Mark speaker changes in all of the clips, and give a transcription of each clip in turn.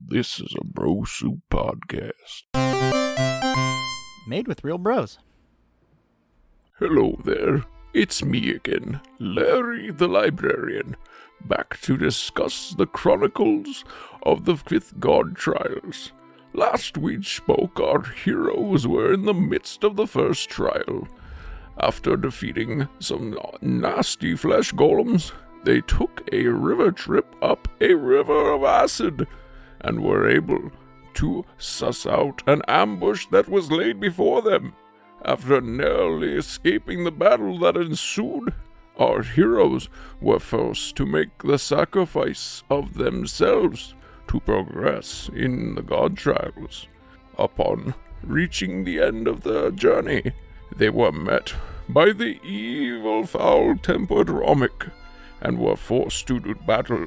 Speaker 1: This is a Bro Soup podcast.
Speaker 2: Made with real bros.
Speaker 1: Hello there. It's me again, Larry the Librarian, back to discuss the chronicles of the Fifth God trials. Last we spoke, our heroes were in the midst of the first trial. After defeating some nasty flesh golems, they took a river trip up a river of acid and were able to suss out an ambush that was laid before them. After narrowly escaping the battle that ensued, our heroes were forced to make the sacrifice of themselves to progress in the god trials. Upon reaching the end of their journey, they were met by the evil, foul tempered Romic and were forced to do battle.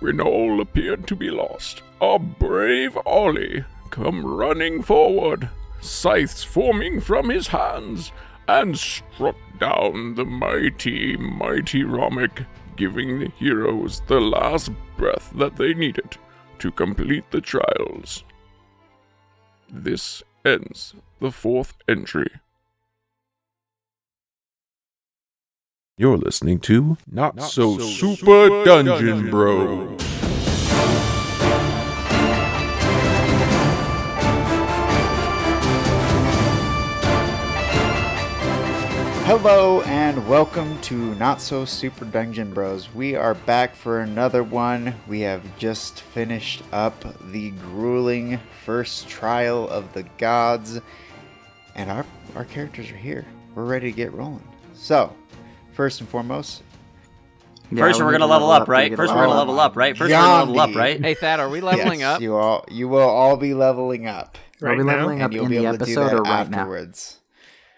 Speaker 1: When all appeared to be lost, our brave Ollie come running forward, scythes forming from his hands, and struck down the mighty, mighty Romic, giving the heroes the last breath that they needed to complete the trials. This ends the fourth entry.
Speaker 3: You're listening to Not, so, Super, Dungeon, Bro.
Speaker 2: Hello and welcome to Not So Super Dungeon Bros. We are back for another one. We have just finished up the grueling first trial of the gods, and our our characters are here. We're ready to get rolling. So, first and foremost,
Speaker 4: First,
Speaker 5: we
Speaker 4: we're
Speaker 5: need
Speaker 4: gonna
Speaker 5: to
Speaker 4: level up, right?
Speaker 5: to get
Speaker 4: First,
Speaker 5: a
Speaker 4: we're gonna
Speaker 5: level
Speaker 4: level up, right? First, we're gonna level up,
Speaker 2: Yandi.
Speaker 4: right?
Speaker 6: Hey Thad, are we leveling
Speaker 2: yes,
Speaker 6: up?
Speaker 2: you all you will all be leveling up,
Speaker 5: Are we
Speaker 6: Right now?
Speaker 5: leveling up
Speaker 2: and you'll
Speaker 5: in
Speaker 2: be
Speaker 5: the
Speaker 2: able to do that
Speaker 5: episode or right now?
Speaker 2: afterwards.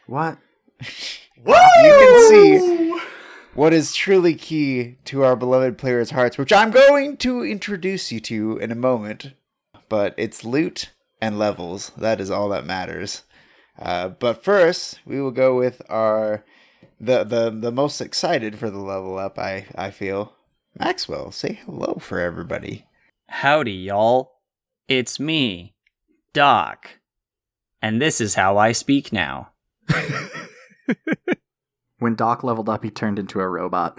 Speaker 5: What?
Speaker 2: you can see what is truly key to our beloved players' hearts, which I'm going to introduce you to in a moment. But it's loot and levels. That is all that matters. Uh, but first, we will go with our the the the most excited for the level up. I I feel Maxwell. Say hello for everybody.
Speaker 4: Howdy, y'all. It's me, Doc. And this is how I speak now.
Speaker 5: When Doc leveled up, he turned into a robot.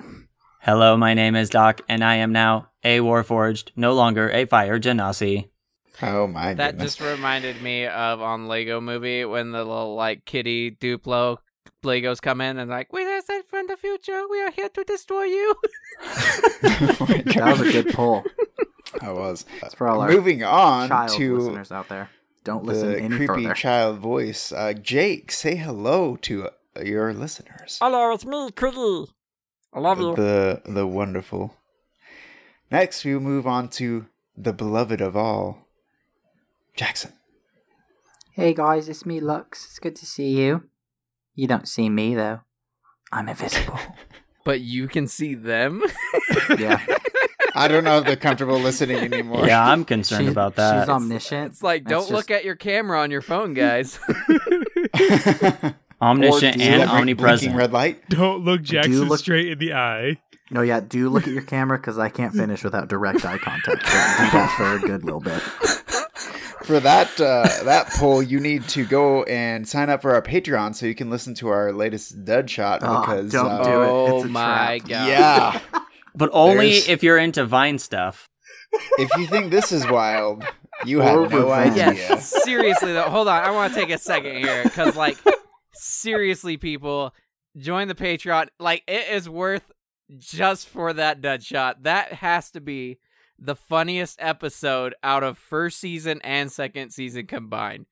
Speaker 4: Hello, my name is Doc, and I am now a Warforged, no longer a Fire Genasi.
Speaker 2: Oh my
Speaker 6: That
Speaker 2: goodness!
Speaker 6: just reminded me of on Lego Movie when the little like kitty Duplo Legos come in and like, we are sent from the future. We are here to destroy you.
Speaker 2: Oh my
Speaker 5: That was a
Speaker 2: gosh.
Speaker 5: good pull.
Speaker 2: I was.
Speaker 5: That's for all our
Speaker 2: Moving on
Speaker 5: child
Speaker 2: to
Speaker 5: listeners out there. Don't listen
Speaker 2: the
Speaker 5: any
Speaker 2: creepy
Speaker 5: further.
Speaker 2: child voice. Uh, Jake, say hello to uh, your listeners.
Speaker 7: Hello, it's me, Cookie. I love you.
Speaker 2: The the wonderful. Next, we move on to the beloved of all, Jackson.
Speaker 5: hey guys, it's me, Lux. It's good to see you. You don't see me though. I'm invisible.
Speaker 6: But you can see them.
Speaker 5: yeah,
Speaker 2: I don't know if they're comfortable listening anymore.
Speaker 4: Yeah, I'm concerned
Speaker 5: She's-
Speaker 4: about
Speaker 5: She's
Speaker 4: that.
Speaker 5: omniscient.
Speaker 6: It's like,
Speaker 5: That's
Speaker 6: don't
Speaker 5: just-
Speaker 6: look at your camera on your phone, guys.
Speaker 4: Omniscient
Speaker 2: See that
Speaker 4: and
Speaker 2: blink-
Speaker 4: omnipresent.
Speaker 2: Blinking red light.
Speaker 8: Don't look Jackson
Speaker 5: look-
Speaker 8: straight in the eye.
Speaker 5: No, yeah, do look at your camera because I can't finish without direct eye contact. So do that for a good little bit.
Speaker 2: For that uh, that poll, you need to go and sign up for our Patreon so you can listen to our latest dud shot.
Speaker 5: Oh,
Speaker 2: Because
Speaker 5: don't
Speaker 2: uh,
Speaker 5: do it.
Speaker 6: oh
Speaker 5: It's a
Speaker 6: my
Speaker 5: trap.
Speaker 6: god.
Speaker 2: yeah,
Speaker 4: but only
Speaker 2: There's-
Speaker 4: if you're into Vine stuff.
Speaker 2: if you think this is wild, you have no
Speaker 5: revenge.
Speaker 2: idea.
Speaker 6: Yeah, seriously though. Hold on, I want to take a second here because, like, seriously, people, join the Patreon. Like, it is worth just for that dud shot. That has to be the funniest episode out of first season and second season combined.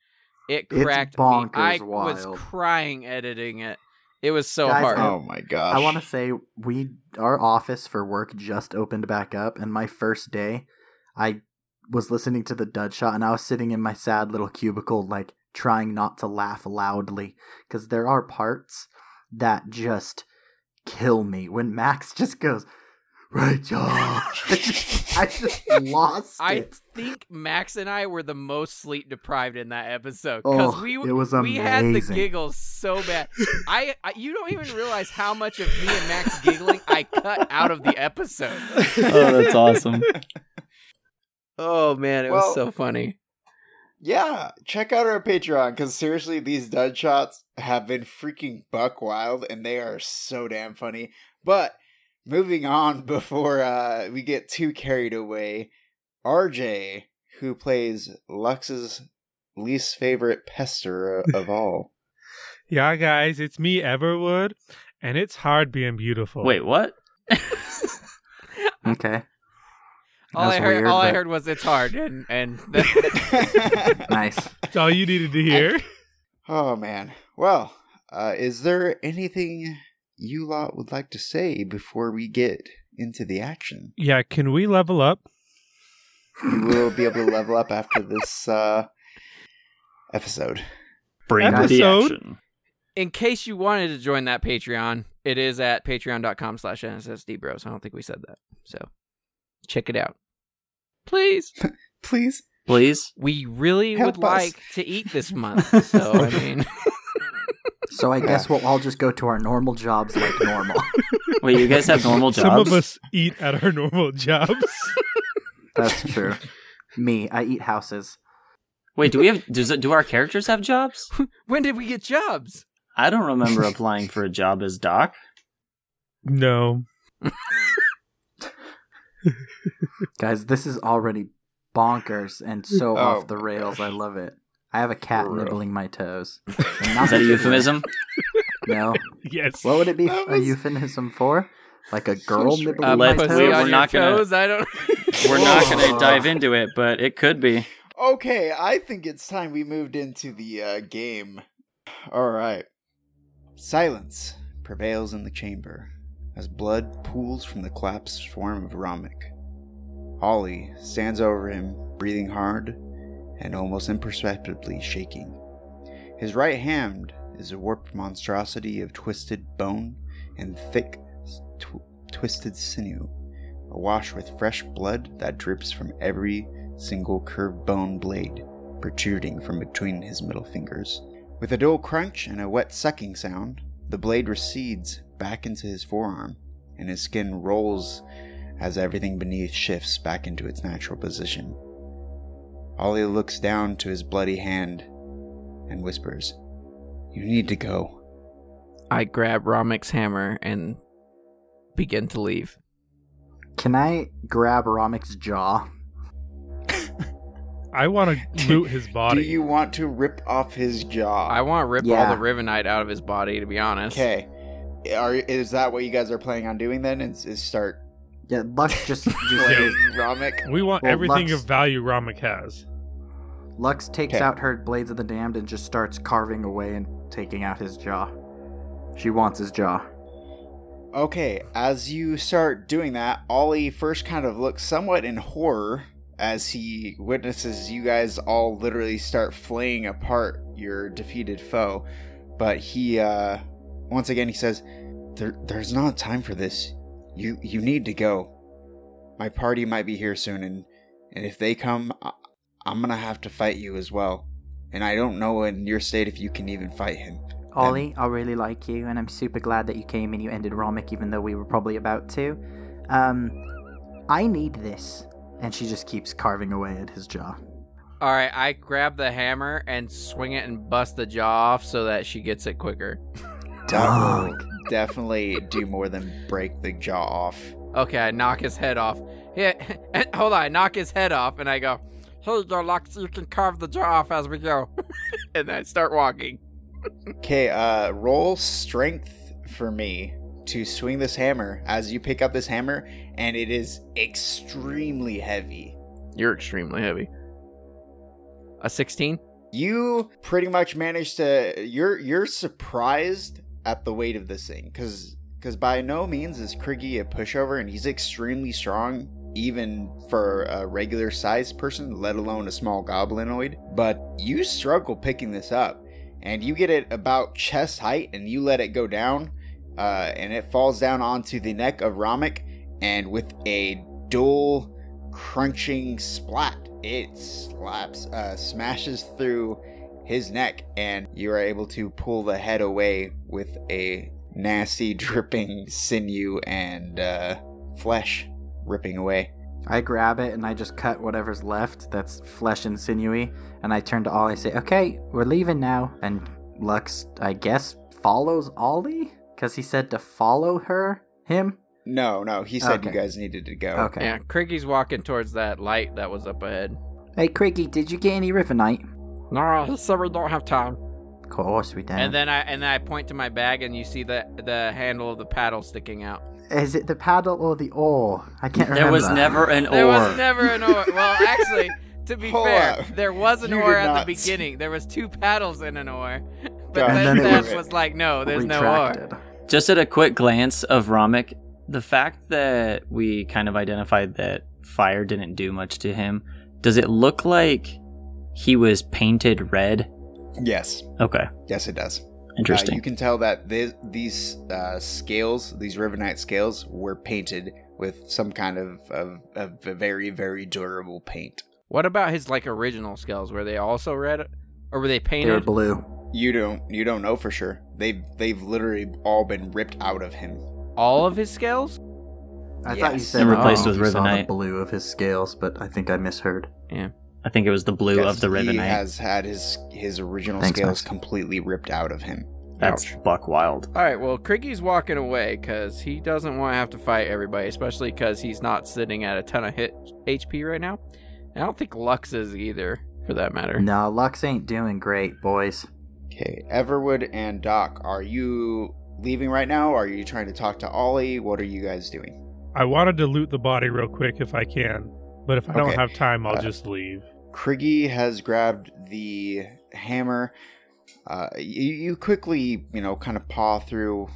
Speaker 6: It
Speaker 5: It's
Speaker 6: cracked me.
Speaker 5: bonkers
Speaker 6: I
Speaker 5: wild.
Speaker 6: was crying editing it. It was so
Speaker 5: Guys,
Speaker 6: hard.
Speaker 2: Oh my gosh!
Speaker 5: I want to say we our office for work just opened back up, and my first day, I was listening to the dud shot, and I was sitting in my sad little cubicle, like trying not to laugh loudly, because there are parts that just kill me when Max just goes, Rachel. I just lost
Speaker 6: I
Speaker 5: it.
Speaker 6: think Max and I were the most sleep deprived in that episode because
Speaker 5: Oh,
Speaker 6: we
Speaker 5: it was
Speaker 6: we had the
Speaker 5: amazing.
Speaker 6: giggles so bad. I, I you don't even realize how much of me and Max giggling I cut out of the episode.
Speaker 4: Oh, that's awesome.
Speaker 5: Oh man, it
Speaker 2: Well-
Speaker 5: was so funny.
Speaker 2: Yeah, check out our Patreon because seriously, these dud shots have been freaking buck wild, and they are so damn funny. But moving on, before uh, we get too carried away, RJ, who plays Lux's least favorite pester of all,
Speaker 3: Yeah, guys, it's me, Everwood, and it's hard being beautiful.
Speaker 4: Wait, what?
Speaker 7: Okay.
Speaker 5: All I
Speaker 7: That's
Speaker 5: heard,
Speaker 7: weird,
Speaker 5: all I
Speaker 7: but-
Speaker 5: heard was it's hard, and and that,
Speaker 7: Nice.
Speaker 3: That's all you needed to hear.
Speaker 2: oh man. Well, uh, is there anything you lot would like to say before we get into the action?
Speaker 3: yeah, can we level up?
Speaker 2: You will be able to level up after this uh, episode.
Speaker 4: Bring the
Speaker 3: Episode?
Speaker 4: action.
Speaker 5: in case you wanted to join that Patreon, it is at patreon.com slash NSSD bros. I don't think we said that. So check it out. Please.
Speaker 2: Please.
Speaker 4: Please?
Speaker 5: We really
Speaker 2: Help
Speaker 5: would
Speaker 2: us.
Speaker 5: like to eat this month. So I mean
Speaker 7: So I guess we'll all just go to our normal jobs like normal.
Speaker 4: Wait, you guys have normal jobs?
Speaker 3: Some of us eat at our normal jobs.
Speaker 7: That's true. Me, I eat houses.
Speaker 4: Wait, do we have does do our characters have jobs?
Speaker 5: when did we get jobs?
Speaker 4: I don't remember applying for a job as doc.
Speaker 3: no.
Speaker 7: Guys, this is already bonkers and so
Speaker 2: Oh
Speaker 7: off the
Speaker 2: my
Speaker 7: rails. I love it. I have a cat
Speaker 2: For real.
Speaker 7: nibbling my toes. Is
Speaker 4: Is that a euphemism?
Speaker 7: No.
Speaker 3: Yes.
Speaker 7: What would it be
Speaker 2: That
Speaker 7: a
Speaker 2: was-
Speaker 7: euphemism for? Like a
Speaker 2: So
Speaker 7: girl
Speaker 2: strange.
Speaker 7: nibbling
Speaker 5: Uh,
Speaker 7: my
Speaker 4: Let's-
Speaker 7: toes?
Speaker 5: pussy
Speaker 4: we're
Speaker 5: on your
Speaker 4: not gonna-
Speaker 5: toes? I don't
Speaker 4: We're not
Speaker 7: Oh.
Speaker 4: gonna dive into it, but it could be.
Speaker 2: Okay, I think it's time we moved into the uh, game. All right. Silence prevails in the chamber as blood pools from the collapsed form of Ramik. Ollie stands over him, breathing hard and almost imperceptibly shaking. His right hand is a warped monstrosity of twisted bone and thick, tw- twisted sinew, awash with fresh blood that drips from every single curved bone blade protruding from between his middle fingers. With a dull crunch and a wet sucking sound, the blade recedes back into his forearm, and his skin rolls as everything beneath shifts back into its natural position. Ollie looks down to his bloody hand and whispers, You need to go.
Speaker 5: I grab Ramik's hammer and begin to leave.
Speaker 7: Can I grab Ramik's jaw?
Speaker 3: I want to loot his body.
Speaker 2: Do you want to rip off his jaw?
Speaker 5: I want to rip
Speaker 7: Yeah.
Speaker 5: all the rivenite out of his body, to be honest.
Speaker 2: Okay. Are, is that what you guys are planning on doing then? Is, is start
Speaker 7: Yeah, Lux just, just
Speaker 2: playing Ramik?
Speaker 3: we want
Speaker 7: Well,
Speaker 3: everything
Speaker 7: Lux-
Speaker 3: of value Ramek has.
Speaker 7: Lux takes
Speaker 2: Okay.
Speaker 7: out her blades of the damned and just starts carving away and taking out his jaw. She wants his jaw.
Speaker 2: Okay, as you start doing that, Ollie first kind of looks somewhat in horror as he witnesses you guys all literally start flaying apart your defeated foe. But he, uh, once again, he says, there, There's not time for this. You, you need to go. My party might be here soon, and, and if they come, I, I'm gonna have to fight you as well. And I don't know in your state if you can even fight him.
Speaker 7: Ollie, I really like you, and I'm super glad that you came and you ended Romic, even though we were probably about to. Um, I need this. And she just keeps carving away at his jaw.
Speaker 5: All right, I grab the hammer and swing it and bust the jaw off so that she gets it quicker.
Speaker 2: That will
Speaker 7: Dog.
Speaker 2: definitely do more than break the jaw off.
Speaker 5: Okay, I knock his head off. Yeah, hold on, I knock his head off, and I go, "Here you go, Lux. You can carve the jaw off as we go." and I start walking.
Speaker 2: Okay, uh, roll strength for me to swing this hammer as you pick up this hammer, and it is extremely heavy.
Speaker 5: You're extremely heavy. A sixteen.
Speaker 2: You pretty much managed to. You're you're surprised at the weight of this thing, because because by no means is Kriggy a pushover, and he's extremely strong, even for a regular sized person, let alone a small goblinoid. But you struggle picking this up, and you get it about chest height, and you let it go down, uh, and it falls down onto the neck of Ramik, and with a dull crunching splat, it slaps, uh, smashes through his neck, and you are able to pull the head away with a nasty dripping sinew and uh, flesh ripping away.
Speaker 7: I grab it and I just cut whatever's left that's flesh and sinewy, and I turn to Ollie and say, Okay, we're leaving now. And Lux, I guess, follows Ollie? Because he said to follow her? Him?
Speaker 2: No, no. He said you
Speaker 7: Okay.
Speaker 2: guys needed to
Speaker 4: Oh,
Speaker 2: go.
Speaker 7: Okay.
Speaker 5: Yeah, Cricky's walking towards that light that was up ahead.
Speaker 7: Hey, Creaky, did you get any Rivenite?
Speaker 6: No, he said we don't have time.
Speaker 7: Of course we did.
Speaker 5: And then I and then I point to my bag, and you see the the handle of the paddle sticking out.
Speaker 7: Is it the paddle or the oar? I can't remember.
Speaker 4: There was never an
Speaker 5: There was
Speaker 4: or.
Speaker 5: never an oar. Well, actually, to be
Speaker 2: Hold
Speaker 5: fair,
Speaker 2: up.
Speaker 5: there was an
Speaker 2: You
Speaker 5: oar
Speaker 2: did
Speaker 5: at
Speaker 2: not
Speaker 5: the
Speaker 2: see-
Speaker 5: beginning. There was two paddles in an oar, but
Speaker 2: Gotcha.
Speaker 5: then,
Speaker 7: And then it
Speaker 5: Thess was,
Speaker 7: was
Speaker 5: like, "No, oh, there's no oar."
Speaker 7: Retracted.
Speaker 4: Just at a quick glance of Ramik, the fact that we kind of identified that fire didn't do much to him, does it look like he was painted red?
Speaker 2: Yes.
Speaker 4: Okay,
Speaker 2: Yes, it does. Uh,
Speaker 4: interesting.
Speaker 2: you can tell that thi- these uh, scales, these Rivenite scales, were painted with some kind of, of, of a very, very durable paint.
Speaker 5: What about his like original scales? Were they also red, or were they
Speaker 7: They were
Speaker 5: painted?
Speaker 7: blue.
Speaker 2: You don't you don't know for sure. They've they've literally all been ripped out of him.
Speaker 5: all of his scales?
Speaker 7: I thought you
Speaker 2: Yes.
Speaker 7: said
Speaker 4: And replaced
Speaker 7: oh,
Speaker 4: with
Speaker 7: you saw the
Speaker 4: Rivenite.
Speaker 7: blue of his scales, but I think I misheard.
Speaker 4: I think it was the blue
Speaker 2: Yes,
Speaker 4: of the eh?
Speaker 2: He
Speaker 4: Rivenite.
Speaker 2: has had his his original
Speaker 7: Thanks,
Speaker 2: scales
Speaker 7: Max.
Speaker 2: completely ripped out of him.
Speaker 4: That's buck wild.
Speaker 5: All right. Well, Cricky's walking away because he doesn't want to have to fight everybody, especially because he's not sitting at a ton of hit HP right now. And I don't think Lux is either, for that matter.
Speaker 7: No, Lux ain't doing great, boys.
Speaker 2: Okay, Everwood and Doc, are you leaving right now? Are you trying to talk to Ollie? What are you guys doing?
Speaker 3: I wanted to loot the body real quick if I can, but if I don't
Speaker 2: Okay.
Speaker 3: have time, I'll
Speaker 2: Uh,
Speaker 3: just leave.
Speaker 2: Kriggy has grabbed the hammer. Uh, you, you quickly, you know, kind of paw through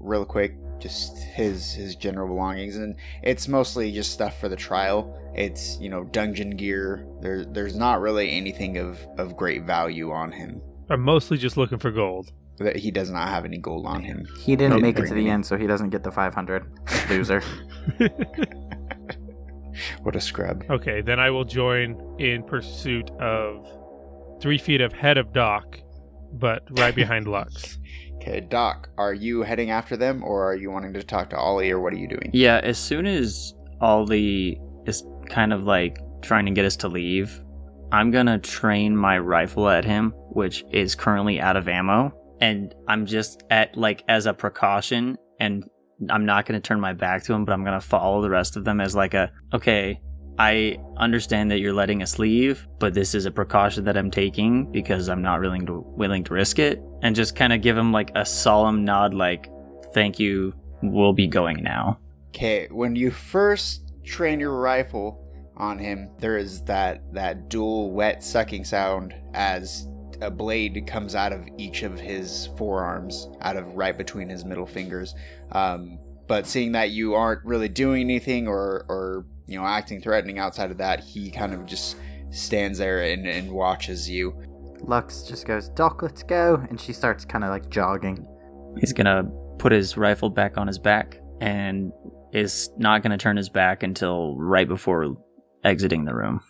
Speaker 2: real quick just his his general belongings and it's mostly just stuff for the trial it's you know dungeon gear there there's not really anything of of great value on him
Speaker 3: I'm mostly just looking for gold.
Speaker 2: that he does not have any gold on him
Speaker 7: He didn't
Speaker 2: Okay.
Speaker 7: make it to the end, so he doesn't get the 500. Loser.
Speaker 2: what a scrub
Speaker 3: Okay, then I will join in pursuit of three feet ahead of Doc, but right behind Lux.
Speaker 2: Okay, Doc, are you heading after them or are you wanting to talk to Ollie or what are you doing?
Speaker 4: Yeah, as soon as Ollie is kind of like trying to get us to leave, I'm gonna train my rifle at him, which is currently out of ammo. And I'm just at like as a precaution, and I'm not gonna turn my back to him, but I'm gonna follow the rest of them as like a okay. I understand that you're letting us leave, but this is a precaution that I'm taking because I'm not willing to willing to risk it, and just kind of give him like a solemn nod, like "Thank you, we'll be going now."
Speaker 2: Okay, when you first train your rifle on him, there is that that dual wet sucking sound as a blade comes out of each of his forearms, out of right between his middle fingers. Um, but seeing that you aren't really doing anything or or you know acting threatening outside of that, he kind of just stands there and, and watches you.
Speaker 7: Lux just goes, Doc, let's go. And she starts kind of like jogging.
Speaker 4: He's gonna put his rifle back on his back and is not gonna turn his back until right before exiting the room.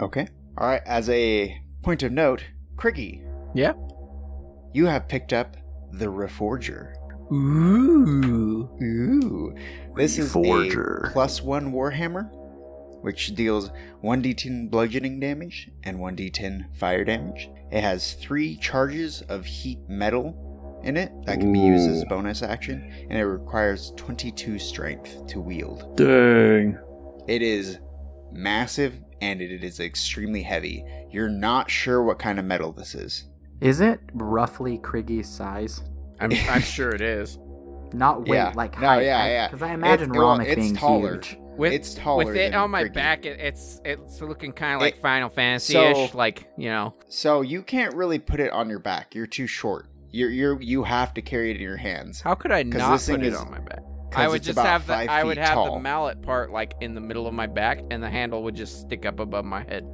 Speaker 2: Okay. All right. As a point of note, Criggy.
Speaker 5: Yeah?
Speaker 2: You have picked up the Reforger.
Speaker 7: Ooh.
Speaker 2: Ooh. This is
Speaker 7: Reforger.
Speaker 2: a plus one Warhammer, which deals 1d10 bludgeoning damage and 1d10 fire damage. It has three charges of heat metal in it that can be used as a bonus action, and it requires 22 strength to wield.
Speaker 4: Dang.
Speaker 2: It is massive and it is extremely heavy. You're not sure what kind of metal this is.
Speaker 7: Is it roughly Criggy's size?
Speaker 5: I'm, I'm sure it is.
Speaker 7: Not weight,
Speaker 2: Yeah.
Speaker 7: like
Speaker 2: No,
Speaker 7: height.
Speaker 2: yeah, yeah.
Speaker 7: Because I
Speaker 2: It-
Speaker 7: imagine
Speaker 2: well,
Speaker 7: Romic
Speaker 2: it's
Speaker 7: being
Speaker 2: taller.
Speaker 7: huge.
Speaker 5: With,
Speaker 2: it's taller.
Speaker 5: with it
Speaker 2: than
Speaker 5: on my
Speaker 2: Friggy.
Speaker 5: back, it, it's it's looking kind of
Speaker 2: It-
Speaker 5: like Final Fantasy ish,
Speaker 2: so-
Speaker 5: like you know.
Speaker 2: So you can't really put it on your back. You're too short. You're you're you have to carry it in your hands.
Speaker 5: How could I
Speaker 2: 'Cause
Speaker 5: not
Speaker 2: this thing
Speaker 5: put it
Speaker 2: is-
Speaker 5: on my back?
Speaker 2: 'cause
Speaker 5: I would
Speaker 2: it's
Speaker 5: just
Speaker 2: about
Speaker 5: have the
Speaker 2: five
Speaker 5: I would
Speaker 2: feet
Speaker 5: have the
Speaker 2: tall.
Speaker 5: mallet part like in the middle of my back, and the handle would just stick up above my head.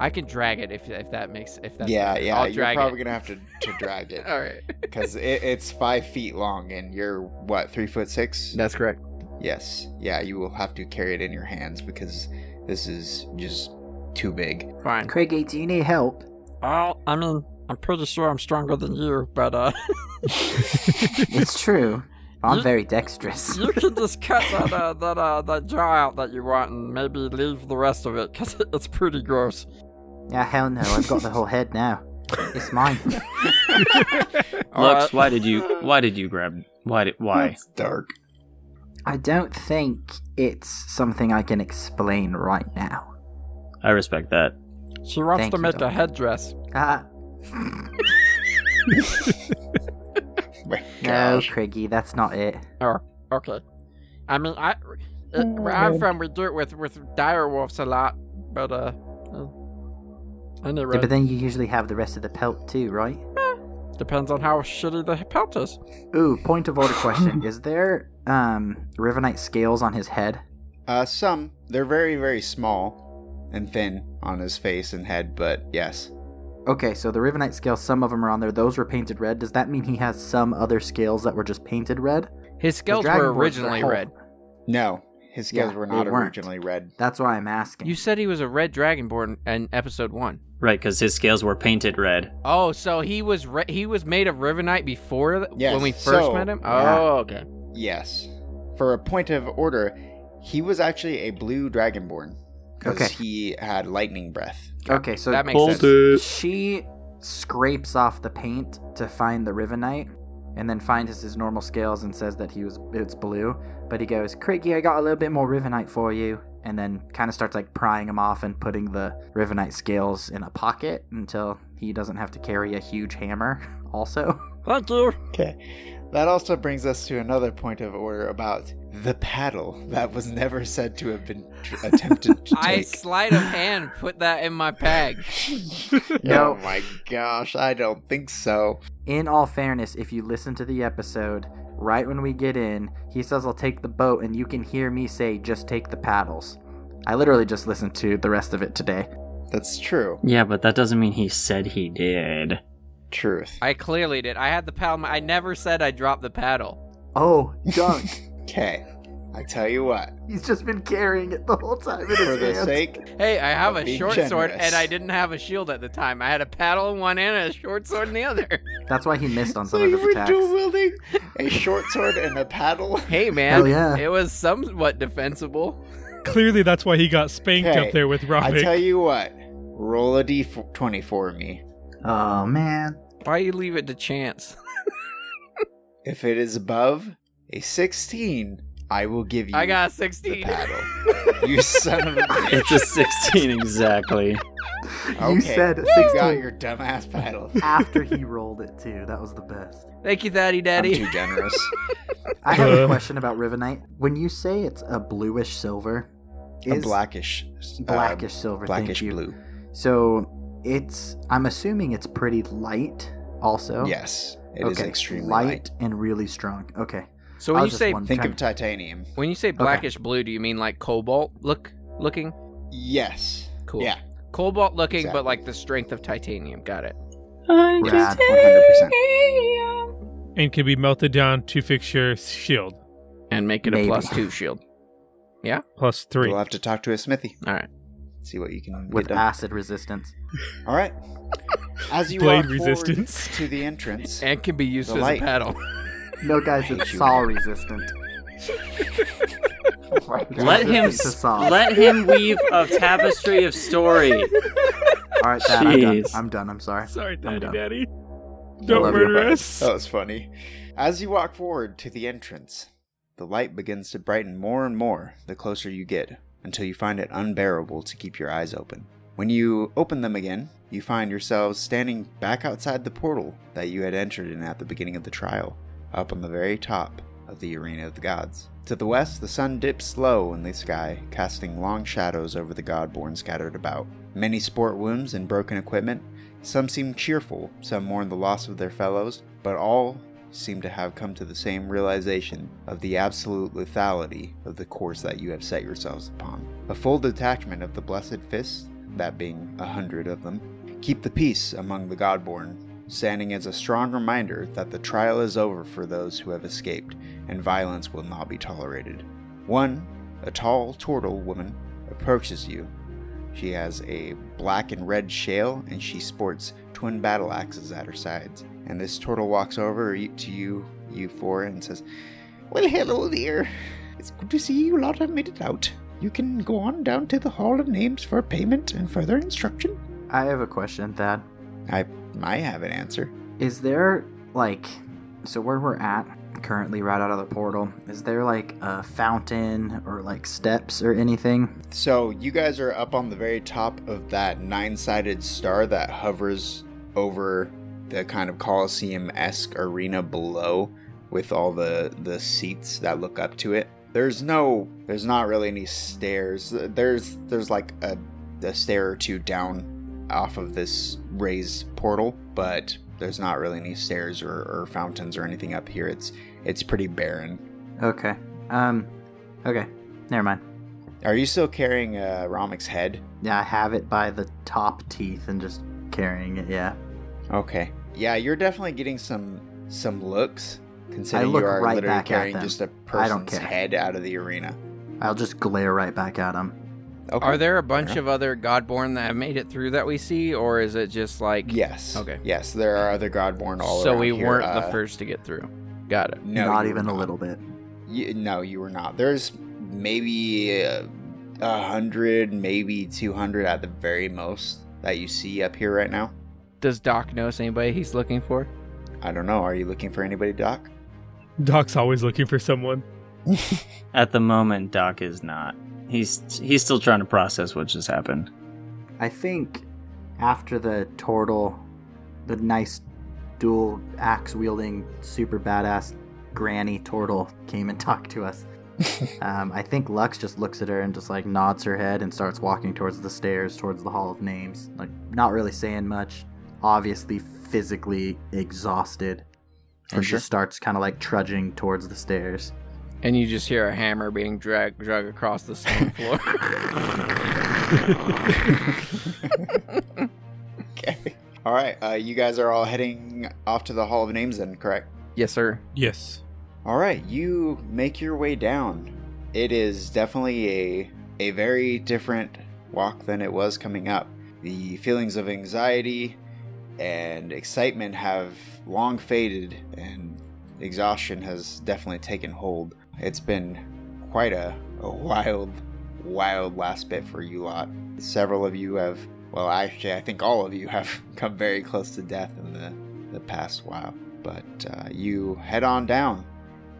Speaker 5: I can drag it if if that makes if that
Speaker 2: Yeah, yeah.
Speaker 5: I'll
Speaker 2: you're
Speaker 5: drag
Speaker 2: probably
Speaker 5: it.
Speaker 2: gonna have to to drag it
Speaker 5: All right,
Speaker 2: because it, it's five feet long and you're what three foot six.
Speaker 5: that's correct.
Speaker 2: Yes, yeah. You will have to carry it in your hands because this is just too big.
Speaker 5: Fine.
Speaker 7: Criggy, do you need help?
Speaker 6: Well, I mean, I'm pretty sure I'm stronger than you, but uh,
Speaker 7: it's true. I'm
Speaker 6: You-
Speaker 7: very dexterous.
Speaker 6: You can just cut that uh, that uh, that jaw out that you want and maybe leave the rest of it because it's pretty gross.
Speaker 7: Yeah, hell no, I've got the whole head now. It's mine.
Speaker 4: Lux,
Speaker 6: Alright.
Speaker 4: why did you why did you grab why did why?
Speaker 2: That's dark.
Speaker 7: I don't think it's something I can explain right now.
Speaker 4: I respect that.
Speaker 6: She wants
Speaker 7: Thank
Speaker 6: to
Speaker 7: you,
Speaker 6: make a
Speaker 7: Duncan.
Speaker 6: headdress.
Speaker 7: Ah,
Speaker 2: My
Speaker 7: no,
Speaker 2: gosh.
Speaker 7: Criggy, that's not it.
Speaker 6: Okay. I mean, I it, where I'm from, we do it with with dire wolves a lot, but uh. oh. uh, Anyway,
Speaker 7: Yeah, but then you usually have the rest of the pelt too, right?
Speaker 6: depends on how shitty the pelt is.
Speaker 7: Ooh, point of order question. Is there um River Knight scales on his head?
Speaker 2: Uh, some they're very very small and thin on his face and head, but yes,
Speaker 7: Okay, so the Rivenite scales, some of them are on there. Those were painted red. Does that mean he has some other scales that were just painted red?
Speaker 5: His scales
Speaker 7: Dragon
Speaker 5: were
Speaker 7: Boards are
Speaker 5: originally
Speaker 7: whole.
Speaker 5: red.
Speaker 2: no, his scales
Speaker 7: Yeah,
Speaker 2: were
Speaker 7: they
Speaker 2: not
Speaker 7: weren't.
Speaker 2: originally red.
Speaker 7: That's why I'm asking.
Speaker 5: You said he was a red dragonborn in episode one.
Speaker 4: Right, because his scales were painted red.
Speaker 5: Oh, so he was re- he was made of Rivenite before th-
Speaker 2: Yes,
Speaker 5: when we first
Speaker 2: so-
Speaker 5: met him.
Speaker 7: Yeah.
Speaker 5: Oh, okay.
Speaker 2: Yes, for a point of order, he was actually a blue dragonborn because
Speaker 7: Okay.
Speaker 2: he had lightning breath.
Speaker 7: okay, so
Speaker 5: that makes
Speaker 2: Hold
Speaker 5: sense.
Speaker 9: it.
Speaker 7: she scrapes off the paint to find the Rivenite and then finds his normal scales and says that he was it's blue. But he goes, Craigie, I got a little bit more Rivenite for you. And then kind of starts like prying him off and putting the Rivenite scales in a pocket until he doesn't have to carry a huge hammer, also.
Speaker 6: Thank you.
Speaker 2: Okay, that also brings us to another point of order about the paddle that was never said to have been tr- attempted to
Speaker 5: I
Speaker 2: take.
Speaker 5: sleight of hand put that in my bag.
Speaker 7: No.
Speaker 2: Oh my gosh, I don't think so.
Speaker 7: In all fairness, if you listen to the episode, right when we get in, he says, I'll take the boat, and you can hear me say, just take the paddles. I literally just listened to the rest of it today.
Speaker 2: That's true.
Speaker 4: Yeah, but that doesn't mean he said he did.
Speaker 2: Truth.
Speaker 5: I clearly did. I had the paddle. I never said I dropped the paddle.
Speaker 7: Oh, dunk.
Speaker 2: Okay, I tell you what.
Speaker 7: He's just been carrying it the whole time in his
Speaker 2: For the
Speaker 7: hand.
Speaker 2: sake,
Speaker 5: Hey, I have
Speaker 2: Don't
Speaker 5: a
Speaker 2: be
Speaker 5: short sword
Speaker 2: generous.
Speaker 5: and I didn't have a shield at the time. I had a paddle in one hand and a short sword in the other.
Speaker 7: That's why he missed on
Speaker 2: so
Speaker 7: some of
Speaker 2: you
Speaker 7: his
Speaker 2: were
Speaker 7: attacks.
Speaker 2: dual wielding a short sword and a paddle.
Speaker 5: Hey man,
Speaker 7: Hell yeah.
Speaker 5: it was somewhat defensible.
Speaker 3: Clearly, that's why he got spanked
Speaker 2: Okay,
Speaker 3: up there with
Speaker 2: I tell
Speaker 3: Robbie.
Speaker 2: you what. Roll a d20 for me.
Speaker 7: Oh, man.
Speaker 5: Why you leave it to chance?
Speaker 2: If it is above a 16, I will give you
Speaker 5: I got a
Speaker 2: the
Speaker 5: 16.
Speaker 2: paddle. you son of a bitch.
Speaker 4: It's a sixteen exactly.
Speaker 7: You
Speaker 2: Okay,
Speaker 7: said
Speaker 2: You
Speaker 7: 16
Speaker 2: got your dumbass paddle.
Speaker 7: after he rolled it, too. That was the best.
Speaker 5: Thank you, Daddy
Speaker 2: I'm
Speaker 5: Daddy.
Speaker 2: too generous.
Speaker 7: I have a
Speaker 3: Uh.
Speaker 7: question about Rivenite. When you say it's a bluish silver,
Speaker 2: a
Speaker 7: is
Speaker 2: blackish. uh,
Speaker 7: blackish silver,
Speaker 2: blackish
Speaker 7: thank you.
Speaker 2: blue.
Speaker 7: So it's I'm assuming it's pretty light also.
Speaker 2: Yes, it is extremely
Speaker 7: light,
Speaker 2: light.
Speaker 7: and really strong. Okay.
Speaker 5: So
Speaker 7: I
Speaker 5: when
Speaker 7: was
Speaker 5: you
Speaker 7: just
Speaker 5: say
Speaker 7: wondering.
Speaker 2: Think
Speaker 7: Okay.
Speaker 2: of titanium.
Speaker 5: when you say blackish blue, do you mean like cobalt look looking?
Speaker 2: Yes.
Speaker 5: Cool.
Speaker 2: Yeah,
Speaker 5: Cobalt looking,
Speaker 2: Exactly.
Speaker 5: but like the strength of titanium. Got it.
Speaker 7: Rad.
Speaker 2: 100%.
Speaker 3: And can be melted down to fix your shield.
Speaker 5: And make it
Speaker 7: Maybe.
Speaker 5: a plus two shield.
Speaker 3: Plus three.
Speaker 2: We'll have to talk to a smithy.
Speaker 5: All right.
Speaker 2: See what you can
Speaker 7: With
Speaker 2: get done.
Speaker 7: acid resistance.
Speaker 2: All right. As you
Speaker 3: Blade
Speaker 2: walk
Speaker 3: resistance.
Speaker 2: forward to the entrance,
Speaker 5: And can be used
Speaker 2: The
Speaker 5: as
Speaker 2: light.
Speaker 5: a paddle.
Speaker 7: No guys,
Speaker 2: hate
Speaker 7: it's
Speaker 2: you.
Speaker 7: saw resistant.
Speaker 4: Let him
Speaker 7: Resistant to
Speaker 4: s-
Speaker 7: saw.
Speaker 4: let him weave a tapestry of story.
Speaker 7: All right, Dad, I'm done.
Speaker 4: Jeez.
Speaker 7: I'm done. I'm sorry.
Speaker 3: Sorry,
Speaker 7: I'm
Speaker 3: Daddy,
Speaker 7: done.
Speaker 3: Daddy.
Speaker 7: love
Speaker 3: Don't
Speaker 7: you,
Speaker 3: murder
Speaker 7: Robbie.
Speaker 3: us.
Speaker 2: that was funny. As you walk forward to the entrance, the light begins to brighten more and more the closer you get, until you find it unbearable to keep your eyes open. When you open them again, you find yourselves standing back outside the portal that you had entered in at the beginning of the trial, up on the very top of the arena of the gods. To the west, the sun dips low in the sky, casting long shadows over the godborn scattered about. Many sport wounds and broken equipment. Some seem cheerful, some mourn the loss of their fellows, but all seem to have come to the same realization of the absolute lethality of the course that you have set yourselves upon. A full detachment of the blessed fists, that being a hundred of them, keep the peace among the Godborn, standing as a strong reminder that the trial is over for those who have escaped, and violence will not be tolerated. One, a tall, turtle woman, approaches you. She has a black and red shale, and she sports twin battle axes at her sides. And this turtle walks over to you, you four, and says, Well, hello there. It's good to see you lot have made it out. You can go on down to the Hall of Names for payment and further instruction.
Speaker 7: I have a question, Thad.
Speaker 2: I I have an answer.
Speaker 7: Is there like so where we're at currently right out of the portal, is there like a fountain or like steps or anything?
Speaker 2: So you guys are up on the very top of that nine-sided star that hovers over the kind of Colosseum-esque arena below with all the the seats that look up to it. There's no there's not really any stairs. There's there's like a a stair or two down off of this raised portal, but there's not really any stairs or, or fountains or anything up here. It's it's pretty barren.
Speaker 7: Okay. Um okay. Never mind.
Speaker 2: Are you still carrying uh, Ramik's head?
Speaker 7: Yeah, I have it by the top teeth and just carrying it, yeah.
Speaker 2: Okay. Yeah, you're definitely getting some some looks considering
Speaker 7: look
Speaker 2: you are
Speaker 7: right
Speaker 2: literally
Speaker 7: back at
Speaker 2: carrying
Speaker 7: them.
Speaker 2: just a
Speaker 7: I don't
Speaker 2: person's
Speaker 7: care.
Speaker 2: head out of the arena.
Speaker 7: I'll just glare right back at him.
Speaker 2: Okay.
Speaker 6: Are there a bunch of other Godborn that have made it through that we see, or is it just like
Speaker 2: Yes.
Speaker 6: Okay.
Speaker 2: Yes, there are other Godborn all
Speaker 6: so
Speaker 2: around
Speaker 6: we
Speaker 2: here.
Speaker 6: weren't
Speaker 2: Uh,
Speaker 6: the first to get through? Got it.
Speaker 2: No,
Speaker 7: Not
Speaker 2: you
Speaker 7: even
Speaker 2: were
Speaker 7: a little bit.
Speaker 2: You, no, you were not. There's maybe uh, a hundred, maybe two hundred at the very most that you see up here right now.
Speaker 6: Does Doc knows anybody he's looking for?
Speaker 2: I don't know. Are you looking for anybody, Doc?
Speaker 3: Doc's always looking for someone.
Speaker 4: At the moment, Doc is not. He's he's still trying to process what just happened.
Speaker 7: I think after the turtle, the nice dual axe wielding super badass granny turtle came and talked to us. um, I think Lux just looks at her and just like nods her head and starts walking towards the stairs, towards the Hall of Names. Like, not really saying much. Obviously, physically exhausted. And
Speaker 2: sure.
Speaker 7: she starts kind of like trudging towards the stairs.
Speaker 6: And you just hear a hammer being dragged drug across the stone floor.
Speaker 2: Okay. All right. Uh, you guys are all heading off to the Hall of Names, then, correct?
Speaker 6: yes, sir.
Speaker 3: Yes.
Speaker 2: All right, you make your way down. It is definitely a a very different walk than it was coming up. The feelings of anxiety and excitement have long faded and exhaustion has definitely taken hold. It's been quite a, a wild wild last bit for you lot. Several of you have well actually I think all of you have come very close to death in the, the past while. But uh, you head on down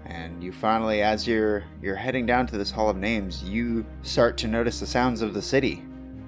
Speaker 2: and you finally as you're you're heading down to this hall of names you start to notice the sounds of the city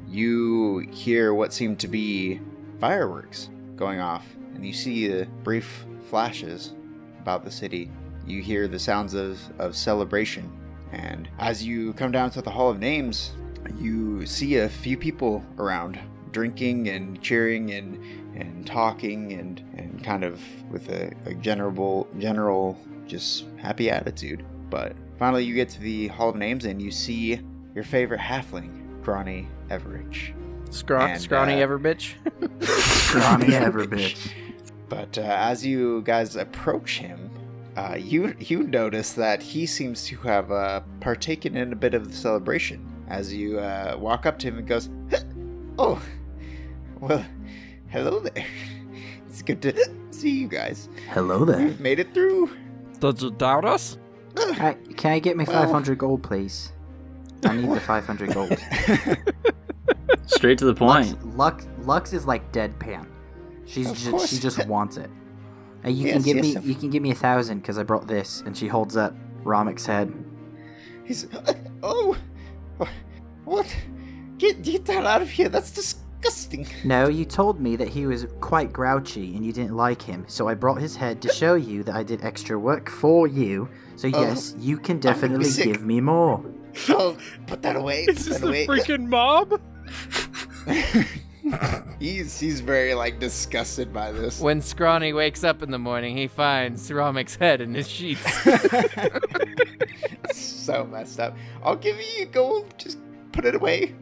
Speaker 2: you hear what seem to be fireworks going off and you see the brief flashes about the city you hear the sounds of, of celebration and as you come down to the hall of names you see a few people around drinking and cheering and and talking and and kind of with a, a general general just happy attitude but finally you get to the hall of names and you see your favorite halfling Granny Everidge
Speaker 6: Scraw-
Speaker 2: And,
Speaker 6: scrawny
Speaker 2: uh,
Speaker 6: ever bitch.
Speaker 7: Scrawny ever bitch.
Speaker 2: But uh, as you guys approach him, uh, you you notice that he seems to have uh, partaken in a bit of the celebration. As you uh, walk up to him and goes, "Oh, well, hello there. It's good to see you guys.
Speaker 7: Hello there.
Speaker 2: We've made it through."
Speaker 6: Did you doubt us?
Speaker 7: Hi, can I get me
Speaker 2: Well-
Speaker 7: 500 gold, please? I need the 500 gold.
Speaker 4: Straight to the
Speaker 7: Lux,
Speaker 4: point.
Speaker 7: Lux, Lux is like deadpan. She's
Speaker 2: Of
Speaker 7: just,
Speaker 2: course.
Speaker 7: she just wants it. And you
Speaker 2: Yes,
Speaker 7: can give
Speaker 2: yes,
Speaker 7: me
Speaker 2: of-
Speaker 7: you can give me a thousand because I brought this. And she holds up Ramik's head.
Speaker 2: He's, "Oh, what? Get get that out of here. That's disgusting."
Speaker 7: No, you told me that he was quite grouchy and you didn't like him, so I brought his head to show you that I did extra work for you. So
Speaker 2: Oh,
Speaker 7: yes, you can
Speaker 2: gonna be
Speaker 7: definitely
Speaker 2: sick.
Speaker 7: give me more.
Speaker 2: Oh, put that away.
Speaker 3: Is
Speaker 2: put
Speaker 3: this
Speaker 2: that
Speaker 3: the
Speaker 2: away.
Speaker 3: freaking mob?
Speaker 2: he's he's very like disgusted by this.
Speaker 6: When Scrawny wakes up in the morning, he finds Ramik's head in his sheets.
Speaker 2: so messed up. I'll give you gold. Just put it away.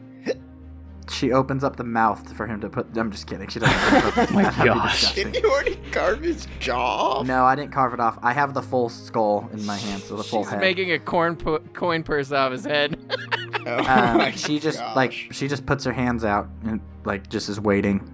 Speaker 7: She opens up the mouth for him to put. I'm just kidding. She doesn't. Open
Speaker 6: Oh
Speaker 7: up the mouth. That'd be
Speaker 4: gosh.
Speaker 7: disgusting.
Speaker 2: Didn't you already carve his jaw? off?
Speaker 7: No, I didn't carve it off. I have the full skull in my hand, so the full
Speaker 6: She's
Speaker 7: head.
Speaker 6: making a corn pu- coin purse out of his head.
Speaker 2: Oh my
Speaker 7: um, she just
Speaker 2: gosh.
Speaker 7: like she just puts her hands out and like just is waiting.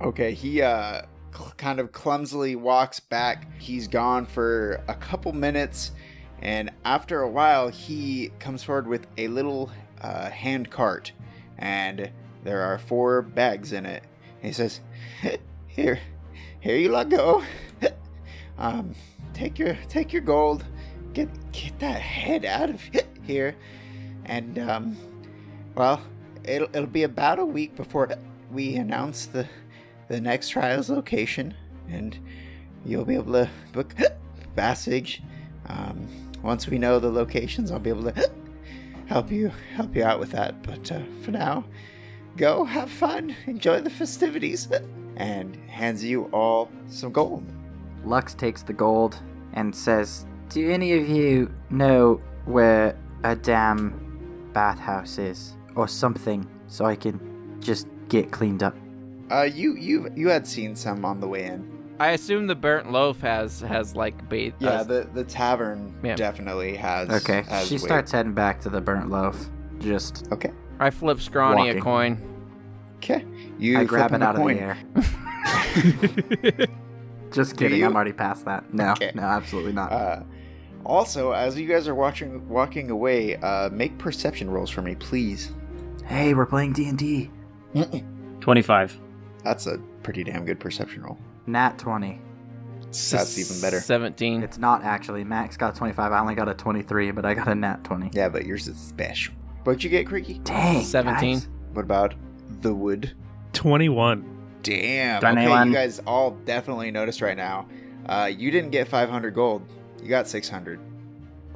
Speaker 2: Okay, he uh cl- kind of clumsily walks back. He's gone for a couple minutes And after a while, he comes forward with a little uh, hand cart, and there are four bags in it. And he says, "Here, here you lot go. um, take your take your gold. Get get that head out of here." And um, well, it'll it'll be about a week before we announce the the next trial's location, and you'll be able to book passage. Um, once we know the locations, I'll be able to help you help you out with that. But uh, for now, go have fun, enjoy the festivities, and hands you all some gold.
Speaker 7: Lux takes the gold and says, Do any of you know where a damn bathhouse is? Or something, so I can just get cleaned up.
Speaker 2: Uh, you you you had seen some on the way in. Uh,
Speaker 5: I assume the burnt loaf has has like bathed.
Speaker 6: uh,
Speaker 2: Yeah, the the tavern
Speaker 5: Yeah.
Speaker 2: definitely has.
Speaker 7: Okay,
Speaker 2: has
Speaker 7: she
Speaker 2: weight.
Speaker 7: starts heading back to the burnt loaf. Just,
Speaker 2: Okay,
Speaker 5: I flip Scrawny
Speaker 7: Walking.
Speaker 5: a coin.
Speaker 2: okay. You
Speaker 7: I grab
Speaker 2: flipping the
Speaker 7: it out of
Speaker 2: coin.
Speaker 7: the air. Just
Speaker 2: Do
Speaker 7: kidding,
Speaker 2: you?
Speaker 7: I'm already past that. No,
Speaker 2: Okay.
Speaker 7: no, absolutely not.
Speaker 2: Uh, also, as you guys are watching walking away, uh, make perception rolls for me, please.
Speaker 7: hey, we're playing D&D.
Speaker 4: Twenty-five.
Speaker 2: That's a pretty damn good perception roll.
Speaker 7: Nat 20.
Speaker 2: That's even better.
Speaker 5: Seventeen.
Speaker 2: Mm.
Speaker 7: It's not actually. Max got 25. I only got a 23, but I got a nat 20.
Speaker 2: Yeah, but yours is special. What'd you get, Creaky?
Speaker 7: Dang.
Speaker 5: 17.
Speaker 7: guys.
Speaker 2: What about the wood?
Speaker 3: 21.
Speaker 2: Damn.
Speaker 4: Done,
Speaker 2: okay,
Speaker 4: Alan.
Speaker 2: you guys all definitely noticed right now. Uh, you didn't get 500 gold. You got 600.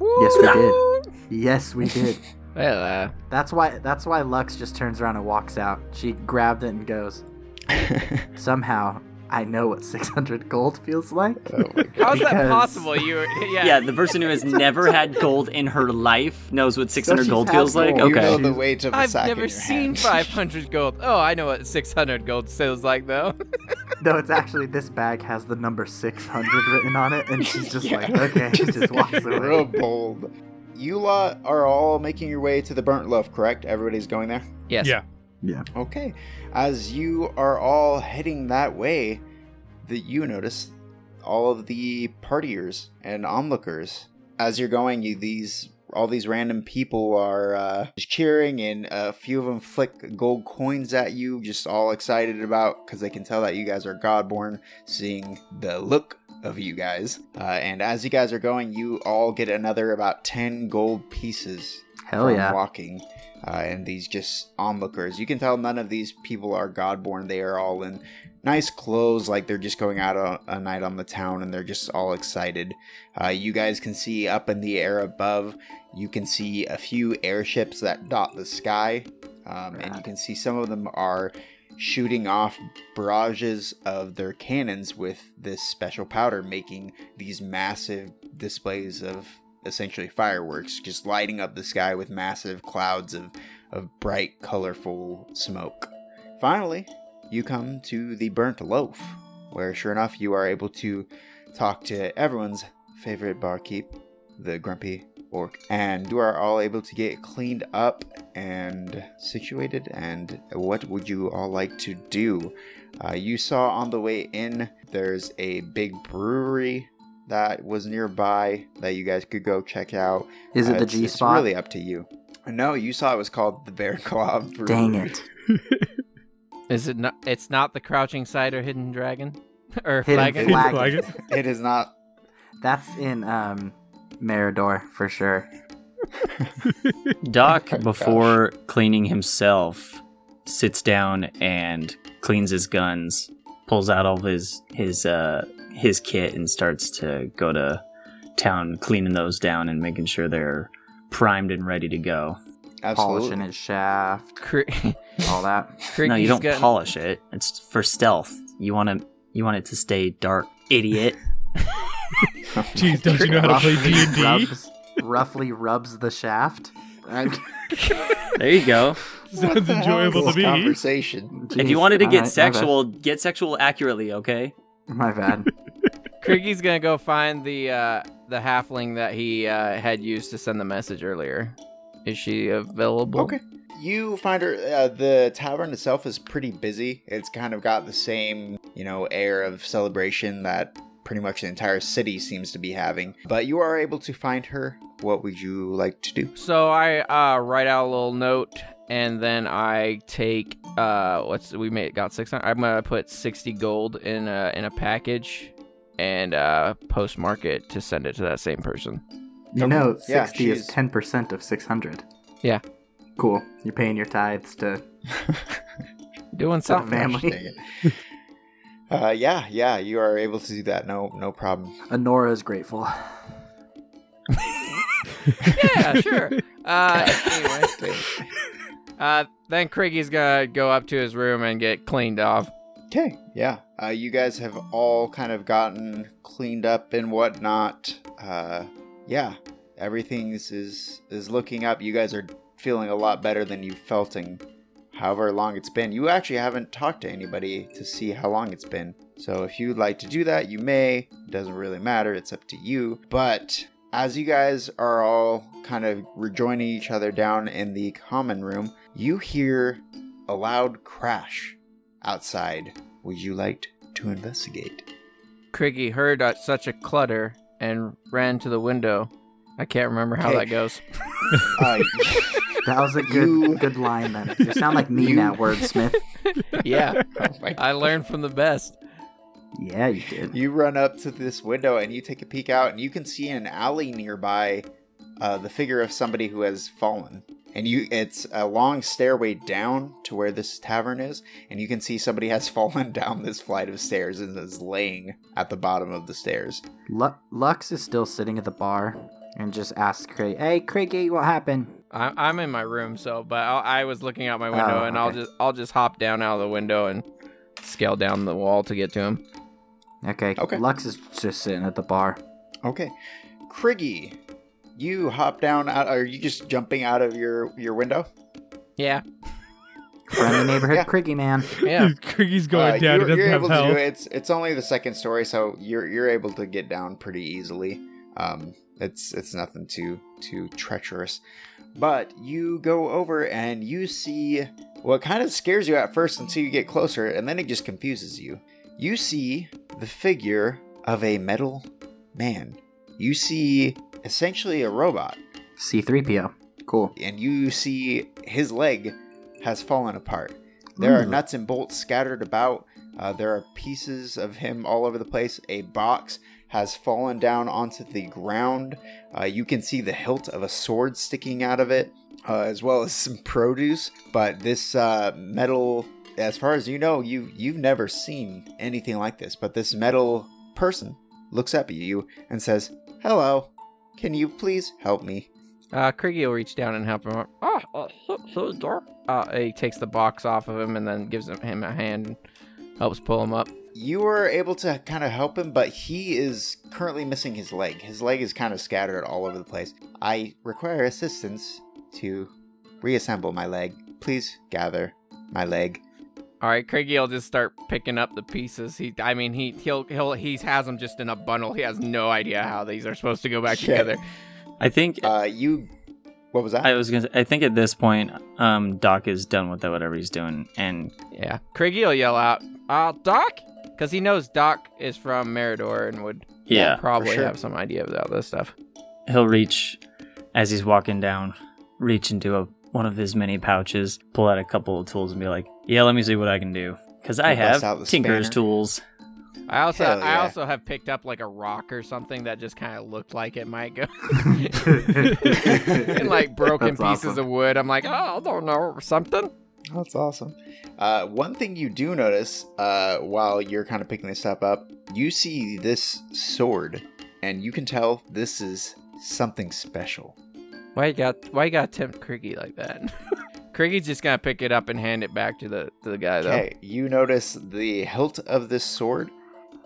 Speaker 7: Yes, we did. Yes, we did.
Speaker 5: Well, uh,
Speaker 7: That's why that's why Lux just turns around and walks out. She grabbed it and goes,
Speaker 2: Oh
Speaker 7: "Somehow, I know what 600 gold feels like."
Speaker 2: Oh my god.
Speaker 5: how's that
Speaker 7: Because-
Speaker 5: possible? You yeah.
Speaker 4: Yeah. the person who has never had gold in her life knows what six
Speaker 7: she's
Speaker 4: hundred gold
Speaker 7: had
Speaker 4: feels
Speaker 7: gold.
Speaker 4: like.
Speaker 2: You know
Speaker 4: Okay.
Speaker 2: the weight of a
Speaker 5: I've
Speaker 2: sack in
Speaker 5: never
Speaker 2: your
Speaker 5: seen
Speaker 2: hand.
Speaker 5: 500 gold. Oh, I know what 600 gold sounds like though.
Speaker 7: No, it's actually this bag has the number 600 written on it, and she's just like, "Okay," she just walks away.
Speaker 2: Real bold. You lot are all making your way to the burnt loaf, correct? Everybody's going there?
Speaker 5: yes.
Speaker 3: Yeah.
Speaker 2: Okay. As you are all heading that way, that you notice all of the partiers and onlookers. As you're going, you these all these random people are uh, just cheering, and a few of them flick gold coins at you, just all excited about because they can tell that you guys are godborn, seeing the look of you guys. Uh, and as you guys are going, you all get another about ten gold pieces
Speaker 7: Hell
Speaker 2: from
Speaker 7: yeah!
Speaker 2: walking uh, and these just onlookers you can tell none of these people are godborn they are all in nice clothes like they're just going out a, a night on the town and they're just all excited uh, you guys can see up in the air above you can see a few airships that dot the sky um, and you
Speaker 7: Rad.
Speaker 2: can see some of them are shooting off barrages of their cannons with this special powder making these massive displays of essentially fireworks, just lighting up the sky with massive clouds of, of bright, colorful smoke. Finally, you come to the burnt loaf, where sure enough, you are able to talk to everyone's favorite barkeep, the grumpy orc, and you are all able to get cleaned up and situated. And what would you all like to do? Uh, you saw on the way in, there's a big brewery that was nearby that you guys could go check out.
Speaker 7: Is
Speaker 2: Uh,
Speaker 7: it the
Speaker 2: it's-
Speaker 7: G
Speaker 2: it's
Speaker 7: spot?
Speaker 2: Really up to you. No, you saw it was called the Bear Claw. Brewery.
Speaker 7: Dang it!
Speaker 5: Is it not? It's not the Crouching Side or Hidden Dragon, or
Speaker 7: Hidden
Speaker 5: Flagon?
Speaker 7: flag.
Speaker 3: Flag it.
Speaker 2: It is not.
Speaker 7: That's in um, Meridor for sure.
Speaker 4: Doc, before cleaning himself, sits down and cleans his guns, pulls out all of his his uh his kit, and starts to go to town, cleaning those down and making sure they're primed and ready to go.
Speaker 7: Polishing
Speaker 2: Absolutely.
Speaker 7: his shaft,
Speaker 5: Cri-
Speaker 7: all that.
Speaker 4: no,
Speaker 5: Cricky's
Speaker 4: you don't
Speaker 5: got-
Speaker 4: polish it. It's for stealth. You want to you want it to stay dark, idiot.
Speaker 3: Jeez, don't you know how to play
Speaker 7: Roughly
Speaker 3: D&D?
Speaker 7: rubs- Roughly rubs the shaft. I'm-
Speaker 4: There you go.
Speaker 2: What
Speaker 3: Sounds
Speaker 2: the hell is
Speaker 3: enjoyable to
Speaker 2: this
Speaker 3: me.
Speaker 2: Conversation.
Speaker 4: if
Speaker 7: Jeez,
Speaker 4: you wanted to
Speaker 7: all
Speaker 4: get
Speaker 7: right, my bad.
Speaker 4: sexual, get sexual accurately, okay?
Speaker 7: My bad.
Speaker 5: Cricky's gonna go find the uh, the halfling that he uh, had used to send the message earlier. Is she available?
Speaker 2: Okay. You find her. Uh, the tavern itself is pretty busy. It's kind of got the same, you know, air of celebration that pretty much the entire city seems to be having. But you are able to find her. What would you like to do?
Speaker 6: So I uh, write out a little note, and then I take uh, what's we made got six. I'm gonna put sixty gold in a in a package, and uh, postmark it to send it to that same person.
Speaker 7: You know,
Speaker 2: Yeah,
Speaker 7: 60
Speaker 2: she's-
Speaker 7: is 10% of 600.
Speaker 6: Yeah.
Speaker 7: Cool. You're paying your tithes to
Speaker 6: Doing
Speaker 7: the
Speaker 6: something.
Speaker 7: family.
Speaker 2: Uh, yeah, yeah, you are able to do that. No, no problem.
Speaker 7: Honora is grateful.
Speaker 6: yeah, sure. Uh, anyway. Uh, then Craigy's gonna go up to his room and get cleaned off.
Speaker 2: Okay, yeah. Uh, you guys have all kind of gotten cleaned up and whatnot. Uh, yeah, everything's is is looking up. You guys are feeling a lot better than you felt in however long it's been. You actually haven't talked to anybody to see how long it's been. So if you'd like to do that, you may. It doesn't really matter. It's up to you. But as you guys are all kind of rejoining each other down in the common room, you hear a loud crash outside. Would you like to investigate?
Speaker 6: Craigie heard uh, such a clutter and ran to the window. I can't remember how
Speaker 2: Okay.
Speaker 6: that goes.
Speaker 2: Uh,
Speaker 7: That was a good
Speaker 2: You-
Speaker 7: good line then. You sound like me now, wordsmith.
Speaker 6: yeah,
Speaker 2: oh my
Speaker 6: I learned from the best.
Speaker 7: Yeah, you did.
Speaker 2: You run up to this window and you take a peek out, and you can see in an alley nearby uh, the figure of somebody who has fallen. And you, it's a long stairway down to where this tavern is, and you can see somebody has fallen down this flight of stairs and is laying at the bottom of the stairs.
Speaker 7: Lu- Lux is still sitting at the bar and just asks Craig, "Hey, Craigie, what happened?"
Speaker 6: I- I'm in my room, so but i I was looking out my window,
Speaker 7: Oh,
Speaker 6: and I'll
Speaker 7: okay.
Speaker 6: just I'll just hop down out of the window and scale down the wall to get to him.
Speaker 7: Okay.
Speaker 2: Okay.
Speaker 7: Lux is just sitting at the bar.
Speaker 2: Okay, Criggy, you hop down out. Are you just jumping out of your your window?
Speaker 6: Yeah,
Speaker 7: Friendly neighborhood
Speaker 2: Yeah.
Speaker 7: Craigie man.
Speaker 6: yeah.
Speaker 3: Craigie's going
Speaker 2: Uh,
Speaker 3: down.
Speaker 2: You're,
Speaker 3: he
Speaker 2: you're
Speaker 3: doesn't
Speaker 2: able
Speaker 3: have
Speaker 2: to
Speaker 3: help.
Speaker 2: do it. It's it's only the second story, so you're you're able to get down pretty easily. Um, it's it's nothing too too treacherous. But you go over and you see what kind of scares you at first until you get closer, and then it just confuses you. You see the figure of a metal man. You see essentially a robot,
Speaker 7: C3PO. Cool.
Speaker 2: and you see his leg has fallen apart. There are
Speaker 7: Ooh.
Speaker 2: nuts and bolts scattered about. Uh, there are pieces of him all over the place. A box has fallen down onto the ground. Uh, you can see the hilt of a sword sticking out of it, uh, as well as some produce. But this uh, metal, as far as you know, you you've never seen anything like this. But this metal person looks up at you and says, "Hello, can you please help me?"
Speaker 6: Uh, Craigie will reach down and help him. up. Ah, oh, so, so dark. Uh, he takes the box off of him and then gives him, him a hand, and helps pull him up.
Speaker 2: you were able to kind of help him, but he is currently missing his leg. His leg is kind of scattered all over the place. I require assistance to reassemble my leg. Please gather my leg.
Speaker 6: All right, Craigie will just start picking up the pieces. He, I mean, he he'll he'll he has them just in a bundle. He has no idea how these are supposed to go back
Speaker 2: Yeah.
Speaker 6: together.
Speaker 4: I think
Speaker 2: Uh, you. What was that?
Speaker 4: I was gonna. I think at this point, um, Doc is done with whatever he's doing, and
Speaker 6: Yeah, Craigie will yell out, "Uh, Doc," because he knows Doc is from Meridor and would
Speaker 4: yeah,
Speaker 6: probably
Speaker 2: sure.
Speaker 6: have some idea about this stuff.
Speaker 4: he'll reach as he's walking down, reach into a, one of his many pouches, pull out a couple of tools, and be like, "Yeah, let me see what I can do." Because I
Speaker 2: He'll bust out
Speaker 4: have
Speaker 2: the
Speaker 4: Tinker's
Speaker 2: spanner.
Speaker 4: tools.
Speaker 6: I also
Speaker 2: Hell
Speaker 6: I
Speaker 2: yeah.
Speaker 6: also have picked up like a rock or something that just kind of looked like it might go and like broken
Speaker 7: That's
Speaker 6: pieces
Speaker 7: awesome.
Speaker 6: of wood. I'm like, oh, I don't know something.
Speaker 2: That's awesome. Uh, one thing you do notice uh, while you're kind of picking this stuff up, you see this sword, and you can tell this is something special.
Speaker 6: Why you got why you got tempt Craigie like that? Craigie's just gonna pick it up and hand it back to the to the guy though.
Speaker 2: Okay, you notice the hilt of this sword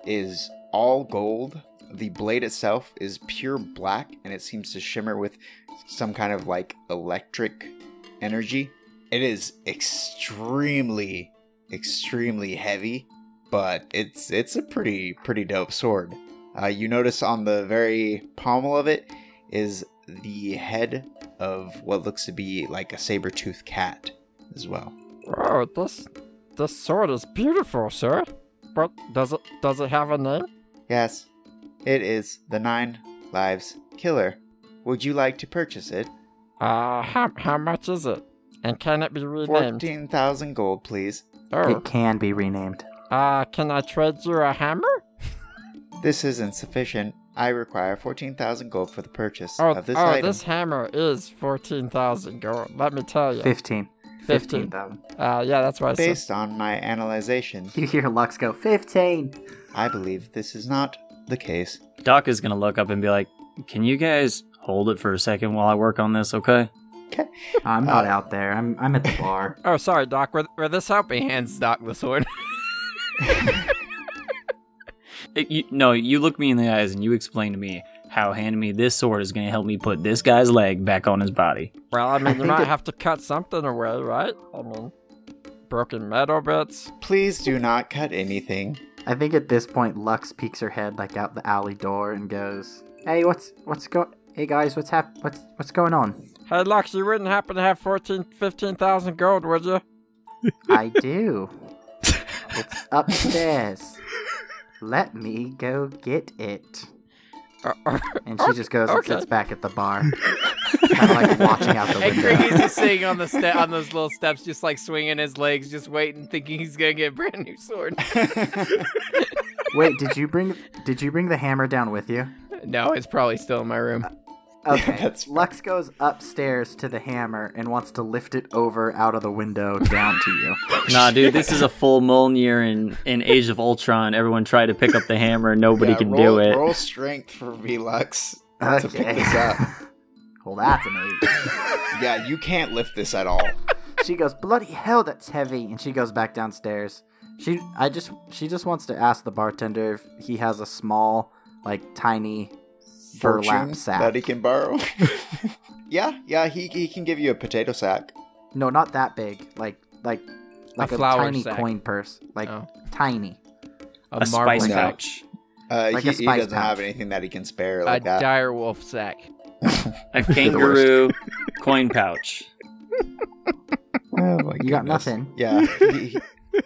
Speaker 2: is all gold. The blade itself is pure black and it seems to shimmer with some kind of like electric energy. It is extremely extremely heavy, but it's it's a pretty pretty dope sword. Uh, you notice on the very pommel of it is the head of what looks to be like a saber-toothed cat as well.
Speaker 6: Oh, this this sword is beautiful, sir. But does it does it have a name?
Speaker 2: Yes, It is the Nine Lives Killer. Would you like to purchase it?
Speaker 6: Uh, how, how much is it? And can it be renamed?
Speaker 2: 14,000 gold, please.
Speaker 6: Oh,
Speaker 7: It can be renamed.
Speaker 6: uh, can I trade you a hammer?
Speaker 2: This is insufficient. I require 14,000 gold for the purchase
Speaker 6: Oh,
Speaker 2: of this
Speaker 6: oh,
Speaker 2: item.
Speaker 6: this hammer is 14,000 gold, let me tell you.
Speaker 7: 15.
Speaker 6: Oh, Fifteen.
Speaker 7: 15,000.
Speaker 6: Uh, yeah, that's what I said.
Speaker 2: Based on my analyzation,
Speaker 7: You hear Lux go, 15.
Speaker 2: I believe this is not the case.
Speaker 4: Doc is gonna look up and be like, "Can you guys hold it for a second while I work on this, okay?"
Speaker 7: I'm not
Speaker 2: Uh,
Speaker 7: out there. I'm, I'm at the bar.
Speaker 6: Oh, sorry, Doc. Were, were this help me hands, Doc, the sword?
Speaker 4: It- Uh, you- no, you look me in the eyes and you explain to me how handing me this sword is gonna help me put this guy's leg back on his body.
Speaker 6: well, I mean, you
Speaker 2: think
Speaker 6: might
Speaker 2: it-
Speaker 6: have to cut something away, right? I mean, broken metal bits.
Speaker 2: Please do not cut anything.
Speaker 7: I think at this point, Lux peeks her head like out the alley door and goes, "Hey, what's what's go? Hey guys, what's hap? What's what's going on?
Speaker 6: Hey, Lux, you wouldn't happen to have 14, 15,000 gold, would you?
Speaker 7: I do. it's upstairs. Let me go get it."
Speaker 6: Uh, uh,
Speaker 7: And she just goes
Speaker 6: okay.
Speaker 7: and sits back at the bar, kind of like watching out the
Speaker 5: And
Speaker 7: window.
Speaker 5: Craigie's just sitting on the ste- on those little steps, just like swinging his legs, just waiting, thinking he's gonna get a brand new sword.
Speaker 7: Wait, did you bring did you bring the hammer down with you?
Speaker 6: no, it's probably still in my room.
Speaker 7: Okay.
Speaker 2: that's fine.
Speaker 7: Lux goes upstairs to the hammer and wants to lift it over out of the window down to you.
Speaker 4: Nah, dude, this is a full Mjolnir in, in Age of Ultron. Everyone tried to pick up the hammer, and nobody
Speaker 2: Yeah,
Speaker 4: can
Speaker 2: roll,
Speaker 4: do it.
Speaker 2: Roll strength for V Lux to pick
Speaker 7: Okay.
Speaker 2: this up.
Speaker 7: well, that's amazing.
Speaker 2: Yeah, you can't lift this at all.
Speaker 7: she goes, "Bloody hell, that's heavy!" And she goes back downstairs. She, I just, she just wants to ask the bartender if he has a small, like tiny, burlap
Speaker 2: Fortune
Speaker 7: sack.
Speaker 2: that he can borrow. yeah, yeah, he, he can give you a potato sack.
Speaker 7: No, not that big. Like, like, like a,
Speaker 6: flour
Speaker 7: tiny
Speaker 6: sack.
Speaker 7: coin purse. Like
Speaker 6: Oh.
Speaker 7: tiny.
Speaker 6: A,
Speaker 4: A spice
Speaker 6: marble
Speaker 2: No.
Speaker 6: sack.
Speaker 4: pouch.
Speaker 2: Uh,
Speaker 7: Like
Speaker 2: he,
Speaker 7: a
Speaker 2: he
Speaker 7: spice
Speaker 2: doesn't have
Speaker 7: pouch.
Speaker 2: anything that he can spare
Speaker 6: A
Speaker 2: like that.
Speaker 6: dire wolf sack.
Speaker 4: A kangaroo coin pouch.
Speaker 2: Oh my
Speaker 7: You got
Speaker 2: goodness.
Speaker 7: nothing.
Speaker 2: Yeah, he,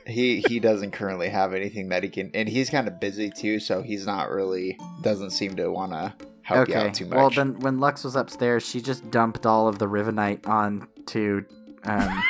Speaker 2: he he doesn't currently have anything that he can, and he's kind of busy too, so he's not really doesn't seem to want to help you
Speaker 7: okay.
Speaker 2: out too much.
Speaker 7: Well, then when Lux was upstairs, she just dumped all of the Rivenite on to. Um,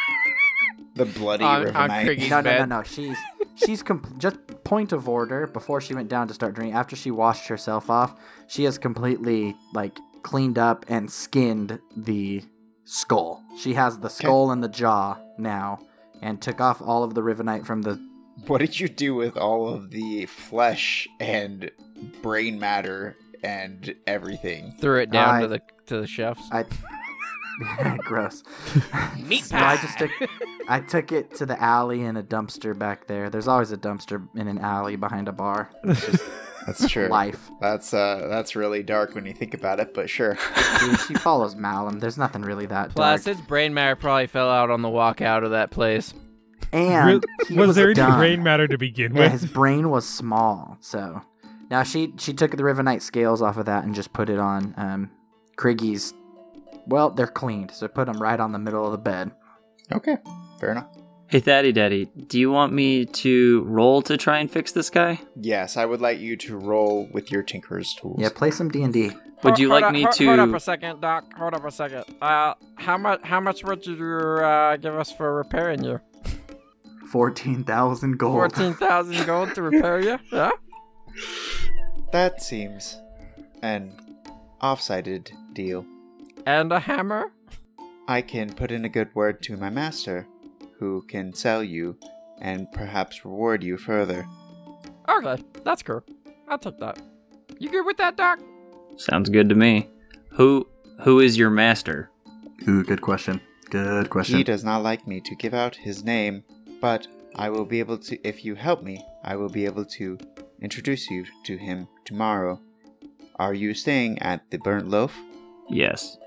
Speaker 2: the bloody
Speaker 6: I'm-
Speaker 2: river
Speaker 6: I'm
Speaker 2: knight.
Speaker 6: creaky. He's
Speaker 7: no, no, no,
Speaker 6: bad.
Speaker 7: no. She's she's com- just point of order. Before she went down to start drinking, after she washed herself off, she has completely like cleaned up and skinned the skull. She has the skull and the jaw now, and took off all of the rivenite from the.
Speaker 2: What did you do with all of the flesh and brain matter and everything?
Speaker 6: Threw it down
Speaker 7: I-
Speaker 6: to the to the chefs.
Speaker 7: I. Gross.
Speaker 5: Meat
Speaker 7: No, I just took I took it to the alley in a dumpster back there. There's always a dumpster in an alley behind a bar.
Speaker 2: That's true.
Speaker 7: Life.
Speaker 2: That's uh, that's really dark when you think about it, but sure.
Speaker 7: Dude, she follows Malum. There's nothing really that
Speaker 6: Plus,
Speaker 7: dark.
Speaker 6: his brain matter probably fell out on the walk out of that place.
Speaker 3: Re-
Speaker 7: And he
Speaker 3: was, there any
Speaker 7: dumb.
Speaker 3: brain matter to begin
Speaker 7: Yeah,
Speaker 3: with?
Speaker 7: his brain was small. So now she she took the Rivenite scales off of that and just put it on um, Kriggy's. Well, they're cleaned, so put them right on the middle of the bed.
Speaker 2: Okay, fair enough.
Speaker 4: Hey, Thaddy Daddy, do you want me to roll to try and fix this guy?
Speaker 2: Yes, I would like you to roll with your tinkerer's tools.
Speaker 7: Yeah, play some D and D.
Speaker 4: Would you like
Speaker 6: up,
Speaker 4: me
Speaker 6: hold,
Speaker 4: to?
Speaker 6: Hold up a second, Doc. Hold up a second. Uh, how much? How much would you uh, give us for repairing you?
Speaker 7: Fourteen thousand gold.
Speaker 6: Fourteen thousand gold to repair you? Yeah.
Speaker 2: That seems an offsided deal.
Speaker 6: And a hammer.
Speaker 2: I can put in a good word to my master, who can sell you and perhaps reward you further.
Speaker 6: Okay, that's cool. I'll take that. You good with that, Doc?
Speaker 4: Sounds good to me. Who who is your master?
Speaker 7: Ooh, good question. Good question.
Speaker 2: He does not like me to give out his name, but I will be able to, if you help me, I will be able to introduce you to him tomorrow. Are you staying at the Burnt Loaf?
Speaker 4: Yes.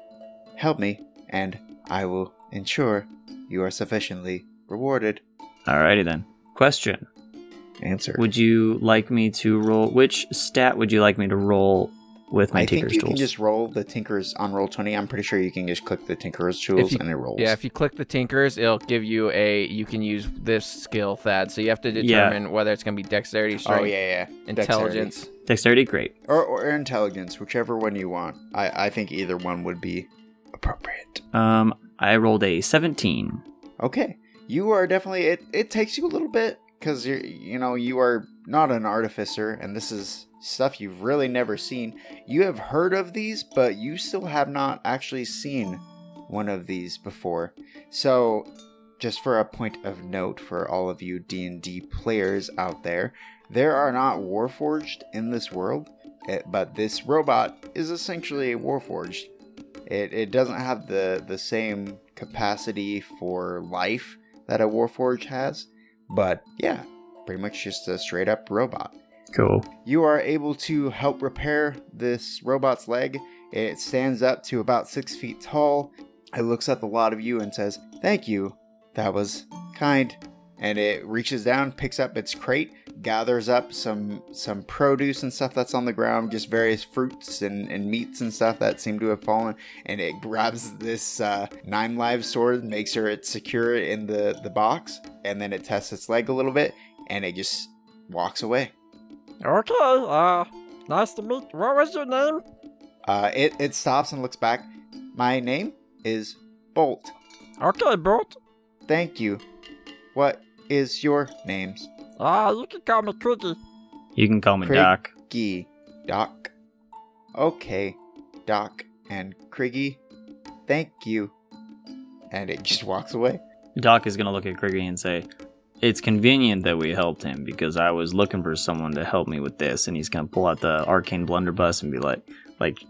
Speaker 2: Help me, and I will ensure you are sufficiently rewarded.
Speaker 4: Alrighty then. Question:
Speaker 2: Answer.
Speaker 4: Would you like me to roll? Which stat would you like me to roll with my
Speaker 2: I think
Speaker 4: tinker's
Speaker 2: you
Speaker 4: tools.
Speaker 2: can just roll the Tinker's on roll twenty. I'm pretty sure you can just click the Tinker's tools
Speaker 6: you-
Speaker 2: and it rolls.
Speaker 6: Yeah, if you click the Tinkers, it'll give you a you can use this skill, Thad. So you have to
Speaker 4: Yeah.
Speaker 6: determine whether it's going to be dexterity, strength,
Speaker 2: oh yeah, yeah,
Speaker 6: intelligence.
Speaker 2: Dexterity.
Speaker 4: Dexterity, great.
Speaker 2: or, or intelligence, whichever one you want. I I think either one would be appropriate.
Speaker 4: Um, I rolled a 17.
Speaker 2: Okay, you are definitely. It it takes you a little bit because you're you know you are not an artificer, and this is stuff you've really never seen. You have heard of these, but you still have not actually seen one of these before. So, just for a point of note for all of you D and D players out there, there are not warforged in this world, eh, but this robot is essentially a warforged. It, it doesn't have the, the same capacity for life that a Warforge has, but yeah, pretty much just a straight up robot.
Speaker 4: Cool.
Speaker 2: You are able to help repair this robot's leg. It stands up to about six feet tall. It looks at the lot of you and says, Thank you. That was kind. And it reaches down, picks up its crate, gathers up some some produce and stuff that's on the ground, just various fruits and, and meats and stuff that seem to have fallen, and it grabs this uh, nine live sword, makes sure it's secure in the, the box, and then it tests its leg a little bit, and it just walks away.
Speaker 10: Okay, uh, nice to meet. What was your name?
Speaker 2: Uh, it, it stops and looks back. My name is Bolt.
Speaker 10: Okay, Bolt.
Speaker 2: Thank you. What is your name?
Speaker 10: Ah, you can call me Twiggy.
Speaker 4: You can call me
Speaker 2: Great.
Speaker 4: Doc.
Speaker 2: Gee, Doc. Okay, Doc and Criggy, thank you. And it just walks away.
Speaker 4: Doc is going to look at Griggy and say, It's convenient that we helped him because I was looking for someone to help me with this. And he's going to pull out the arcane blunderbuss and be like, like,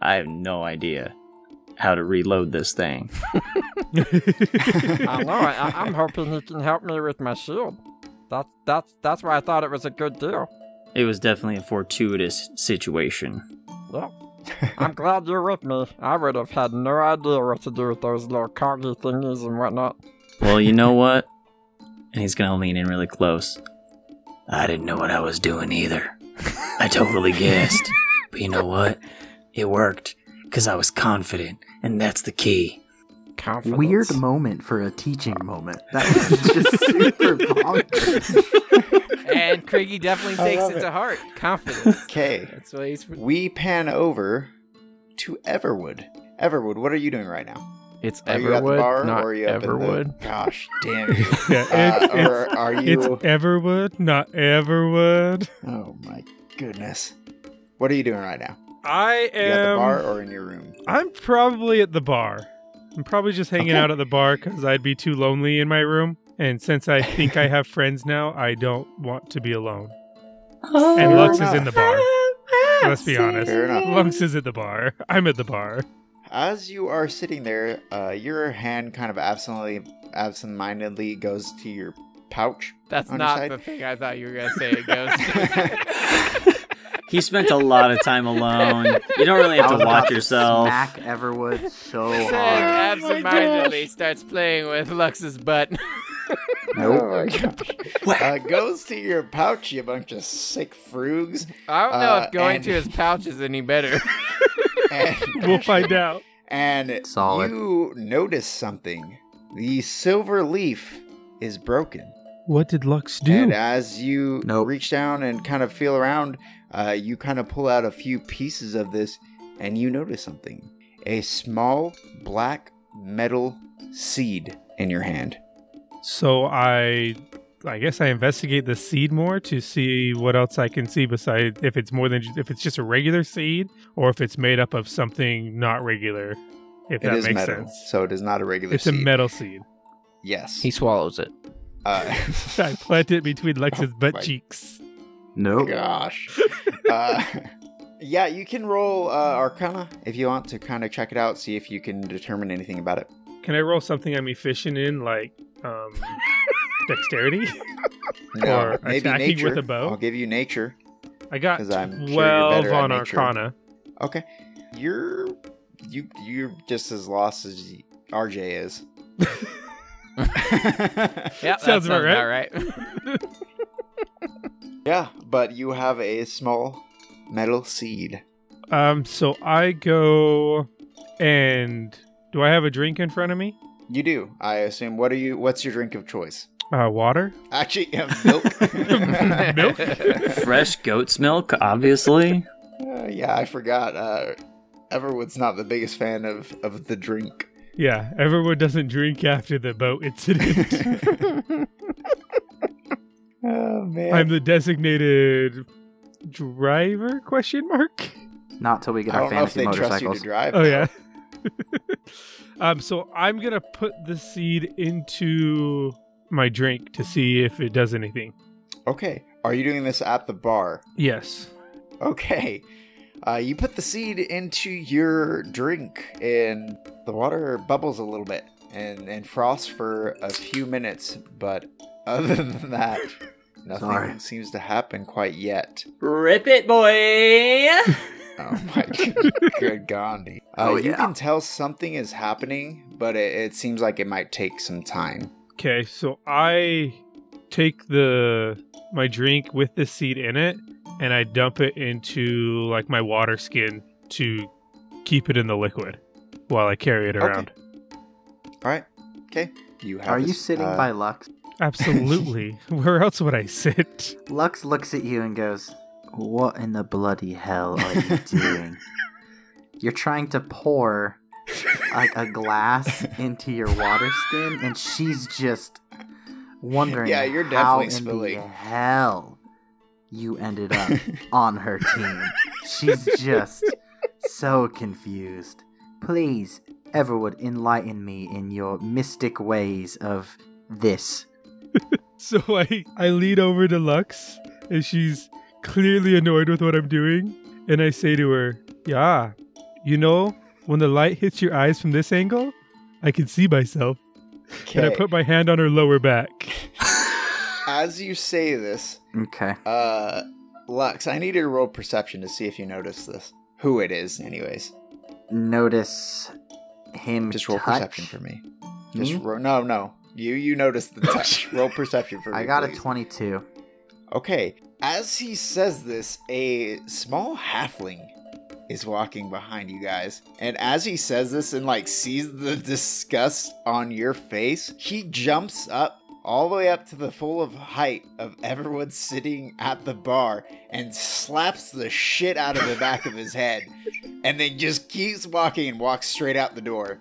Speaker 4: I have no idea how to reload this thing.
Speaker 10: I know. Uh, I, I'm hoping he can help me with my shield. That's that's that's why I thought it was a good deal.
Speaker 4: It was definitely a fortuitous situation.
Speaker 10: Yeah. I'm glad you're with me. I would have had no idea what to do with those little coggy thingies and whatnot.
Speaker 4: Well, you know what? And he's going to lean in really close. I didn't know what I was doing either. I totally guessed. But you know what? It worked because I was confident. And that's the key.
Speaker 6: Confidence.
Speaker 7: Weird moment for a teaching moment. That was just super bonkers.
Speaker 5: and Craigie definitely
Speaker 2: I
Speaker 5: takes
Speaker 2: love
Speaker 5: it,
Speaker 2: it.
Speaker 5: to heart. Confidence.
Speaker 2: Okay,
Speaker 5: That's what he's.
Speaker 2: we pan over to Everwood. Everwood, what are you doing right now?
Speaker 6: It's
Speaker 2: Are you at the
Speaker 6: Everwood,
Speaker 2: bar
Speaker 6: not
Speaker 2: or are you up in the-
Speaker 6: Everwood.
Speaker 2: Gosh, damn you.
Speaker 3: Yeah,
Speaker 2: Uh,
Speaker 3: it's,
Speaker 2: or are
Speaker 3: it's,
Speaker 2: you?
Speaker 3: it's Everwood, not Everwood.
Speaker 2: Oh my goodness. What are you doing right now?
Speaker 3: I
Speaker 2: You at the
Speaker 3: am.
Speaker 2: bar or in your room?
Speaker 3: I'm probably at the bar. I'm probably just hanging
Speaker 2: Okay.
Speaker 3: out at the bar because I'd be too lonely in my room. And since I think I have friends now, I don't want to be alone. and Lux is in the bar. Let's be honest.
Speaker 2: Fair enough.
Speaker 3: Lux is at the bar. I'm at the bar.
Speaker 2: As you are sitting there, uh, your hand kind of absently, absent-mindedly goes to your pouch.
Speaker 5: That's
Speaker 2: On your
Speaker 5: not
Speaker 2: side?
Speaker 5: the thing I thought you were gonna say. It goes.
Speaker 4: He spent a lot of time alone. You don't really
Speaker 7: I
Speaker 4: have
Speaker 7: was
Speaker 4: to
Speaker 7: about
Speaker 4: watch yourself.
Speaker 7: Smack Everwood so
Speaker 5: Zach
Speaker 7: hard.
Speaker 11: Oh
Speaker 5: absentmindedly starts playing with Lux's butt.
Speaker 2: Nope. Oh my gosh. uh, goes to your pouch, you bunch of sick frugs.
Speaker 5: I don't know
Speaker 2: Uh,
Speaker 5: if going
Speaker 2: and-
Speaker 5: to his pouch is any better.
Speaker 2: And,
Speaker 3: We'll find out.
Speaker 2: And
Speaker 7: Solid.
Speaker 2: you notice something. The silver leaf is broken.
Speaker 3: What did Lux do?
Speaker 2: And as you
Speaker 7: Nope.
Speaker 2: reach down and kind of feel around, uh, you kind of pull out a few pieces of this and you notice something a small black metal seed in your hand.
Speaker 3: so I, I guess I investigate the seed more to see what else I can see besides if it's more than ju- if it's just a regular seed or if it's made up of something not regular. If
Speaker 2: it
Speaker 3: that
Speaker 2: is
Speaker 3: makes
Speaker 2: metal,
Speaker 3: sense.
Speaker 2: so it is not a regular
Speaker 3: It's a
Speaker 2: seed.
Speaker 3: metal seed.
Speaker 2: Yes.
Speaker 6: He swallows it.
Speaker 2: uh,
Speaker 3: I plant it between Lex's butt
Speaker 2: my
Speaker 3: cheeks.
Speaker 7: Nope.
Speaker 2: gosh. uh, yeah, you can roll uh, Arcana if you want to kind of check it out, see if you can determine anything about it.
Speaker 3: Can I roll something I'm efficient in, like um, dexterity?
Speaker 2: No,
Speaker 3: Or
Speaker 2: maybe
Speaker 3: attacking
Speaker 2: nature.
Speaker 3: with a bow?
Speaker 2: I'll give you nature.
Speaker 3: I got
Speaker 2: 'Cause I'm sure you're
Speaker 3: twelve
Speaker 2: better at
Speaker 3: on
Speaker 2: nature.
Speaker 3: Arcana.
Speaker 2: Okay, you're you you're just as lost as y- RJ is.
Speaker 5: yep, that
Speaker 3: Sounds
Speaker 5: sounds
Speaker 3: about
Speaker 5: about right.
Speaker 2: yeah, but you have a small metal seed.
Speaker 3: Um, so I go and do I have a drink in front of me?
Speaker 2: You do, I assume. What are you? What's your drink of choice?
Speaker 3: Uh, water?
Speaker 2: Actually, yeah, milk.
Speaker 3: Milk?
Speaker 4: Fresh goat's milk, obviously.
Speaker 2: Uh, yeah, I forgot. Uh, Everwood's not the biggest fan of of the drink.
Speaker 3: Yeah, everyone doesn't drink after the boat incident.
Speaker 2: Oh man.
Speaker 3: I'm the designated driver? Question mark.
Speaker 7: Not till we get
Speaker 2: I
Speaker 7: our
Speaker 2: don't know if
Speaker 7: fantasy
Speaker 2: they trust you to
Speaker 7: motorcycles.
Speaker 2: drive.
Speaker 3: Oh yeah. um, so I'm gonna put the seed into my drink to see if it does anything.
Speaker 2: Okay. Are you doing this at the bar?
Speaker 3: Yes.
Speaker 2: Okay. Uh, you put the seed into your drink, and the water bubbles a little bit and, and frosts for a few minutes, but other than that, nothing
Speaker 7: Sorry.
Speaker 2: seems to happen quite yet.
Speaker 4: Rip it, boy!
Speaker 2: Oh my good, good Gandhi. Uh,
Speaker 7: Oh,
Speaker 2: You
Speaker 7: yeah.
Speaker 2: can tell something is happening, but it, it seems like it might take some time.
Speaker 3: Okay, so I take the my drink with the seed in it and I dump it into like my water skin to keep it in the liquid while I carry it
Speaker 2: Okay.
Speaker 3: around.
Speaker 2: All right. Okay. You have
Speaker 7: Are you
Speaker 2: this,
Speaker 7: sitting
Speaker 2: uh,
Speaker 7: by Lux?
Speaker 3: Absolutely. Where else would I sit?
Speaker 7: Lux looks at you and goes, What in the bloody hell are you doing? You're trying to pour like a glass into your water skin, and she's just wondering
Speaker 2: Yeah, you're
Speaker 7: how
Speaker 2: definitely
Speaker 7: in
Speaker 2: spilling.
Speaker 7: the hell you ended up on her team. She's just so confused. Please, Everwood, enlighten me in your mystic ways of this.
Speaker 3: So I, I lead over to Lux, and she's clearly annoyed with what I'm doing. And I say to her, Yeah, you know, when the light hits your eyes from this angle, I can see myself. And I
Speaker 2: Okay.
Speaker 3: put my hand on her lower back.
Speaker 2: As you say this,
Speaker 7: Okay.
Speaker 2: Uh, Lux, I need you to roll perception to see if you notice this. Who it is, anyways.
Speaker 7: notice him
Speaker 2: Just roll
Speaker 7: touch.
Speaker 2: perception for me. Just
Speaker 7: Me?
Speaker 2: ro- no, no. You you noticed the touch. roll perception for me.
Speaker 7: I got a
Speaker 2: please.
Speaker 7: 22.
Speaker 2: Okay. As he says this, a small halfling is walking behind you guys. And as he says this and like sees the disgust on your face, he jumps up all the way up to the full of height of everyone sitting at the bar and slaps the shit out of the back of his head and then just keeps walking and walks straight out the door.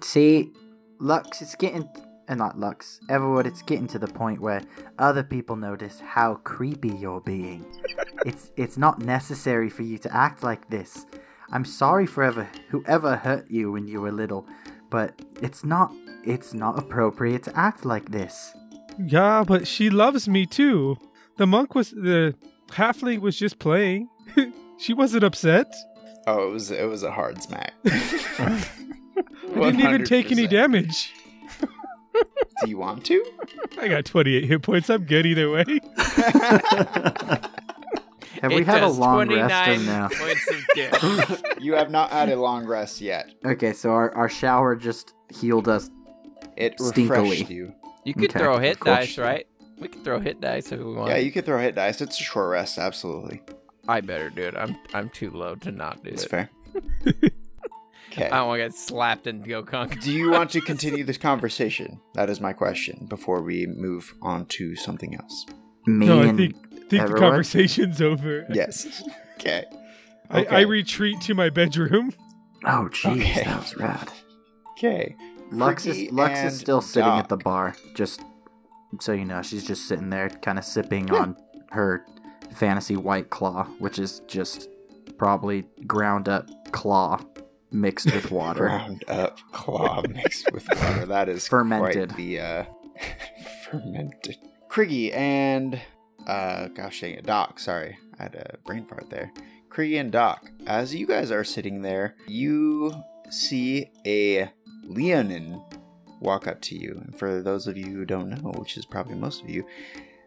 Speaker 7: See, Lux, it's getting. And not Lux, Everwood, it's getting to the point where other people notice how creepy you're being. it's it's not necessary for you to act like this. I'm sorry for ever, whoever hurt you when you were little, but it's not it's not appropriate to act like this.
Speaker 3: Yeah, but she loves me too. The monk was the halfling was just playing. she wasn't upset.
Speaker 2: Oh, it was it was a hard smack.
Speaker 3: I didn't even take any damage.
Speaker 2: Do you want to?
Speaker 3: I got 28 hit points. I'm good either way.
Speaker 7: Have
Speaker 5: it
Speaker 7: we had a
Speaker 5: does
Speaker 7: long
Speaker 5: 29
Speaker 7: rest or no?
Speaker 5: points of damage.
Speaker 2: You have not had a long rest yet.
Speaker 7: Okay, so our, our shower just healed us
Speaker 2: It
Speaker 7: Stinkily.
Speaker 2: refreshed you.
Speaker 6: You could
Speaker 7: Okay,
Speaker 6: throw hit
Speaker 7: of course.
Speaker 6: dice, right? We could throw hit dice if we want.
Speaker 2: Yeah, you could throw hit dice. It's a short rest, absolutely.
Speaker 6: I better do it. I'm I'm too low to not do
Speaker 2: It's
Speaker 6: it.
Speaker 2: fair. okay.
Speaker 6: I don't want to get slapped and go conk.
Speaker 2: Do you want to continue this conversation? That is my question before we move on to something else.
Speaker 7: me
Speaker 3: no, I
Speaker 7: and
Speaker 3: think think the
Speaker 7: everyone?
Speaker 3: conversation's over.
Speaker 2: Yes. Okay.
Speaker 3: I, I
Speaker 2: Okay.
Speaker 3: retreat to my bedroom.
Speaker 7: Oh, jeez,
Speaker 2: Okay.
Speaker 7: that was rad.
Speaker 2: Okay.
Speaker 7: Lux is
Speaker 2: Cricky
Speaker 7: Lux
Speaker 2: and
Speaker 7: is still sitting at the
Speaker 2: Doc.
Speaker 7: bar. Just so you know, she's just sitting there, kind of sipping on her fantasy white claw, which is just probably ground up claw mixed with water.
Speaker 2: Ground up claw mixed with water. That is
Speaker 7: Fermented.
Speaker 2: Quite the uh, fermented. Criggy and uh, gosh dang it, Doc. Sorry, I had a brain fart there. Criggy and Doc, as you guys are sitting there, you see a Leonin walk up to you. And for those of you who don't know, which is probably most of you,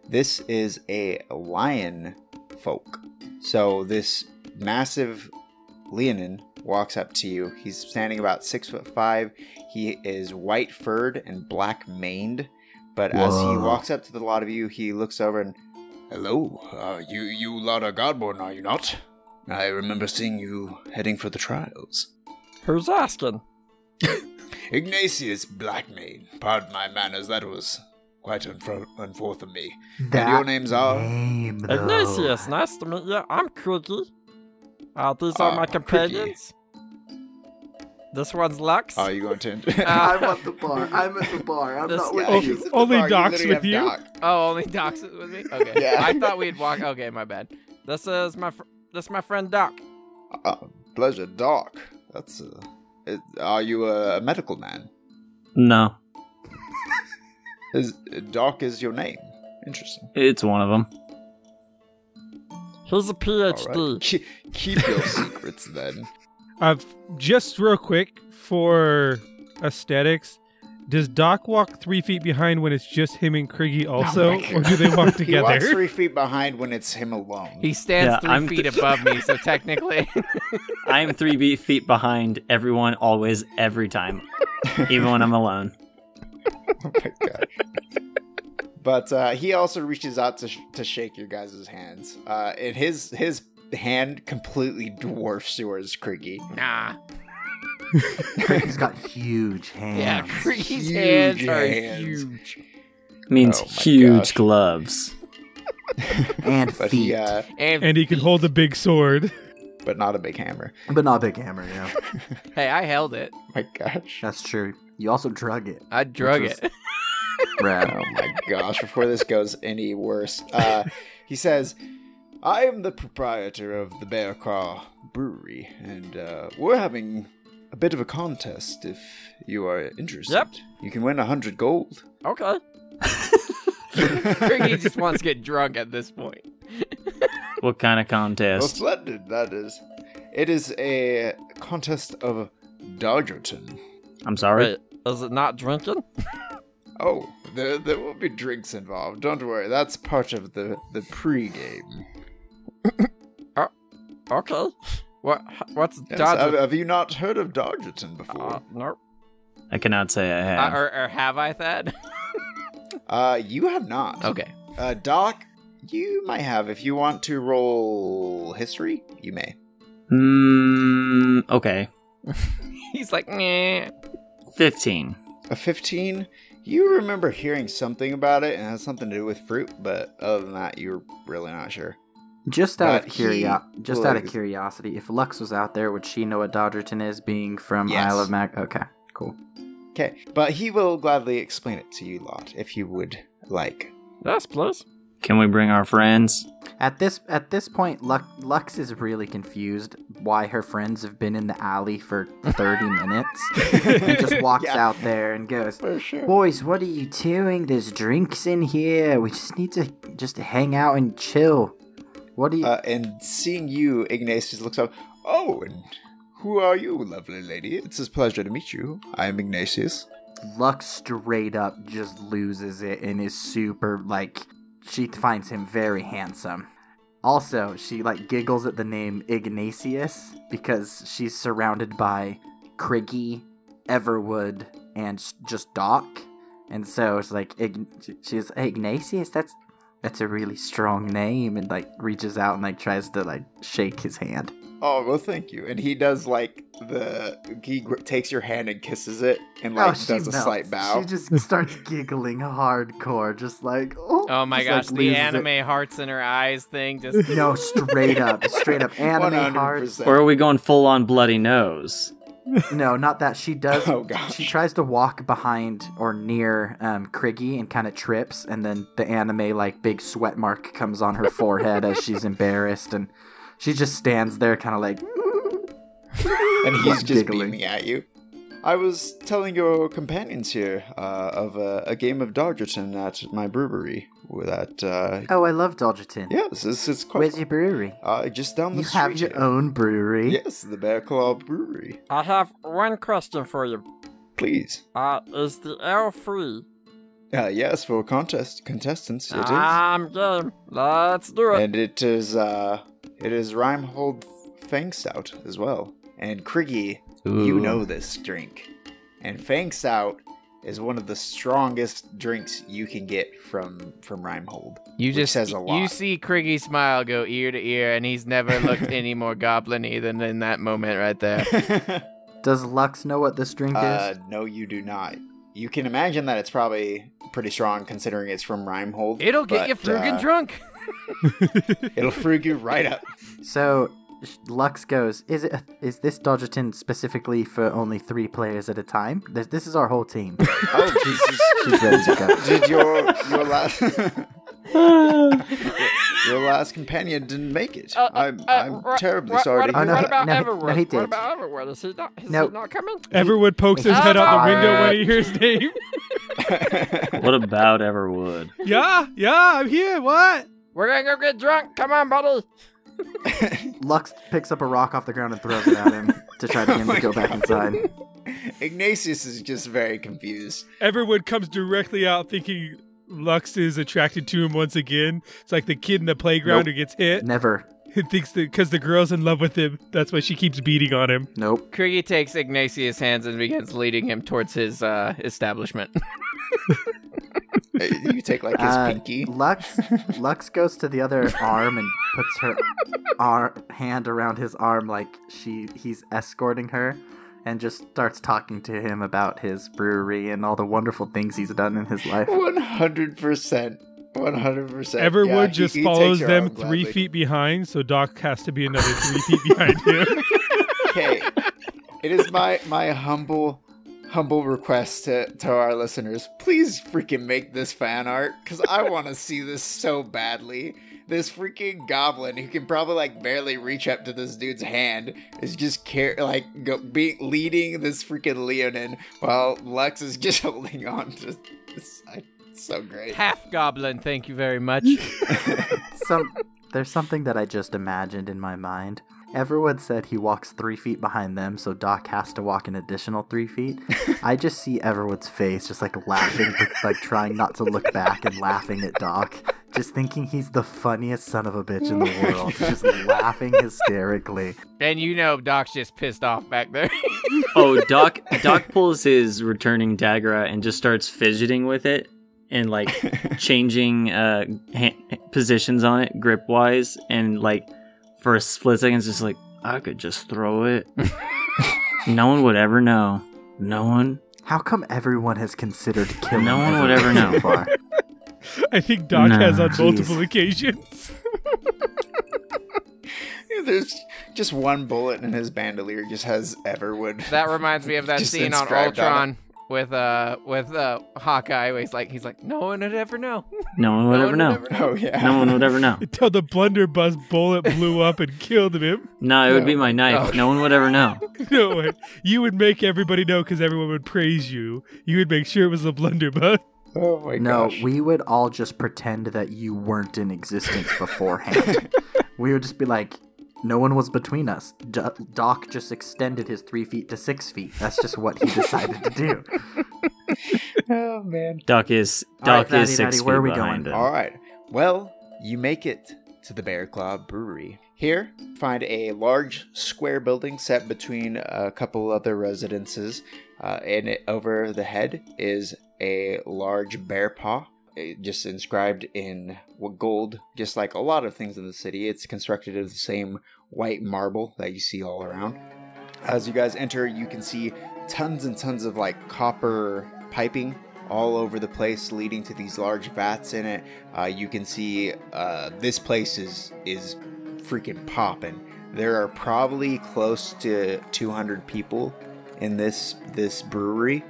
Speaker 2: this is a lion folk. So this massive Leonin walks up to you. He's standing about six foot five. He is white furred and black maned. But as he
Speaker 7: Whoa.
Speaker 2: walks up to the lot of you, he looks over and, "Hello, uh, you you lot of Godborn, are you not?" I remember seeing you heading for the trials.
Speaker 11: Who's asking?
Speaker 2: Ignatius Blackmaid. Pardon my manners, that was quite unfor- unforth of me.
Speaker 7: That
Speaker 2: and your names are?
Speaker 7: name, though.
Speaker 11: Ignatius, nice to meet you. I'm Quiggy. Uh, these
Speaker 6: Oh,
Speaker 11: are
Speaker 2: Ah,
Speaker 11: my
Speaker 2: Quiggy.
Speaker 11: companions. This one's Lux.
Speaker 2: Are you going to?
Speaker 7: I'm at the bar. I'm at the bar. I'm
Speaker 12: This
Speaker 7: not with
Speaker 12: guy.
Speaker 7: you.
Speaker 2: He's at the
Speaker 3: only
Speaker 2: bar, you
Speaker 3: Doc's
Speaker 2: literally
Speaker 3: with
Speaker 2: have
Speaker 3: you?
Speaker 2: Doc.
Speaker 6: Oh, only Doc's with me. Okay,
Speaker 2: Yeah.
Speaker 6: I thought we'd walk. Okay, my bad. This is my fr- this is my friend Doc.
Speaker 2: Oh, pleasure, Doc. That's a. it- Are you a medical man?
Speaker 4: No,
Speaker 2: Is Doc is your name? Interesting.
Speaker 4: it's one of them.
Speaker 11: He's a
Speaker 2: All
Speaker 11: PhD.
Speaker 2: right. Ke- keep your secrets then.
Speaker 3: Uh, just real quick for aesthetics, does Doc walk three feet behind when it's just him and Kriggy also,
Speaker 2: Oh my
Speaker 3: or do they walk
Speaker 2: He walks
Speaker 3: together?
Speaker 2: three feet behind when it's him alone.
Speaker 6: He stands
Speaker 4: Yeah,
Speaker 6: 3
Speaker 4: I'm
Speaker 6: feet
Speaker 4: th-
Speaker 6: above me, so technically,
Speaker 4: I am three be- feet behind everyone, always, every time, even when I'm alone.
Speaker 2: oh my god. But uh, he also reaches out to, sh- to shake your guys' hands, uh, and his his hand completely dwarfs yours, Kriggy.
Speaker 6: nah.
Speaker 12: Oh.
Speaker 7: He's got huge hands.
Speaker 6: Yeah, Cree's
Speaker 2: Huge
Speaker 6: hands are
Speaker 2: hands.
Speaker 6: huge,
Speaker 4: Means
Speaker 2: Oh my
Speaker 4: huge
Speaker 2: gosh.
Speaker 4: gloves.
Speaker 7: And
Speaker 2: But
Speaker 7: feet.
Speaker 2: he, uh,
Speaker 6: and,
Speaker 3: and he can hold the big sword.
Speaker 2: but not a big hammer.
Speaker 7: But not Big Hammer, yeah.
Speaker 6: hey, I held it.
Speaker 2: My gosh.
Speaker 7: That's true. You also drug it.
Speaker 6: I drug
Speaker 7: Which was-
Speaker 6: it.
Speaker 7: Brad.
Speaker 2: Oh my gosh, before this goes any worse, uh, he says, I am the proprietor of the Bear Claw Brewery, and uh, we're having a bit of a contest if you are interested.
Speaker 11: Yep.
Speaker 2: You can win a 100 gold.
Speaker 11: Okay.
Speaker 6: Craigie just wants to get drunk at this point.
Speaker 4: What kind of
Speaker 2: Well,
Speaker 4: contest?
Speaker 2: splendid, that is. It is a contest of Dodgerton.
Speaker 4: I'm sorry.
Speaker 11: Wait, is it not drinking?
Speaker 2: Oh, there, there will be drinks involved. Don't worry, that's part of the, the pre-game.
Speaker 11: Okay. What? What's
Speaker 2: Yes, have,
Speaker 11: Dodger?
Speaker 2: have you not heard of Dodgerton before?
Speaker 11: Uh, nope.
Speaker 4: I cannot say I
Speaker 6: Uh,
Speaker 4: have.
Speaker 6: or, or have I, Thad?
Speaker 2: Uh, you have not.
Speaker 6: Okay.
Speaker 2: Uh, Doc, you might have. If you want to roll history, you may.
Speaker 4: Mm, okay.
Speaker 6: He's like, nah.
Speaker 4: 15.
Speaker 2: A 15, you remember hearing something about it and it has something to do with fruit, but other than that, you're really not sure.
Speaker 7: Just out
Speaker 2: But
Speaker 7: of
Speaker 2: he
Speaker 7: curio- just out of
Speaker 2: was-
Speaker 7: curiosity, if Lux was out there, would she know what Dodgerton is being from
Speaker 2: Yes.
Speaker 7: Isle of Mag? Okay, cool.
Speaker 2: Okay, but he will gladly explain it to you lot if you would like.
Speaker 11: Yes, please.
Speaker 4: Can we bring our friends?
Speaker 7: At this at this point, Lux, Lux is really confused why her friends have been in the alley for 30 minutes and just walks
Speaker 2: Yeah.
Speaker 7: out there and goes,
Speaker 2: For sure.
Speaker 7: "Boys, what are you doing? There's drinks in here. We just need to just hang out and chill." What are you
Speaker 2: Uh, and seeing you, Ignatius looks up. Oh, and who are you, lovely lady? It's a pleasure to meet you. I am Ignatius.
Speaker 7: Lux straight up just loses it and is super like she finds him very handsome. Also, she like giggles at the name Ignatius because she's surrounded by Criggy, Everwood, and s- just Doc, and so it's like Ign- she's "Hey, Ignatius. That's that's a really strong name, and like reaches out and like tries to like shake his hand.
Speaker 2: Oh well, thank you. And he does like the he gr- takes your hand and kisses it, and like
Speaker 7: Oh, she
Speaker 2: does a
Speaker 7: melts.
Speaker 2: slight bow.
Speaker 7: She just starts giggling hardcore, just like oh,
Speaker 6: Oh my
Speaker 7: just, like,
Speaker 6: gosh, the
Speaker 7: loses it.
Speaker 6: anime hearts in her eyes thing just.
Speaker 7: No, straight up, straight up anime hearts.
Speaker 2: 100%.
Speaker 4: Or are we going full on bloody nose?
Speaker 7: No, not that she does.
Speaker 2: Oh, gosh.
Speaker 7: She tries to walk behind or near um, Criggy and kind of trips, and then the anime like big sweat mark comes on her forehead as she's embarrassed, and she just stands there, kind of like. "Hmm,
Speaker 2: and he's just
Speaker 7: giggling.
Speaker 2: beaming at you. I was telling your companions here uh, of a, a game of Dodgerton at my brewery. That uh,
Speaker 7: Oh, I love Dodgerton.
Speaker 2: yes, it's, it's quite
Speaker 7: Where's your brewery?
Speaker 2: uh, just down the
Speaker 7: You
Speaker 2: street.
Speaker 7: have your
Speaker 2: here.
Speaker 7: own brewery.
Speaker 2: Yes, the Bear Claw Brewery.
Speaker 11: I have one question for you.
Speaker 2: Please.
Speaker 11: Uh, is the ale free?
Speaker 2: Uh, yes, for contest contestants,
Speaker 11: Ah,
Speaker 2: it is.
Speaker 11: I'm game. Let's do it.
Speaker 2: and it is uh it is Reinhold Fangstout as well. And Kriggy, you know this drink. And Fangstout is one of the strongest drinks you can get from from Reinhold.
Speaker 6: You
Speaker 2: Which
Speaker 6: just
Speaker 2: says a lot.
Speaker 6: you see Kriggy smile go ear to ear, and he's never looked any more goblin-y than in that moment right there.
Speaker 7: Does Lux know what this drink
Speaker 2: uh,
Speaker 7: is?
Speaker 2: no, you do not. You can imagine that it's probably pretty strong considering it's from Reinhold.
Speaker 6: It'll get you
Speaker 2: but, uh,
Speaker 6: friggin' drunk.
Speaker 2: It'll freak you right up.
Speaker 7: So sh- Lux goes, "Is it? Is this Dodgerton specifically for only three players at a time? This, this is our whole team."
Speaker 2: Oh Jesus!
Speaker 7: She's ready to go.
Speaker 2: Did your your last your last companion didn't make it?
Speaker 13: Uh, uh,
Speaker 2: I'm
Speaker 13: uh,
Speaker 2: I'm
Speaker 13: ri-
Speaker 2: terribly
Speaker 13: ri-
Speaker 2: sorry
Speaker 13: Right,
Speaker 2: to
Speaker 7: Oh,
Speaker 2: hear
Speaker 7: no,
Speaker 13: right
Speaker 7: he-
Speaker 13: about
Speaker 2: that.
Speaker 7: no, he-
Speaker 13: Everwood.
Speaker 7: no, he did.
Speaker 13: What about Everwood? Is he not? Is
Speaker 7: No.
Speaker 13: he not coming?
Speaker 3: Everwood pokes his
Speaker 13: Ah,
Speaker 3: head out the window when
Speaker 13: darn.
Speaker 3: he hears name.
Speaker 4: What about Everwood?
Speaker 3: yeah, yeah, I'm here. What?
Speaker 13: We're gonna go get drunk. Come on, buddy.
Speaker 7: Lux picks up a rock off the ground and throws it at him to try to get him
Speaker 2: Oh my
Speaker 7: to go back
Speaker 2: God.
Speaker 7: inside.
Speaker 2: Ignatius is just very confused.
Speaker 3: Everwood comes directly out thinking Lux is attracted to him once again. It's like the kid in the playground
Speaker 7: Nope.
Speaker 3: who gets hit.
Speaker 7: Never.
Speaker 3: He thinks that because the girl's in love with him, that's why she keeps beating on him.
Speaker 7: Nope.
Speaker 6: Kriggy takes Ignatius' hands and begins leading him towards his uh, establishment.
Speaker 2: Uh, You take like his
Speaker 7: Uh,
Speaker 2: pinky.
Speaker 7: Lux Lux goes to the other arm and puts her ar- hand around his arm like she he's escorting her and just starts talking to him about his brewery and all the wonderful things he's done in his life.
Speaker 2: One hundred percent. One hundred percent.
Speaker 3: Everwood just follows them three feet behind, so Doc has to be another three feet behind him.
Speaker 2: Okay. It is my my humble humble request to, to our listeners. Please freaking make this fan art cuz I want to see this so badly. This freaking goblin who can probably like barely reach up to this dude's hand is just care like go, be leading this freaking Leonin while Lux is just holding on to this. I, it's so great.
Speaker 6: Half goblin, thank you very much.
Speaker 7: Some there's something that I just imagined in my mind. Everwood said he walks three feet behind them, so Doc has to walk an additional three feet. I just see Everwood's face just like laughing, like trying not to look back and laughing at Doc, just thinking he's the funniest son of a bitch in the world, just laughing hysterically.
Speaker 6: and you know Doc's just pissed off back there.
Speaker 4: Oh, Doc Doc pulls his returning dagger out and just starts fidgeting with it and like changing uh ha- positions on it grip wise and like for a split second it's just like I could just throw it. no one would ever know. No one.
Speaker 7: How come everyone has considered killing?
Speaker 4: No one would
Speaker 7: Everwood
Speaker 4: ever
Speaker 7: so
Speaker 4: know.
Speaker 7: far?
Speaker 3: I think Doc
Speaker 4: Nah.
Speaker 3: has on
Speaker 7: Jeez.
Speaker 3: multiple occasions.
Speaker 2: There's just one bullet in his bandolier just has Everwood.
Speaker 6: That reminds me of that
Speaker 2: Just
Speaker 6: scene on
Speaker 2: inscribed on
Speaker 6: Ultron with uh with uh Hawkeye. Where he's like he's like no one would ever know.
Speaker 4: No one would
Speaker 6: No
Speaker 4: ever
Speaker 6: one
Speaker 4: know.
Speaker 6: would
Speaker 2: Oh yeah.
Speaker 4: No one would ever know.
Speaker 3: Until the blunderbuss bullet blew up and killed him.
Speaker 4: No, it would be my knife.
Speaker 6: Oh.
Speaker 4: No one would ever know.
Speaker 3: No way. You would make everybody know because everyone would praise you. You would make sure it was a blunderbuss.
Speaker 2: Oh my
Speaker 7: No,
Speaker 2: gosh.
Speaker 7: we would all just pretend that you weren't in existence beforehand. we would just be like, no one was between us. D- Doc just extended his three feet to six feet. That's just what he decided to do.
Speaker 2: Oh man.
Speaker 4: Doc is
Speaker 7: All right,
Speaker 4: Doc
Speaker 7: Daddy,
Speaker 4: is
Speaker 7: Daddy,
Speaker 4: six
Speaker 7: where are we
Speaker 4: feet
Speaker 7: going?
Speaker 4: behind him.
Speaker 2: All right. Well, you make it to the Bear Claw Brewery. Here, find a large square building set between a couple other residences, uh, and it, over the head is a large bear paw, eh, just inscribed in w- gold, just like a lot of things in the city. It's constructed of the same white marble that you see all around. As you guys enter, you can see tons and tons of like copper piping all over the place, leading to these large vats in it. Uh, you can see uh, this place is is freaking popping. There are probably close to 200 people in this this brewery.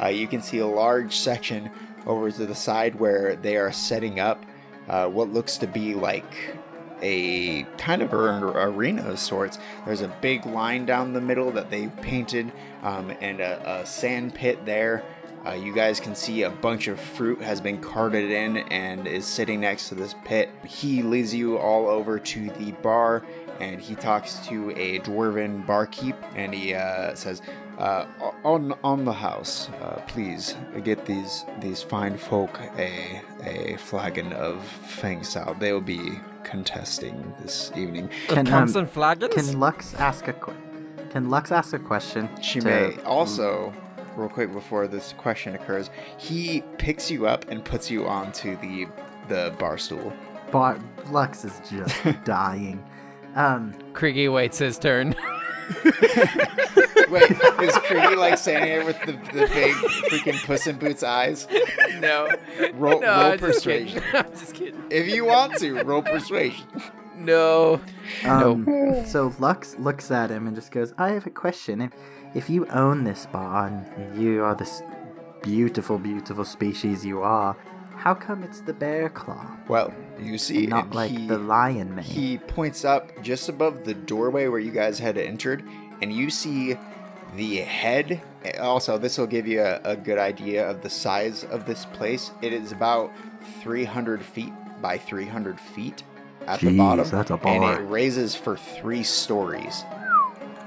Speaker 2: Uh, you can see a large section over to the side where they are setting up uh, what looks to be like a kind of an arena of sorts. There's a big line down the middle that they've painted, um, and a, a sand pit there. Uh, you guys can see a bunch of fruit has been carted in and is sitting next to this pit. He leads you all over to the bar, and he talks to a dwarven barkeep, and he uh, says, uh, "On on the house, uh, please get these these fine folk a a flagon of fang sao. They'll be contesting this evening."
Speaker 7: Can,
Speaker 13: Pumps
Speaker 7: um,
Speaker 13: and flagons.
Speaker 7: can Lux ask a que- Can Lux ask a question?
Speaker 2: She
Speaker 7: to-
Speaker 2: may also real quick before this question occurs. He picks you up and puts you onto the the bar stool.
Speaker 7: Bar- Lux is just dying. Um,
Speaker 6: Kriggy waits his turn.
Speaker 2: Wait, is Kriggy like standing there with the, the big freaking Puss in Boots eyes?
Speaker 6: no.
Speaker 2: Roll,
Speaker 6: No,
Speaker 2: roll
Speaker 6: I'm just kidding.
Speaker 2: Oh, persuasion.
Speaker 6: I'm just kidding.
Speaker 2: If you want to, roll persuasion.
Speaker 6: No.
Speaker 7: um, So Lux looks at him and just goes, I have a question. If, if you own this bar and you are this beautiful, beautiful species you are, how come it's the bear claw?
Speaker 2: Well, you see,
Speaker 7: and not
Speaker 2: and
Speaker 7: like
Speaker 2: he-
Speaker 7: the lion man.
Speaker 2: He points up just above the doorway where you guys had entered, and you see the head. Also, this will give you a, a good idea of the size of this place. It is about 300 feet by 300 feet at the
Speaker 7: Jeez,
Speaker 2: bottom.
Speaker 7: that's a
Speaker 2: And
Speaker 7: bar.
Speaker 2: it raises for three stories.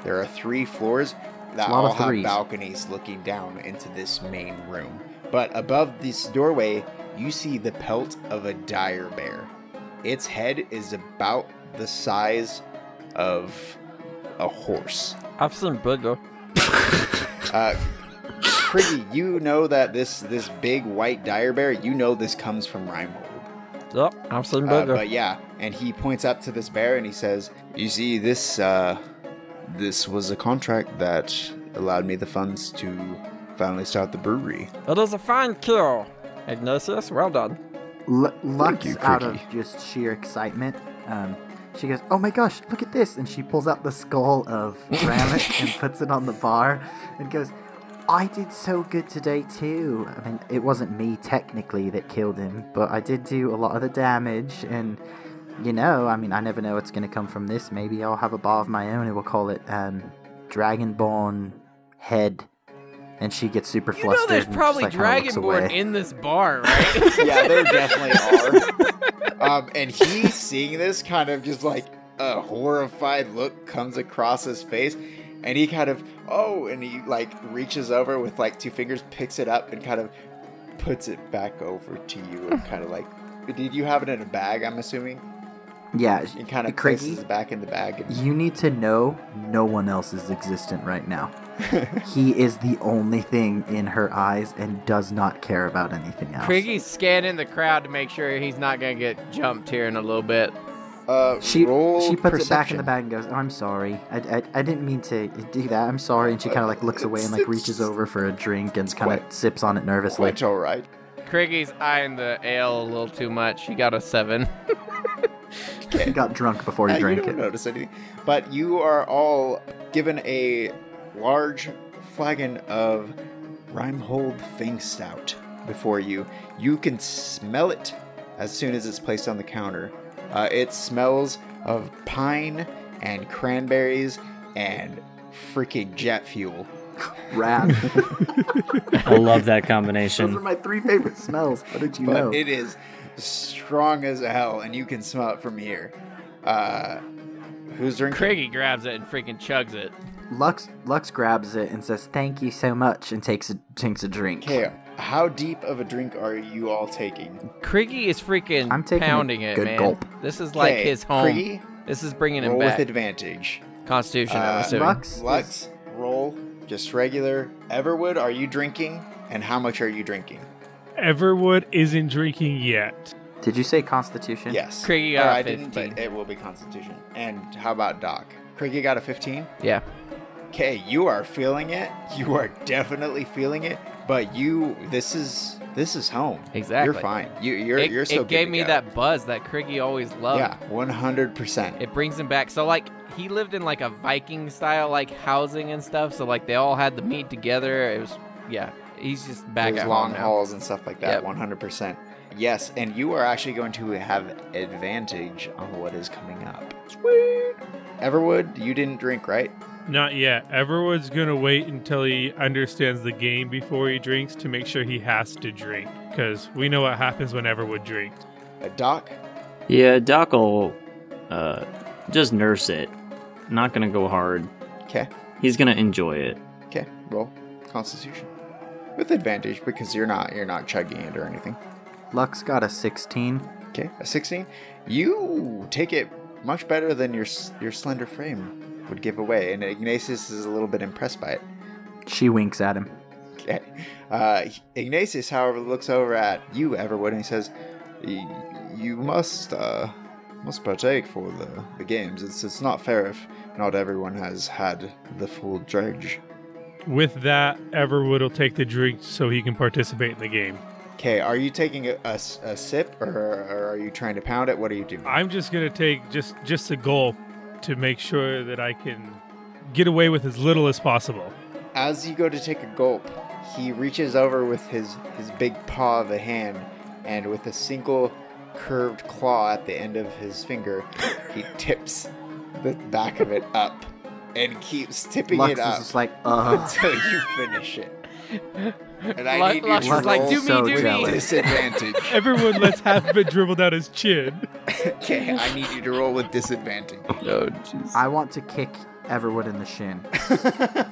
Speaker 2: There are three floors that
Speaker 7: a lot
Speaker 2: all
Speaker 7: of
Speaker 2: have
Speaker 7: threes.
Speaker 2: balconies looking down into this main room. But above this doorway, you see the pelt of a dire bear. Its head is about the size of a horse.
Speaker 10: I've seen bigger.
Speaker 2: Uh, Priggy, you know that this this big white dire bear. You know this comes from Reinhold.
Speaker 10: Yep, I've seen
Speaker 2: Uh,
Speaker 10: bigger.
Speaker 2: but yeah, and he points up to this bear and he says, "You see, this uh, this was a contract that allowed me the funds to finally start the brewery."
Speaker 10: it is a fine kill. Ignatius, well done.
Speaker 7: L- Lux,
Speaker 2: you,
Speaker 7: out of
Speaker 2: Cricky.
Speaker 7: just sheer excitement, um, she goes, "Oh my gosh, look at this!" And she pulls out the skull of Ramet and puts it on the bar, and goes, "I did so good today too. I mean, it wasn't me technically that killed him, but I did do a lot of the damage. And you know, I mean, I never know what's going to come from this. Maybe I'll have a bar of my own, and we'll call it um, Dragonborn Head." And she gets super
Speaker 6: You know
Speaker 7: flustered.
Speaker 6: there's
Speaker 7: and just,
Speaker 6: probably
Speaker 7: like, kinda looks
Speaker 6: Dragonborn
Speaker 7: away.
Speaker 6: in this bar, right?
Speaker 2: yeah, there definitely are. Um, and he, seeing this, kind of just like a horrified look comes across his face, and he kind of oh, and he like reaches over with like two fingers, picks it up, and kind of puts it back over to you, and kind of like, did you have it in a bag? I'm assuming,
Speaker 7: Yeah,
Speaker 2: and kind of
Speaker 7: Craigie?
Speaker 2: places it back in the bag. And
Speaker 7: You need to know no one else is existent right now. he is the only thing in her eyes and does not care about anything else.
Speaker 6: Kriggy's scanning the crowd to make sure he's not gonna get jumped here in a little bit.
Speaker 2: uh,
Speaker 7: she
Speaker 2: roll
Speaker 7: she puts it back in the
Speaker 2: perception.
Speaker 7: bag and goes, oh, "I'm sorry. I, I, I didn't mean to do that. I'm sorry." And she kind of like looks away and like reaches over for a drink and kind of
Speaker 2: quite-
Speaker 7: sips on it nervously.
Speaker 2: Quite all right.
Speaker 6: Kriggy's eyeing the ale a little too much. He got a seven.
Speaker 7: You got drunk before
Speaker 2: Uh,
Speaker 7: you
Speaker 2: you
Speaker 7: drank
Speaker 2: don't
Speaker 7: it.
Speaker 2: notice anything. But you are all given a large flagon of Reinhold Fink Stout before you. You can smell it as soon as it's placed on the counter. Uh, it smells of pine and cranberries and freaking jet fuel.
Speaker 7: Rad.
Speaker 4: I love that
Speaker 7: Those are
Speaker 4: combination.
Speaker 7: my three favorite smells. How did you
Speaker 2: but
Speaker 7: know?
Speaker 2: it is strong as hell, and you can smell it from here. Uh, who's drinking?
Speaker 6: Kriggy grabs it and freaking chugs it.
Speaker 7: Lux Lux grabs it and says, "Thank you so much," and takes a takes a drink.
Speaker 2: Okay, how deep of a drink are you all taking?
Speaker 6: Kriggy is freaking
Speaker 7: I'm taking a
Speaker 6: pounding it,
Speaker 7: good
Speaker 6: man.
Speaker 7: gulp.
Speaker 6: This is like
Speaker 2: Okay,
Speaker 6: his home.
Speaker 2: Kriggy,
Speaker 6: This is bringing him
Speaker 2: roll
Speaker 6: back.
Speaker 2: with advantage.
Speaker 6: Constitution,
Speaker 2: Uh,
Speaker 6: I'm assuming.
Speaker 7: Lux, is-
Speaker 2: Lux, roll just regular. Everwood, are you drinking? And how much are you drinking?
Speaker 3: Everwood isn't drinking yet.
Speaker 7: did you say Constitution?
Speaker 2: Yes.
Speaker 6: Kriggy
Speaker 2: Or
Speaker 6: got a
Speaker 2: I didn't,
Speaker 6: 15.
Speaker 2: but it will be Constitution. And how about Doc? Kriggy got a 15.
Speaker 6: Yeah.
Speaker 2: Okay, you are feeling it. You are definitely feeling it. But you, this is this is home.
Speaker 6: Exactly.
Speaker 2: You're fine. You, you're
Speaker 6: it,
Speaker 2: you're so.
Speaker 6: it
Speaker 2: good
Speaker 6: gave
Speaker 2: to
Speaker 6: me
Speaker 2: go.
Speaker 6: that buzz that Kriggy always loved.
Speaker 2: Yeah, one hundred percent.
Speaker 6: It brings him back. So like he lived in like a Viking style like housing and stuff. So like they all had the meat together. It was yeah. He's just back
Speaker 2: There's
Speaker 6: at
Speaker 2: long
Speaker 6: home now.
Speaker 2: hauls and stuff like that.
Speaker 6: Yep.
Speaker 2: One hundred percent. Yes, and you are actually going to have advantage on what is coming up. Sweet. Everwood, you didn't drink, right?
Speaker 3: Not yet. Everwood's gonna wait until he understands the game before he drinks to make sure he has to drink. Because we know what happens when Everwood drinks.
Speaker 2: Uh, Doc.
Speaker 4: Yeah, Doc will uh, just nurse it. Not gonna go hard.
Speaker 2: Okay.
Speaker 4: He's gonna enjoy it.
Speaker 2: Okay. Roll Constitution with advantage because you're not you're not chugging it or anything.
Speaker 7: Lux got a 16.
Speaker 2: Okay, a sixteen. You take it much better than your s- your slender frame would give away, and Ignatius is a little bit impressed by it.
Speaker 7: She winks at him.
Speaker 2: Okay. Uh, Ignatius, however, looks over at you, Everwood, and he says, "Y- "You must uh, must partake for the, the games. It's it's not fair if not everyone has had the full dredge."
Speaker 3: With that, Everwood will take the drink so he can participate in the game.
Speaker 2: Okay, are you taking a, a s- a sip or, or are you trying to pound it? What are you doing?
Speaker 3: I'm just gonna take just just a gulp to make sure that I can get away with as little as possible.
Speaker 2: As you go to take a gulp, he reaches over with his, his big paw of a hand, and with a single curved claw at the end of his finger, he tips the back of it up and keeps tipping it
Speaker 7: Lux is
Speaker 2: up
Speaker 7: just like, uh.
Speaker 2: until you finish it. And I
Speaker 5: Lux-
Speaker 2: need
Speaker 5: Lux
Speaker 2: you
Speaker 5: is
Speaker 2: to
Speaker 5: like,
Speaker 2: roll
Speaker 5: "Do me,
Speaker 7: so
Speaker 5: do me."
Speaker 7: jealous.
Speaker 2: disadvantage.
Speaker 3: Everyone lets half of it dribble down his chin.
Speaker 2: okay, I need you to roll with disadvantage.
Speaker 6: Oh, jeez.
Speaker 7: I want to kick Everwood in the shin.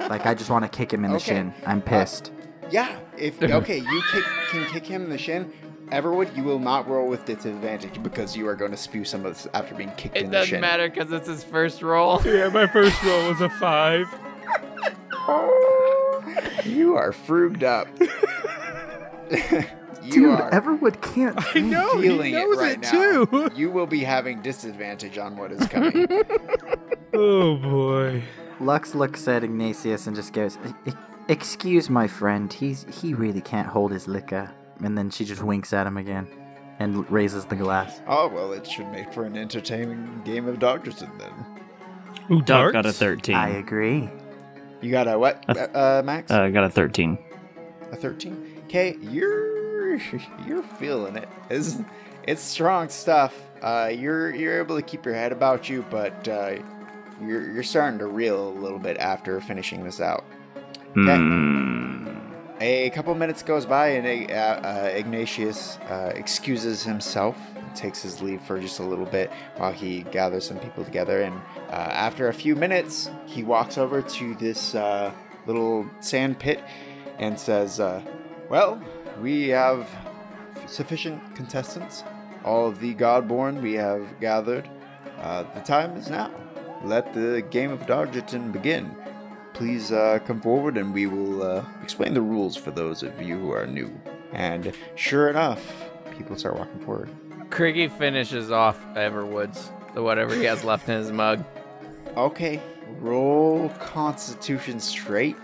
Speaker 7: like I just want to kick him in the
Speaker 2: Okay.
Speaker 7: shin. I'm pissed.
Speaker 2: Yeah, if okay, you kick, can kick him in the shin. Everwood, you will not roll with disadvantage because you are going to spew some of this after being kicked
Speaker 5: It
Speaker 2: in the
Speaker 5: doesn't
Speaker 2: shin.
Speaker 5: matter because it's his first roll.
Speaker 3: Yeah, my first roll was a five.
Speaker 2: You are fruged up. you
Speaker 7: Dude,
Speaker 2: are
Speaker 7: Everwood can't.
Speaker 3: I know
Speaker 2: feeling
Speaker 3: he knows
Speaker 2: it right now.
Speaker 3: too.
Speaker 2: You will be having disadvantage on what is coming.
Speaker 3: oh boy.
Speaker 7: Lux looks at Ignatius and just goes, "E- e- "Excuse my friend. He's he really can't hold his liquor." And then she just winks at him again, and l- raises the glass.
Speaker 2: oh well, it should make for an entertaining game of Dodgerton then.
Speaker 3: Ooh,
Speaker 4: Duck
Speaker 3: darts?
Speaker 4: got a 13.
Speaker 7: I
Speaker 4: I
Speaker 7: agree.
Speaker 2: You got a what,
Speaker 4: A th-
Speaker 2: uh, Max?
Speaker 4: uh, got a 13.
Speaker 2: a thirteen. Okay, you're you're feeling it. It's, it's strong stuff. Uh, you're you're able to keep your head about you, but uh, you're you're starting to reel a little bit after finishing this out.
Speaker 4: Hmm.
Speaker 2: A couple minutes goes by, and uh, uh, Ignatius uh, excuses himself, takes his leave for just a little bit while he gathers some people together. And uh, after a few minutes, he walks over to this uh, little sand pit and says, uh, "Well, we have sufficient contestants. All of the Godborn we have gathered. Uh, the time is now. Let the game of Dodgerton begin." please uh, come forward and we will uh, explain the rules for those of you who are new. And sure enough, people start walking forward.
Speaker 6: Criggy finishes off Everwood's, the whatever he has left in his mug.
Speaker 2: Okay, roll Constitution straight.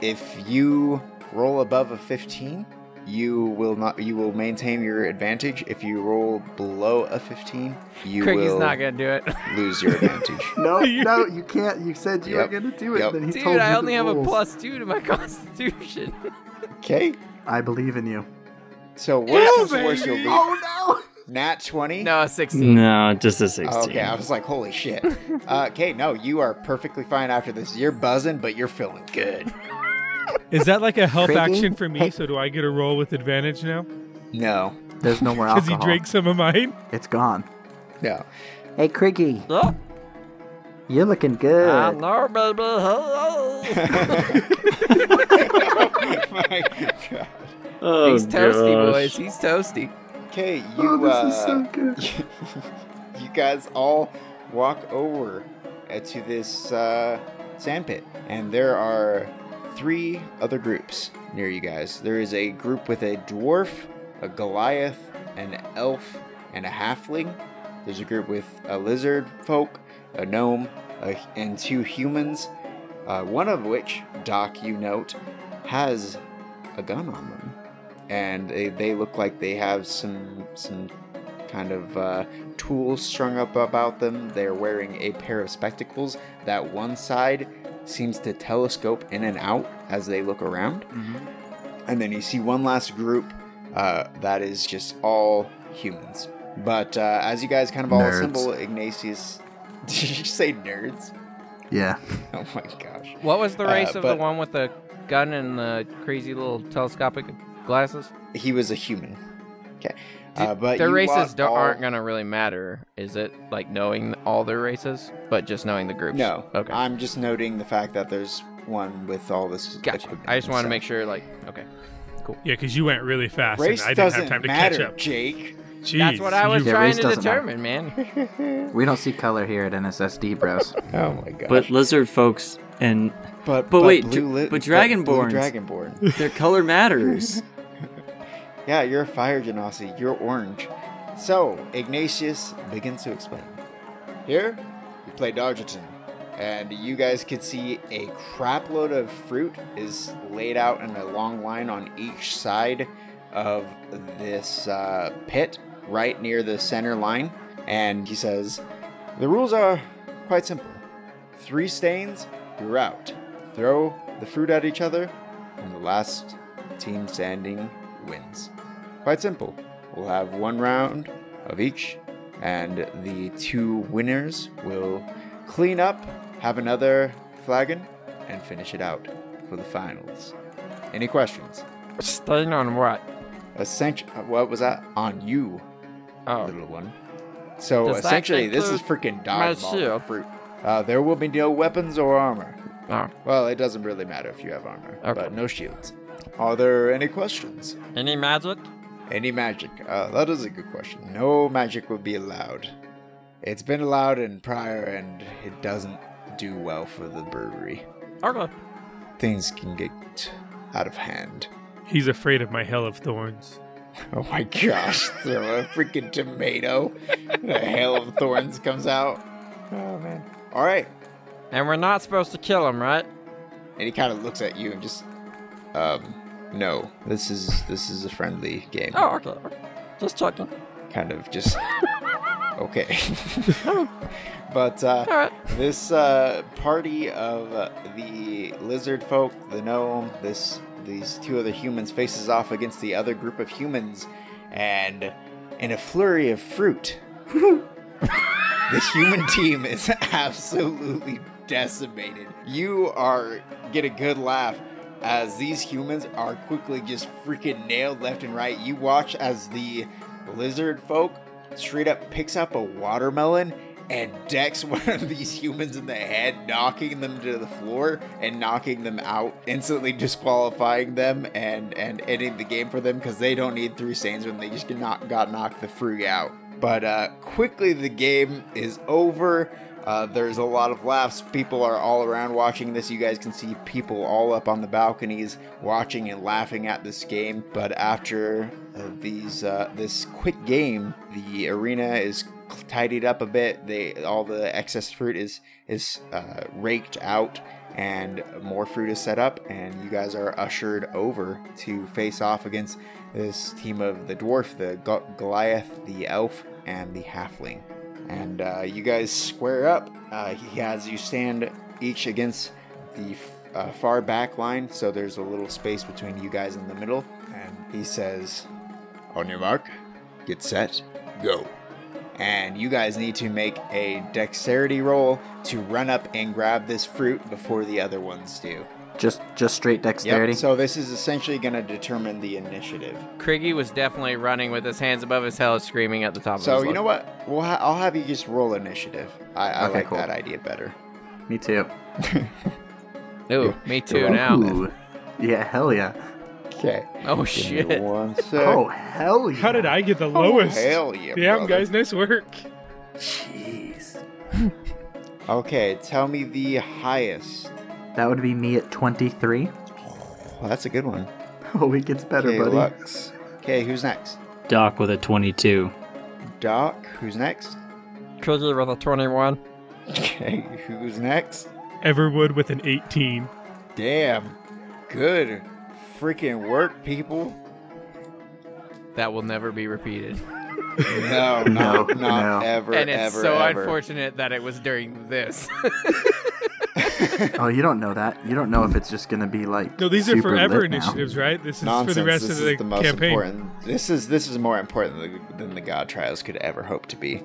Speaker 2: If you roll above a 15, you will not. You will maintain your advantage. If you roll below a 15, you
Speaker 6: Criggy's
Speaker 2: will
Speaker 6: not gonna do it.
Speaker 2: lose your advantage.
Speaker 7: No, no, you can't. You said you
Speaker 2: Yep.
Speaker 7: were gonna do it.
Speaker 2: Yep.
Speaker 7: Then he told
Speaker 6: Dude,
Speaker 7: you
Speaker 6: I
Speaker 7: the
Speaker 6: only have a
Speaker 7: rules.
Speaker 6: plus two to my constitution.
Speaker 2: okay,
Speaker 7: I believe in you.
Speaker 2: so worst comes to worst, you'll lose.
Speaker 7: Oh
Speaker 2: Nat 20.
Speaker 6: no, a 16.
Speaker 4: No, just a 16.
Speaker 2: Okay, I was like, holy shit. Uh, okay, no, you are perfectly fine after this. You're buzzing, but you're feeling good.
Speaker 3: Is that like a health
Speaker 7: Craigie?
Speaker 3: action for me?
Speaker 7: Hey.
Speaker 3: So do I get a roll with advantage now?
Speaker 2: No,
Speaker 7: no! There's no more
Speaker 3: Because he
Speaker 7: alcohol.
Speaker 3: drank some of mine.
Speaker 7: It's gone.
Speaker 2: no.
Speaker 7: Hey, Criggy,
Speaker 10: Yeah,
Speaker 7: you're looking good.
Speaker 10: I know, baby. Hey, hey.
Speaker 2: My God.
Speaker 4: oh,
Speaker 6: He's toasty,
Speaker 4: gosh.
Speaker 6: boys. He's toasty.
Speaker 2: Okay, you,
Speaker 7: oh, this
Speaker 2: uh,
Speaker 7: is so good.
Speaker 2: you guys all walk over uh, to this uh, sandpit, and there are three other groups near you guys. There is a group with a dwarf, a Goliath, an elf, and a halfling. There's a group with a lizard folk, a gnome, a, and two humans. Uh, one of which, Doc, you note, has a gun on them, and they, they look like they have some some kind of uh, tools strung up about them. They're wearing a pair of spectacles. That one side seems to telescope in and out as they look around.
Speaker 7: Mm-hmm.
Speaker 2: And then you see one last group uh, that is just all humans. But uh, as you guys kind of all
Speaker 7: Nerds.
Speaker 2: assemble, Ignatius. Did you say nerds?
Speaker 7: Yeah.
Speaker 2: Oh my gosh.
Speaker 6: What was the
Speaker 2: Uh,
Speaker 6: race of the
Speaker 2: but-
Speaker 6: one with the gun and the crazy little telescopic glasses?
Speaker 2: He was a human. Okay. Uh, but
Speaker 6: their
Speaker 2: you
Speaker 6: races
Speaker 2: lot
Speaker 6: don't,
Speaker 2: all-
Speaker 6: aren't gonna really matter, is it? Like knowing all their races, but just knowing the groups.
Speaker 2: No.
Speaker 6: Okay.
Speaker 2: I'm just noting the fact that there's one with all this.
Speaker 6: gotcha.
Speaker 2: equipment
Speaker 6: I just
Speaker 2: and
Speaker 6: want to
Speaker 2: stuff.
Speaker 6: make sure. Like, okay.
Speaker 3: Yeah, because you went really fast,
Speaker 2: Race
Speaker 3: and I didn't
Speaker 2: doesn't
Speaker 3: have time to
Speaker 2: matter,
Speaker 3: catch up.
Speaker 2: Jake.
Speaker 3: Jeez,
Speaker 6: That's what I was
Speaker 3: you-
Speaker 7: Yeah,
Speaker 6: trying
Speaker 7: race
Speaker 6: to
Speaker 7: doesn't matter.
Speaker 6: determine, man.
Speaker 7: We don't see color here at NSSD, bros.
Speaker 2: Oh my god.
Speaker 4: But lizard folks and
Speaker 2: but,
Speaker 4: wait,
Speaker 2: blue
Speaker 4: dra-
Speaker 2: lit-
Speaker 4: but
Speaker 2: blue
Speaker 4: Dragonborns.
Speaker 2: Dragonborn.
Speaker 4: their color matters.
Speaker 2: yeah, you're a fire genasi. You're orange. So Ignatius begins to explain. Here, you play Dodgerton, and you guys can see a crapload of fruit is laid out in a long line on each side of this uh, pit, right near the center line. And he says, The rules are quite simple. Three stains, you're out. Throw the fruit at each other, and the last team standing wins. Quite simple. We'll have one round of each, and the two winners will clean up, have another flagon, and finish it out for the finals. Any questions?
Speaker 10: Stain on what?
Speaker 2: Essentially, what was that? On you,
Speaker 10: Oh.
Speaker 2: little one. So
Speaker 10: Does that
Speaker 2: essentially, this is
Speaker 10: include
Speaker 2: freaking
Speaker 10: my
Speaker 2: dodgeball
Speaker 10: shield?
Speaker 2: fruit. Uh, there will be no weapons or armor.
Speaker 10: Oh.
Speaker 2: Well, it doesn't really matter if you have armor,
Speaker 10: Okay.
Speaker 2: but no shields. Are there any questions?
Speaker 10: Any magic?
Speaker 2: Any magic? Uh, that is a good question. No magic will be allowed. It's been allowed in prior, and it doesn't do well for the brewery.
Speaker 10: Okay.
Speaker 2: Things can get out of hand.
Speaker 3: He's afraid of my hell of thorns.
Speaker 2: Oh my gosh, throw a freaking tomato. The hail of thorns comes out. Oh man. All right.
Speaker 10: And we're not supposed to kill him, right?
Speaker 2: And he kind of looks at you and just, um, no. This is this is a friendly game.
Speaker 10: Oh, okay. okay. Just checking.
Speaker 2: Kind of just. okay. but uh,
Speaker 10: All right.
Speaker 2: this uh, party of uh, the lizard folk, the gnome, this these two other humans faces off against the other group of humans, and in a flurry of fruit, the human team is absolutely decimated. You are get a good laugh as these humans are quickly just freaking nailed left and right. You watch as the lizard folk straight up picks up a watermelon and decks one of these humans in the head, knocking them to the floor and knocking them out, instantly disqualifying them and and ending the game for them because they don't need three stains when they just get knock, got knocked the freak out. But uh, quickly the game is over. Uh, there's a lot of laughs. People are all around watching this. You guys can see people all up on the balconies watching and laughing at this game. But after uh, these, uh, this quick game, the arena is tidied up a bit. They all the excess fruit is is uh, raked out, and more fruit is set up. And you guys are ushered over to face off against this team of the dwarf, the Go- Goliath, the elf, and the halfling. And uh, you guys square up. Uh, he has you stand each against the f- uh, far back line, so there's a little space between you guys in the middle. And he says, "On your mark, get set, go." and you guys need to make a dexterity roll to run up and grab this fruit before the other ones do.
Speaker 7: Just just straight dexterity.
Speaker 2: Yep. So this is essentially going to determine the initiative.
Speaker 6: Kriggy was definitely running with his hands above his head, screaming at the top of
Speaker 2: So
Speaker 6: his
Speaker 2: you know
Speaker 6: lungs.
Speaker 2: what? We'll ha- I'll have you just roll initiative. I, I
Speaker 7: Okay,
Speaker 2: like
Speaker 7: cool.
Speaker 2: that idea better.
Speaker 7: Me too.
Speaker 6: Ooh, me too
Speaker 2: You're
Speaker 6: now.
Speaker 7: Ooh. Yeah, hell yeah.
Speaker 2: Okay.
Speaker 6: Oh shit.
Speaker 2: One sec.
Speaker 7: Oh hell yeah.
Speaker 3: How did I get the lowest?
Speaker 2: Oh, Hell yeah!
Speaker 3: Damn,
Speaker 2: brother.
Speaker 3: guys, nice work.
Speaker 7: Jeez.
Speaker 2: Okay, tell me the highest.
Speaker 7: That would be me at 23.
Speaker 2: Well, that's a good one.
Speaker 7: Oh, it gets better,
Speaker 2: Okay,
Speaker 7: buddy.
Speaker 2: Lux. Okay, who's next?
Speaker 4: Doc with a 22.
Speaker 2: Doc. Who's next?
Speaker 10: Kriggy with a 21.
Speaker 2: Okay, who's next?
Speaker 3: Everwood with an 18.
Speaker 2: Damn. Good freaking work, people.
Speaker 6: That will never be repeated.
Speaker 2: No,
Speaker 7: No,
Speaker 2: not, not
Speaker 7: no.
Speaker 2: ever,
Speaker 6: and it's
Speaker 2: ever,
Speaker 6: so
Speaker 2: ever.
Speaker 6: unfortunate that it was during this.
Speaker 7: Oh, you don't know that. You don't know if it's just gonna be like.
Speaker 3: No, these are
Speaker 7: super
Speaker 3: forever
Speaker 7: lit now.
Speaker 3: initiatives, right? This is
Speaker 2: Nonsense.
Speaker 3: for the rest
Speaker 2: this
Speaker 3: of
Speaker 2: is
Speaker 3: the,
Speaker 2: the most
Speaker 3: campaign.
Speaker 2: important. This is this is more important than, than the God Trials could ever hope to be.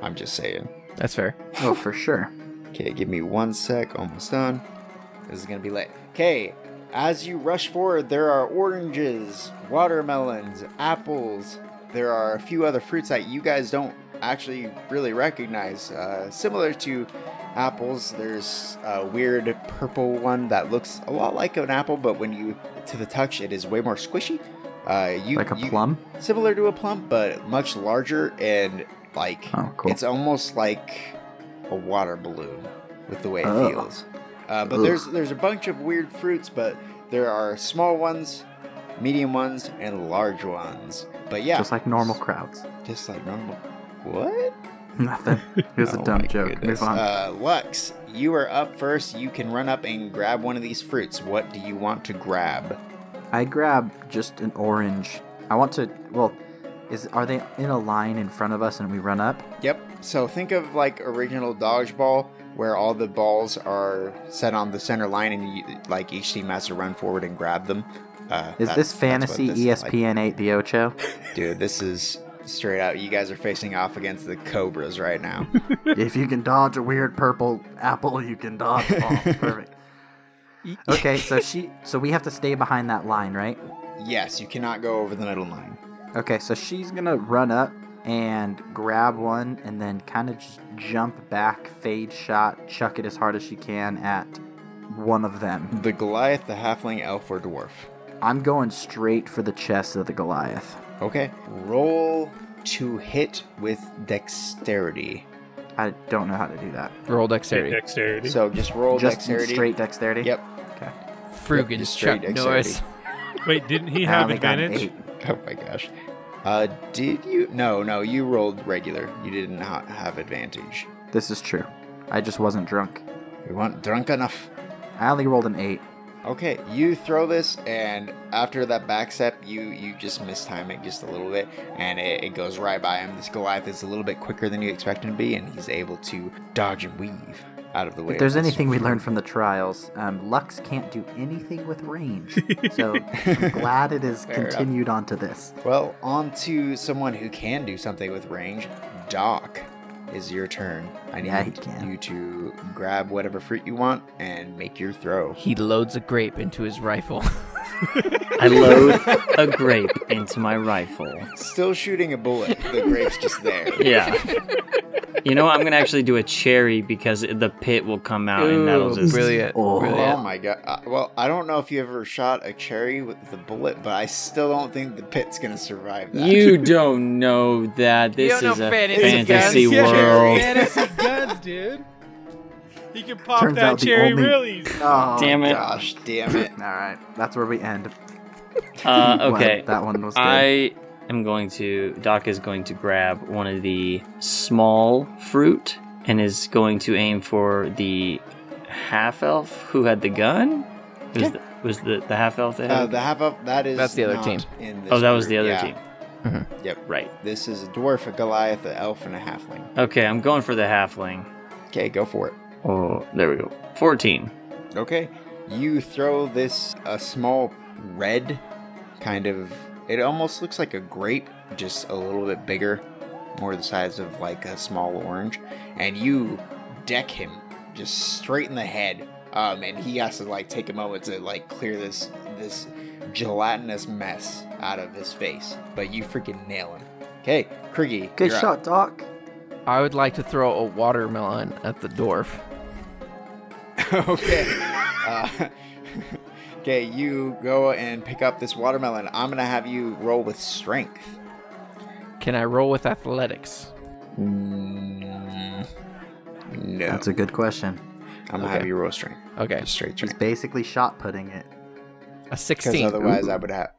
Speaker 2: I'm just saying.
Speaker 6: That's fair.
Speaker 7: Oh, for sure.
Speaker 2: Okay, give me one sec. Almost done. This is gonna be lit. Okay, as you rush forward, there are oranges, watermelons, apples. There are a few other fruits that you guys don't actually really recognize. Uh, similar to apples, there's a weird purple one that looks a lot like an apple, but when you to the touch, it is way more squishy. Uh, you
Speaker 7: like a
Speaker 2: you-
Speaker 7: plum.
Speaker 2: similar to a plum, but much larger and like
Speaker 7: Oh, cool.
Speaker 2: it's almost like a water balloon with the way it
Speaker 7: Ugh.
Speaker 2: feels. Uh, but
Speaker 7: Ugh.
Speaker 2: there's there's a bunch of weird fruits, but there are small ones, medium ones, and large ones. But yeah,
Speaker 7: Just like normal crowds.
Speaker 2: just like normal. What?
Speaker 7: Nothing. It was
Speaker 2: Oh
Speaker 7: a dumb
Speaker 2: my
Speaker 7: joke.
Speaker 2: goodness.
Speaker 7: Move on.
Speaker 2: Uh, Lux, you are up first. You can run up and grab one of these fruits. What do you want to grab?
Speaker 7: I grab just an orange. I want to. Well, is are they in a line in front of us and we run up?
Speaker 2: Yep. So think of like original dodgeball, where all the balls are set on the center line, and you, like each team has to run forward and grab them. Uh,
Speaker 7: Is
Speaker 2: that-
Speaker 7: this
Speaker 2: that's what
Speaker 7: fantasy E
Speaker 2: this is like.
Speaker 7: ESPN eight the Ocho?
Speaker 2: Dude, this is straight out. You guys are facing off against the Cobras right now.
Speaker 7: if you can dodge a weird purple apple, you can dodge. all. perfect. Okay, so she. So we have to stay behind that line, right?
Speaker 2: yes, you cannot go over the middle line.
Speaker 7: Okay, so she's gonna run up and grab one, and then kind of just jump back, fade shot, chuck it as hard as she can at one of them.
Speaker 2: The Goliath, the Halfling, Elf, or Dwarf.
Speaker 7: I'm going straight for the chest of the Goliath.
Speaker 2: Okay. Roll to hit with dexterity.
Speaker 7: I don't know how to do that.
Speaker 6: Roll dexterity.
Speaker 3: Dexterity.
Speaker 2: So just roll
Speaker 7: Just
Speaker 2: dexterity.
Speaker 7: straight dexterity.
Speaker 2: Yep.
Speaker 6: Frugan
Speaker 2: Just
Speaker 6: Chuck
Speaker 2: straight
Speaker 6: Norris.
Speaker 3: Wait, didn't he
Speaker 7: I
Speaker 3: have
Speaker 7: only got an
Speaker 3: advantage?
Speaker 7: eight.
Speaker 2: Oh my gosh. Uh, did you? No, no, you rolled regular. You did not have advantage.
Speaker 7: This is true. I just wasn't drunk.
Speaker 2: We weren't drunk enough.
Speaker 7: I only rolled an eight.
Speaker 2: Okay, you throw this, and after that back step, you you just mistime it just a little bit, and it, it goes right by him. This Goliath is a little bit quicker than you expect him to be, and he's able to dodge and weave out of the way.
Speaker 7: If there's
Speaker 2: of this.
Speaker 7: anything we learned from the trials, um, Lux can't do anything with range. So I'm glad it is
Speaker 2: Fair enough.
Speaker 7: continued onto this.
Speaker 2: Well, on to someone who can do something with range. Doc, is your turn. I need
Speaker 7: Yeah, he can.
Speaker 2: you to grab whatever fruit you want and make your throw.
Speaker 6: He loads a grape into his rifle.
Speaker 4: I load a grape into my rifle.
Speaker 2: Still shooting a bullet. The grape's just there.
Speaker 4: Yeah. You know what? I'm gonna actually do a cherry because the pit will come out and that'll
Speaker 6: Ooh,
Speaker 4: just
Speaker 6: brilliant.
Speaker 7: Oh.
Speaker 2: Oh
Speaker 6: brilliant.
Speaker 2: my god. Uh, well, I don't know if you ever shot a cherry with the bullet, but I still don't think the pit's gonna survive that.
Speaker 4: You don't know that
Speaker 14: You
Speaker 4: this
Speaker 14: don't
Speaker 4: is
Speaker 14: know
Speaker 4: a
Speaker 14: fantasy
Speaker 4: fantasy
Speaker 2: guns.
Speaker 4: world.
Speaker 3: Fantasy guns, dude. He can pop
Speaker 7: Turns
Speaker 3: that
Speaker 7: out the
Speaker 3: cherry
Speaker 7: only-
Speaker 3: really.
Speaker 7: Oh,
Speaker 4: Damn it!
Speaker 2: Gosh damn it.
Speaker 7: All right, that's where we end.
Speaker 4: Uh,
Speaker 7: Well,
Speaker 4: okay,
Speaker 7: that one was good.
Speaker 4: I am going to. Doc is going to grab one of the small fruit and is going to aim for the half elf who had the gun. Was, the, was the the half elf that had?
Speaker 2: Uh, the half up that is
Speaker 6: That's the other
Speaker 2: not
Speaker 6: team.
Speaker 2: in this
Speaker 4: oh, that was the
Speaker 2: group.
Speaker 4: other
Speaker 2: Yeah.
Speaker 4: team.
Speaker 2: Yep.
Speaker 4: Right.
Speaker 2: This is a dwarf, a Goliath, an elf, and a halfling.
Speaker 4: Okay, I'm going for the halfling.
Speaker 2: Okay, go for it.
Speaker 4: Oh, there we go. Fourteen.
Speaker 2: Okay. You throw this a small red kind of it almost looks like a grape, just a little bit bigger, more the size of like a small orange, and you deck him just straight in the head. Um and he has to like take a moment to like clear this this gelatinous mess out of his face. But you freaking nail him. Okay, Kriggy.
Speaker 7: good
Speaker 2: you're up.
Speaker 7: shot, Doc.
Speaker 6: I would like to throw a watermelon at the dwarf.
Speaker 2: okay. Uh, okay, you go and pick up this watermelon. I'm gonna have you roll with strength.
Speaker 6: Can I roll with athletics?
Speaker 2: Mm, No,
Speaker 7: That's a good question.
Speaker 2: I'm gonna have you roll strength.
Speaker 6: Okay.
Speaker 2: Just straight
Speaker 7: He's
Speaker 2: strength.
Speaker 7: basically shot putting it.
Speaker 6: A
Speaker 2: Because
Speaker 6: 16.
Speaker 2: otherwise, I would have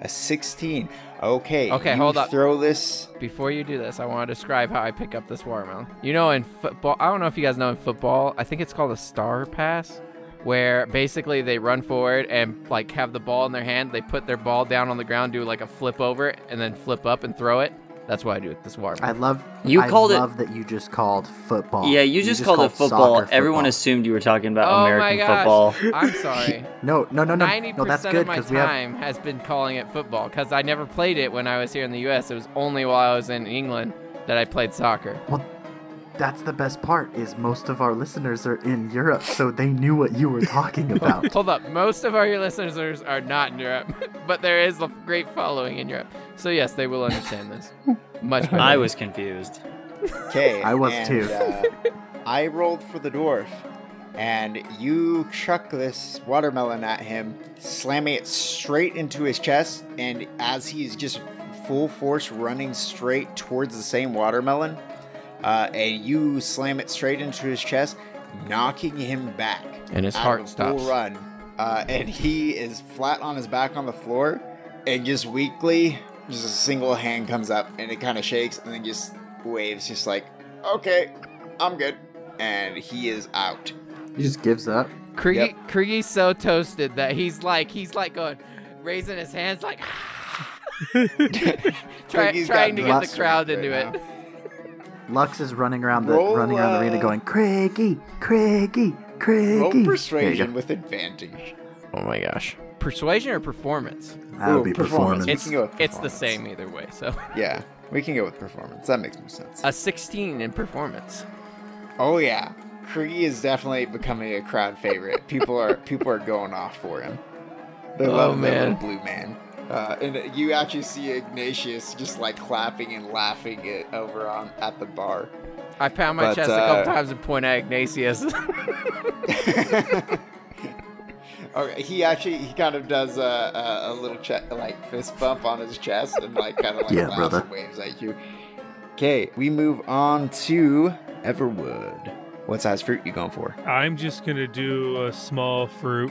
Speaker 2: a 16. Okay.
Speaker 6: Okay,
Speaker 2: you
Speaker 6: hold up.
Speaker 2: Throw this.
Speaker 6: Before you do this, I want to describe how I pick up this watermelon. You know, in football, I don't know if you guys know in football, I think it's called a star pass, where basically they run forward and like have the ball in their hand. They put their ball down on the ground, do like a flip over, and then flip up and throw it. That's what I do with this watermelon.
Speaker 7: I love.
Speaker 4: You
Speaker 7: I
Speaker 4: called it-
Speaker 7: love that you just called football.
Speaker 4: Yeah, you just, called, it football.
Speaker 7: soccer
Speaker 4: Everyone
Speaker 7: football.
Speaker 4: assumed you were talking about
Speaker 6: oh my
Speaker 4: American
Speaker 6: gosh!
Speaker 4: football.
Speaker 6: I'm sorry.
Speaker 7: No, no, no, no,
Speaker 6: Ninety
Speaker 7: no. That's
Speaker 6: percent
Speaker 7: good
Speaker 6: of my
Speaker 7: because we have.
Speaker 6: time has been calling it football because I never played it when I was here in the U.S. It was only while I was in England that I played soccer.
Speaker 7: Well, that's the best part is most of our listeners are in Europe, so they knew what you were talking about.
Speaker 6: Hold up. Most of our listeners are not in Europe, but there is a great following in Europe. So yes, they will understand this. Much better.
Speaker 4: I was confused.
Speaker 2: Okay.
Speaker 7: I was
Speaker 2: and,
Speaker 7: too.
Speaker 2: uh, I rolled for the dwarf, and you chuck this watermelon at him, slamming it straight into his chest. And as he's just full force running straight towards the same watermelon, uh, and you slam it straight into his chest, knocking him back.
Speaker 6: And his
Speaker 2: out
Speaker 6: heart
Speaker 2: of a full
Speaker 6: stops.
Speaker 2: run, uh, and he is flat on his back on the floor, and just weakly, just a single hand comes up, and it kind of shakes, and then just waves, just like, "Okay, I'm good," and he is out.
Speaker 7: He just gives up.
Speaker 6: Krieg,
Speaker 2: Yep.
Speaker 6: Krieg's so toasted that he's like he's like going raising his hands like try,
Speaker 2: Krieg's
Speaker 6: trying to
Speaker 2: got
Speaker 6: get the
Speaker 2: blasted
Speaker 6: crowd
Speaker 2: right
Speaker 6: into
Speaker 2: now.
Speaker 6: it.
Speaker 7: Lux is running around the
Speaker 2: Roll,
Speaker 7: running around the arena
Speaker 2: uh,
Speaker 7: going, Craigie, Craigie, Craigie.
Speaker 2: Roll
Speaker 7: There you go.
Speaker 2: persuasion with advantage.
Speaker 6: Oh my gosh. Persuasion or performance?
Speaker 7: That
Speaker 2: Ooh,
Speaker 7: would be performance.
Speaker 2: We
Speaker 6: It's
Speaker 2: can go with
Speaker 6: it's the
Speaker 2: performance.
Speaker 6: same either way. So
Speaker 2: Yeah, we can go with performance. That makes more sense.
Speaker 6: a 16 in performance.
Speaker 2: oh yeah, Kree is definitely becoming a crowd favorite. people are people are going off for him. They
Speaker 6: Oh,
Speaker 2: love their
Speaker 6: man.
Speaker 2: little blue man. Uh, and you actually see Ignatius just like clapping and laughing it over on at the bar.
Speaker 6: I pound my
Speaker 2: But,
Speaker 6: chest a couple
Speaker 2: uh,
Speaker 6: times and point at Ignatius.
Speaker 2: Okay, he actually he kind of does a, a, a little che- like fist bump on his chest and like kind of like
Speaker 7: Yeah,
Speaker 2: laughs
Speaker 7: brother.
Speaker 2: and waves at you. Okay, we move on to Everwood. What size fruit you going for?
Speaker 3: I'm just gonna do a small fruit,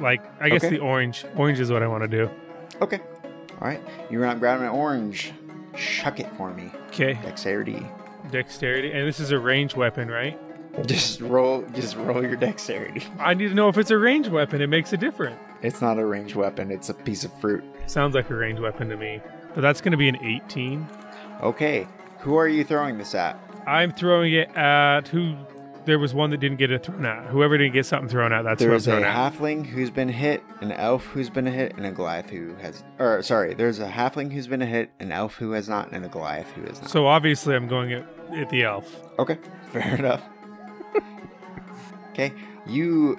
Speaker 3: like I guess
Speaker 2: Okay.
Speaker 3: the orange. Orange is what I want to do.
Speaker 2: Okay, all right. You run up, grab an orange, chuck it for me.
Speaker 3: Okay,
Speaker 2: Dexterity.
Speaker 3: dexterity, and this is a range weapon, right?
Speaker 2: Just roll, just roll your dexterity.
Speaker 3: I need to know if it's a range weapon. It makes a difference.
Speaker 2: It's not a ranged weapon. It's a piece of fruit.
Speaker 3: Sounds like a range weapon to me. But that's gonna be an 18.
Speaker 2: Okay, who are you throwing this at?
Speaker 3: I'm throwing it at who? There was one that didn't get it thrown at. Whoever didn't get something thrown at, that's who I'm
Speaker 2: there's a
Speaker 3: throwing at.
Speaker 2: halfling who's been hit, an elf who's been hit, and a Goliath who has. Or sorry, there's a halfling who's been hit, an elf who has not, and a Goliath who has not.
Speaker 3: So obviously, I'm going at, at the elf.
Speaker 2: okay, fair enough. okay, you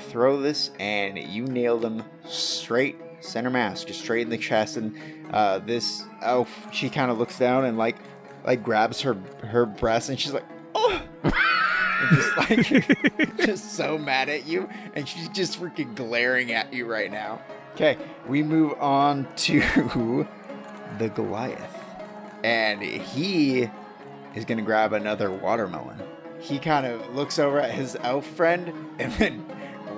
Speaker 2: throw this and you nail them straight center mass, just straight in the chest, and uh, this elf she kind of looks down and like like grabs her her breast and she's like, oh. And just like just so mad at you and she's just freaking glaring at you right now okay we move on to the goliath and he is gonna grab another watermelon he kind of looks over at his elf friend and then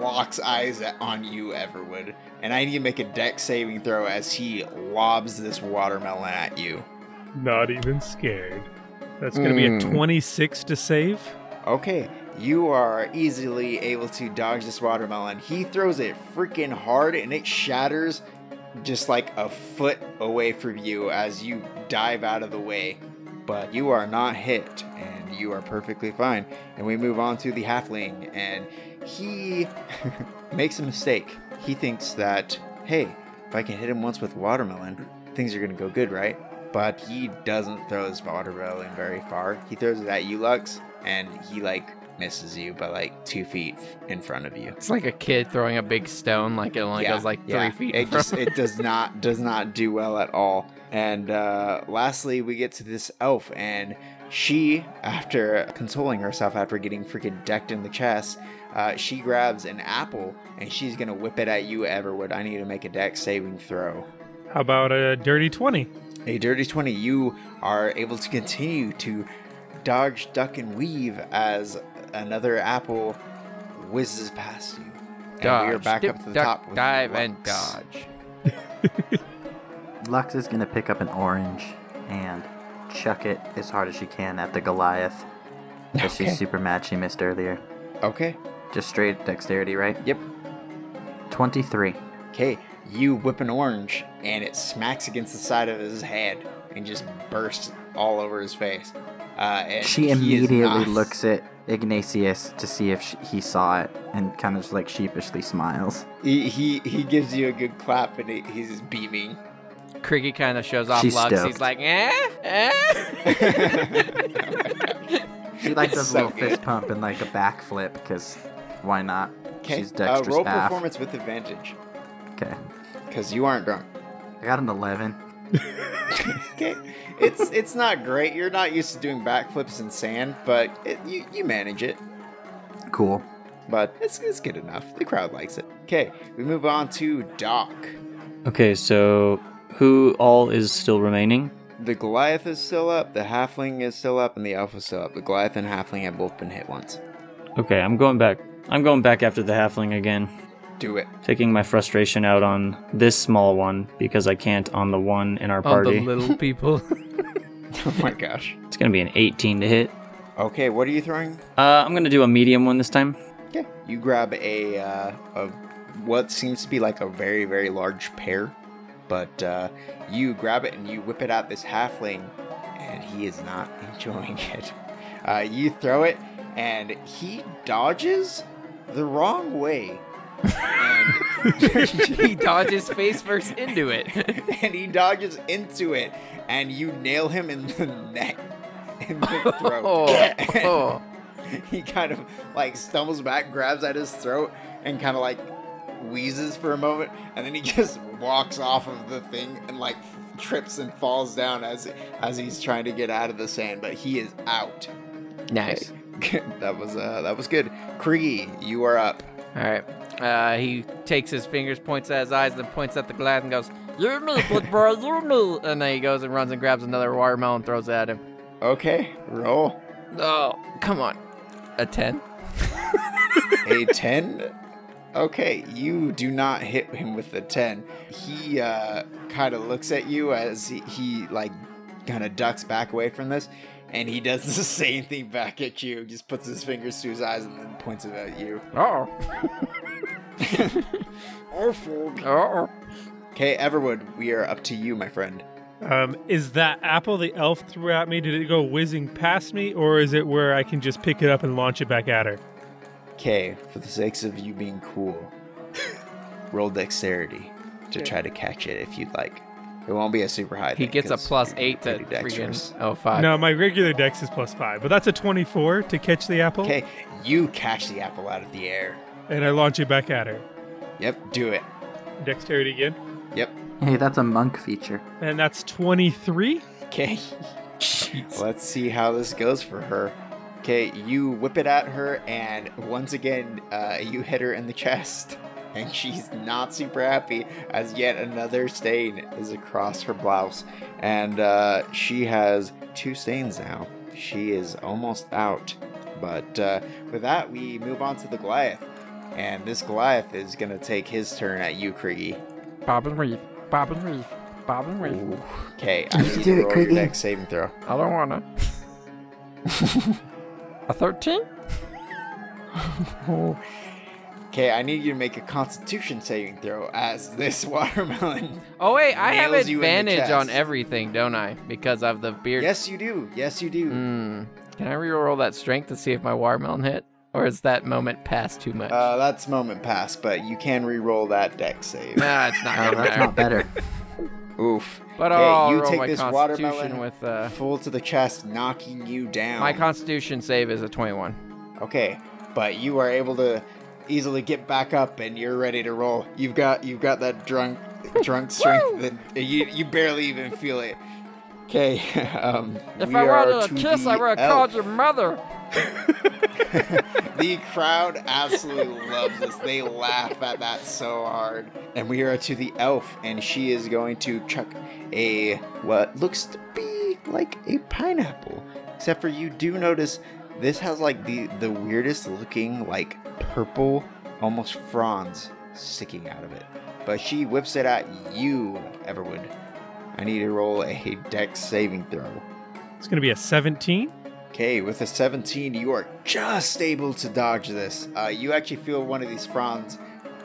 Speaker 2: locks eyes at, on you everwood and i need to make a deck saving throw as he lobs this watermelon at you
Speaker 3: Not even scared. That's gonna be a 26 to save.
Speaker 2: Okay, you are easily able to dodge this watermelon. He throws it freaking hard and it shatters just like a foot away from you as you dive out of the way. But you are not hit and you are perfectly fine. And we move on to the halfling and he makes a mistake. He thinks that, hey, if I can hit him once with watermelon, things are gonna go good, right? But he doesn't throw his watermelon very far. He throws it at you, Lux, and he like misses you by like two feet in front of you.
Speaker 6: it's like a kid throwing a big stone like it only goes like three
Speaker 2: yeah.
Speaker 6: feet.
Speaker 2: It
Speaker 6: It
Speaker 2: just it does not does not do well at all. And uh, lastly, we get to this elf, and she, after consoling herself after getting freaking decked in the chest, uh, she grabs an apple and she's gonna whip it at you, Everwood. I need to make a deck saving throw.
Speaker 3: How about a dirty 20?
Speaker 2: A dirty 20, you are able to continue to dodge, duck, and weave as another apple whizzes past you. And we are back up to the top. With
Speaker 6: dive and
Speaker 2: Lux.
Speaker 6: dodge.
Speaker 7: Lux is gonna pick up an orange and chuck it as hard as she can at the Goliath that she's super mad she missed earlier.
Speaker 2: Okay.
Speaker 7: Just straight dexterity, right?
Speaker 2: Yep.
Speaker 7: Twenty-three.
Speaker 2: Okay. You whip an orange, and it smacks against the side of his head and just bursts all over his face. Uh, and
Speaker 7: She
Speaker 2: he is
Speaker 7: immediately
Speaker 2: not-
Speaker 7: looks at Ignatius to see if sh he saw it and kind of just like sheepishly smiles.
Speaker 2: He, he he gives you a good clap, and he, he's beaming.
Speaker 6: Krieg kind of shows off
Speaker 7: She's
Speaker 6: Lux.
Speaker 7: stoked.
Speaker 6: He's like, eh, eh.
Speaker 7: She like does
Speaker 2: So
Speaker 7: a little
Speaker 2: good.
Speaker 7: fist pump and like a backflip because why not?
Speaker 2: Okay.
Speaker 7: She's
Speaker 2: uh,
Speaker 7: dexterous
Speaker 2: roll
Speaker 7: AF.
Speaker 2: performance with advantage,
Speaker 7: Okay,
Speaker 2: because you aren't drunk.
Speaker 7: I got an eleven.
Speaker 2: okay. It's it's not great. You're not used to doing backflips in sand, but it, you you manage it.
Speaker 7: Cool.
Speaker 2: but it's, it's good enough. The crowd likes it. Okay, we move on to Doc.
Speaker 4: Okay, so who all is still remaining?
Speaker 2: The Goliath is still up, the Halfling is still up, and the Elf is still up. The Goliath and Halfling have both been hit once.
Speaker 4: Okay, I'm going back. I'm going back after the halfling again,
Speaker 2: Do it.
Speaker 4: taking my frustration out on this small one because I can't on the one in our
Speaker 15: On the
Speaker 4: party.
Speaker 15: little people.
Speaker 2: Oh my gosh.
Speaker 4: it's gonna be an 18 to hit.
Speaker 2: Okay, what are you throwing?
Speaker 4: Uh, I'm gonna do a medium one this time.
Speaker 2: Yeah, you grab a uh, a what seems to be like a very very large pear, but uh, you grab it and you whip it at this halfling, and he is not enjoying it. Uh, you throw it, and he dodges the wrong way. And-
Speaker 15: he dodges face first into it.
Speaker 2: and he dodges into it, and you nail him in the neck, in the throat.
Speaker 6: Oh,
Speaker 2: And
Speaker 6: oh.
Speaker 2: He kind of like stumbles back, grabs at his throat, and kind of like wheezes for a moment, and then he just walks off of the thing and like trips and falls down as as he's trying to get out of the sand. But he is out.
Speaker 6: Nice.
Speaker 2: that was uh, that was good. Kree, you are up.
Speaker 6: All right. Uh, he takes his fingers, points at his eyes, then points at the glass and goes, "You me, big boy, you me!" And then he goes and runs and grabs another watermelon, throws it at him.
Speaker 2: Okay, roll.
Speaker 6: Oh, come on. A ten.
Speaker 2: a 10 okay you do not hit him with the 10 he uh kind of looks at you as he, he like kind of ducks back away from this and he does the same thing back at you just puts his fingers to his eyes and then points it at you
Speaker 16: Oh,
Speaker 2: awful
Speaker 16: oh.
Speaker 2: okay everwood we are up to you my friend
Speaker 3: Um, is that apple the elf threw at me? Did it go whizzing past me, or is it where I can just pick it up and launch it back at her?
Speaker 2: okay for the sakes of you being cool roll dexterity to try to catch it if you'd like it won't be a super high
Speaker 6: He
Speaker 2: thing,
Speaker 6: gets a
Speaker 2: 'cause
Speaker 6: plus
Speaker 2: you're
Speaker 6: eight to
Speaker 2: pretty dexterous.
Speaker 6: freaking oh five.
Speaker 3: no, my regular dex is plus five, but that's a twenty-four to catch the apple,
Speaker 2: Okay, you catch the apple out of the air.
Speaker 3: and I launch it back at her.
Speaker 2: Yep, do it.
Speaker 3: Dexterity again,
Speaker 2: Yep.
Speaker 7: Hey, that's a monk feature.
Speaker 3: and that's twenty-three.
Speaker 2: Okay. Let's see how this goes for her. Okay, you whip it at her, and once again, uh, you hit her in the chest. And she's not super happy as yet another stain is across her blouse. And uh, she has two stains now. She is almost out. But uh, with that, we move on to the Goliath. And this Goliath is going to take his turn at you, Kriggy.
Speaker 16: Bob and Reeve. Bob and Reeve. Bob and Reeve.
Speaker 2: Ooh, okay, I need
Speaker 7: did
Speaker 2: to
Speaker 7: it,
Speaker 2: roll your
Speaker 7: Kriggy.
Speaker 2: next saving throw.
Speaker 16: I don't wanna. a thirteen?
Speaker 2: Okay, I need you to make a Constitution saving throw as this watermelon.
Speaker 6: Oh wait, I have
Speaker 2: Nails you in the
Speaker 6: advantage on
Speaker 2: chest.
Speaker 6: everything, don't I? Because of the beard.
Speaker 2: Yes, you do. Yes, you do.
Speaker 6: Hmm. Can I reroll that strength to see if my watermelon hit, or is that moment past too much?
Speaker 2: Uh, that's moment pass, but you can re-roll that deck save.
Speaker 6: nah, it's not
Speaker 7: Oh,
Speaker 6: gonna
Speaker 7: that's
Speaker 6: matter.
Speaker 7: not better.
Speaker 2: Oof.
Speaker 6: But
Speaker 2: Okay,
Speaker 6: I'll
Speaker 2: you
Speaker 6: roll
Speaker 2: take
Speaker 6: my
Speaker 2: this
Speaker 6: constitution
Speaker 2: watermelon
Speaker 6: with uh,
Speaker 2: full to the chest, knocking you down.
Speaker 6: my constitution save is a twenty-one.
Speaker 2: okay, but you are able to easily get back up, and you're ready to roll. You've got you've got that drunk drunk strength that you you barely even feel it. Okay. Um,
Speaker 16: If
Speaker 2: we
Speaker 16: I
Speaker 2: are
Speaker 16: wanted
Speaker 2: to
Speaker 16: a kiss, I
Speaker 2: the
Speaker 16: would have called
Speaker 2: elf.
Speaker 16: your mother.
Speaker 2: The crowd absolutely loves this. They laugh at that so hard. And we are to the elf, and she is going to chuck a what looks to be like a pineapple. Except for you do notice this has like the the weirdest looking like purple almost fronds sticking out of it. But she whips it at you, Everwood. I need to roll a dex saving throw.
Speaker 3: It's gonna be a seventeen.
Speaker 2: Okay, with a 17, you are just able to dodge this. Uh, you actually feel one of these fronds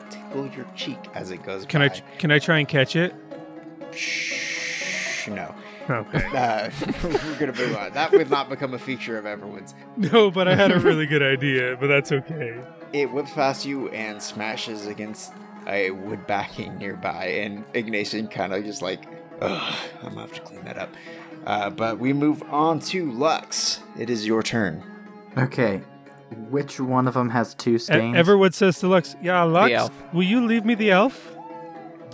Speaker 2: tickle your cheek as it goes
Speaker 3: Can I
Speaker 2: by.
Speaker 3: can I try and catch it?
Speaker 2: Shh, no.
Speaker 3: Okay.
Speaker 2: Uh, we're gonna move on. That would not become a feature of everyone's.
Speaker 3: No, but I had a really good idea, but that's okay. E-,
Speaker 2: It whips past you and smashes against a wood backing nearby, and Ignatian kind of just like, Ugh, I'm gonna have to clean that up. Uh, but we move on to Lux. It is your turn.
Speaker 7: Okay, which one of them has two
Speaker 3: E-
Speaker 7: stains?
Speaker 3: Everwood says to Lux, "Yeah, Lux,
Speaker 6: elf.
Speaker 3: will you leave me the elf?"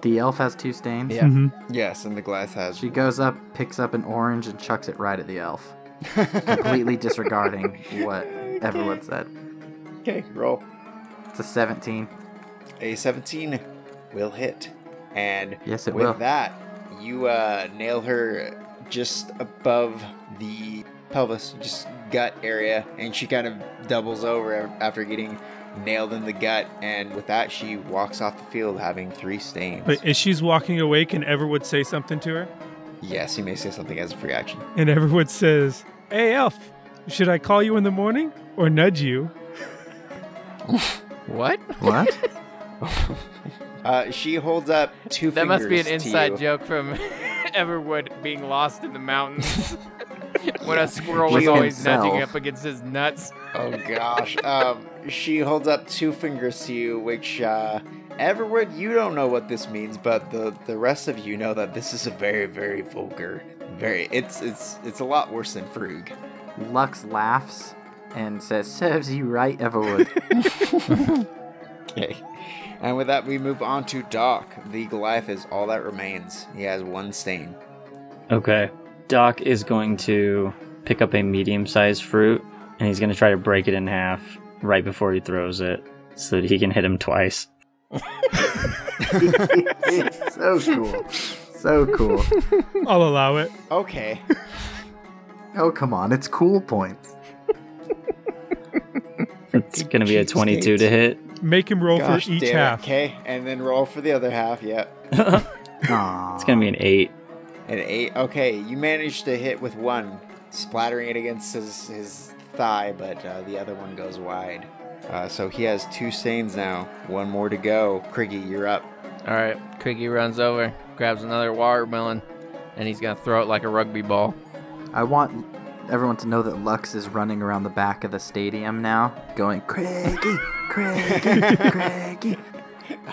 Speaker 7: the elf has two stains.
Speaker 6: Yeah.
Speaker 2: Mm-hmm. Yes, and the glass has
Speaker 7: She goes up, picks up an orange, and chucks it right at the elf, completely disregarding what everyone said.
Speaker 2: Okay, roll.
Speaker 7: It's a 17.
Speaker 2: A 17 will hit. And
Speaker 7: Yes, it
Speaker 2: with
Speaker 7: will.
Speaker 2: that, you uh, nail her just above the pelvis, just gut area, and she kind of doubles over after getting nailed in the gut. And with that, she walks off the field having three stains.
Speaker 3: But as she's walking away, can Everwood say something to her?
Speaker 2: yes, you may say something as a free action.
Speaker 3: And Everwood says, Hey, Elf, should I call you in the morning or nudge you?
Speaker 6: What?
Speaker 7: What?
Speaker 2: Uh, she holds up two
Speaker 6: That must be an
Speaker 2: fingers to you.
Speaker 6: inside joke from Everwood being lost in the mountains. when a squirrel is
Speaker 7: With
Speaker 6: always nudging
Speaker 7: himself.
Speaker 6: up against his nuts.
Speaker 2: Oh gosh. um, she holds up two fingers to you, which uh, Everwood, you don't know what this means, but the the rest of you know that this is a very, very vulgar, very. It's it's it's a lot worse than Frug.
Speaker 7: Lux laughs and says, Serves you right, Everwood.
Speaker 2: Okay. And with that, we move on to Doc. The Goliath is all that remains. He has one stain.
Speaker 4: Okay. Doc is going to pick up a medium sized fruit and he's going to try to break it in half right before he throws it so that he can hit him twice.
Speaker 7: so cool. So cool.
Speaker 3: I'll allow it.
Speaker 2: Okay.
Speaker 7: Oh, come on. It's cool points.
Speaker 4: It's going to be a 22 to hit.
Speaker 3: Make him roll
Speaker 2: Gosh,
Speaker 3: for each
Speaker 2: damn it.
Speaker 3: half.
Speaker 2: Okay, and then roll for the other half. Yep.
Speaker 7: Aw.
Speaker 4: It's going to be an 8.
Speaker 2: An eight. Okay, you managed to hit with one, splattering it against his, his thigh, but uh, the other one goes wide. Uh, so he has two stains now. One more to go. Criggy, you're up.
Speaker 6: All right, Quiggy runs over, grabs another watermelon, and he's gonna throw it like a rugby ball.
Speaker 7: I want everyone to know that Lux is running around the back of the stadium now, going, Craigie, Craigie, Craigie.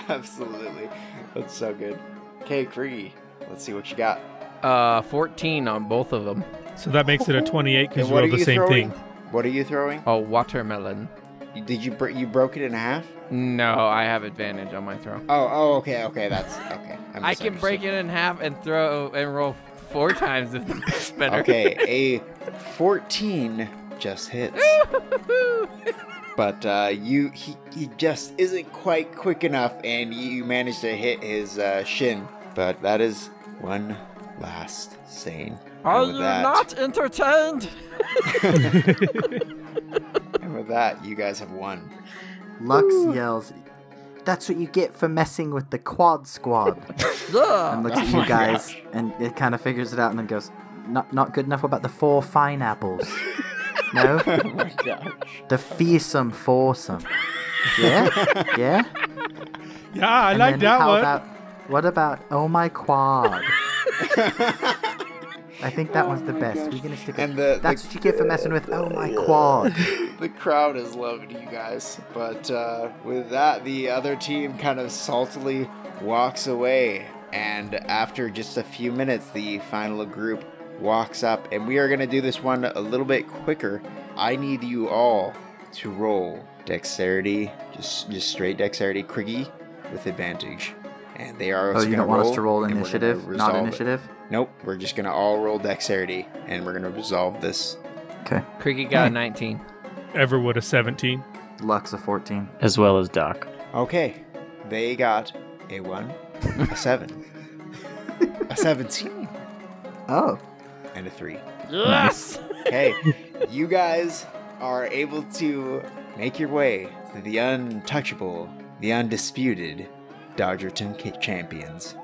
Speaker 2: Absolutely. That's so good. Okay, Criggy, let's see what you got.
Speaker 6: Uh, 14 on both of them.
Speaker 3: So that makes it a 28
Speaker 2: And
Speaker 3: because you rolled the same
Speaker 2: throwing?
Speaker 3: thing.
Speaker 2: What are you throwing?
Speaker 6: A watermelon.
Speaker 2: You- Did you br- you broke it in half?
Speaker 6: No, I have advantage on my throw.
Speaker 2: Oh, oh, okay, okay, that's okay. I'm
Speaker 6: I can break it in half and throw and roll four times if that's better.
Speaker 2: Okay, a 14 just hits. but uh, you he, he just isn't quite quick enough and you, you manage to hit his uh, shin but that is one last stain
Speaker 10: Are
Speaker 2: and with
Speaker 10: you
Speaker 2: that,
Speaker 10: not entertained?
Speaker 2: and with that you guys have won
Speaker 7: Lux yells, That's what you get for messing with the quad squad. and
Speaker 2: Oh,
Speaker 10: Yeah.
Speaker 7: looks at you guys, and it kind of figures it out and then goes, not, not good enough. What about the four fine apples? no?
Speaker 2: Oh
Speaker 7: The fearsome foursome. Yeah? Yeah?
Speaker 3: Yeah, I
Speaker 7: And
Speaker 3: like
Speaker 7: then
Speaker 3: that
Speaker 7: how
Speaker 3: one.
Speaker 7: About, what about Oh My Quad? I think that one's the best. We're gonna stick.
Speaker 2: Oh And
Speaker 7: And
Speaker 2: the- the-
Speaker 7: that's what you get for messing with Oh My Quad.
Speaker 2: the crowd is loving you guys but uh, with that the other team kind of saltily walks away and after just a few minutes the final group walks up and we are going to do this one a little bit quicker i need you all to roll dexterity just just straight dexterity criggy with advantage and they are
Speaker 7: Oh,
Speaker 2: also
Speaker 7: you
Speaker 2: gonna
Speaker 7: don't want us to roll
Speaker 2: and we're gonna
Speaker 7: initiative, not
Speaker 2: resolve it.
Speaker 7: initiative.
Speaker 2: nope we're just going to all roll dexterity and we're going to resolve this
Speaker 7: Okay.
Speaker 6: Creaky got a 19.
Speaker 3: Everwood a 17.
Speaker 7: Lux a fourteen.
Speaker 4: As well as Doc.
Speaker 2: Okay. They got a one, a seven, a 17,
Speaker 7: Oh,
Speaker 2: and a three.
Speaker 10: Yes.
Speaker 2: Okay. You guys are able to make your way to the untouchable, the undisputed Dodgerton Ki- champions.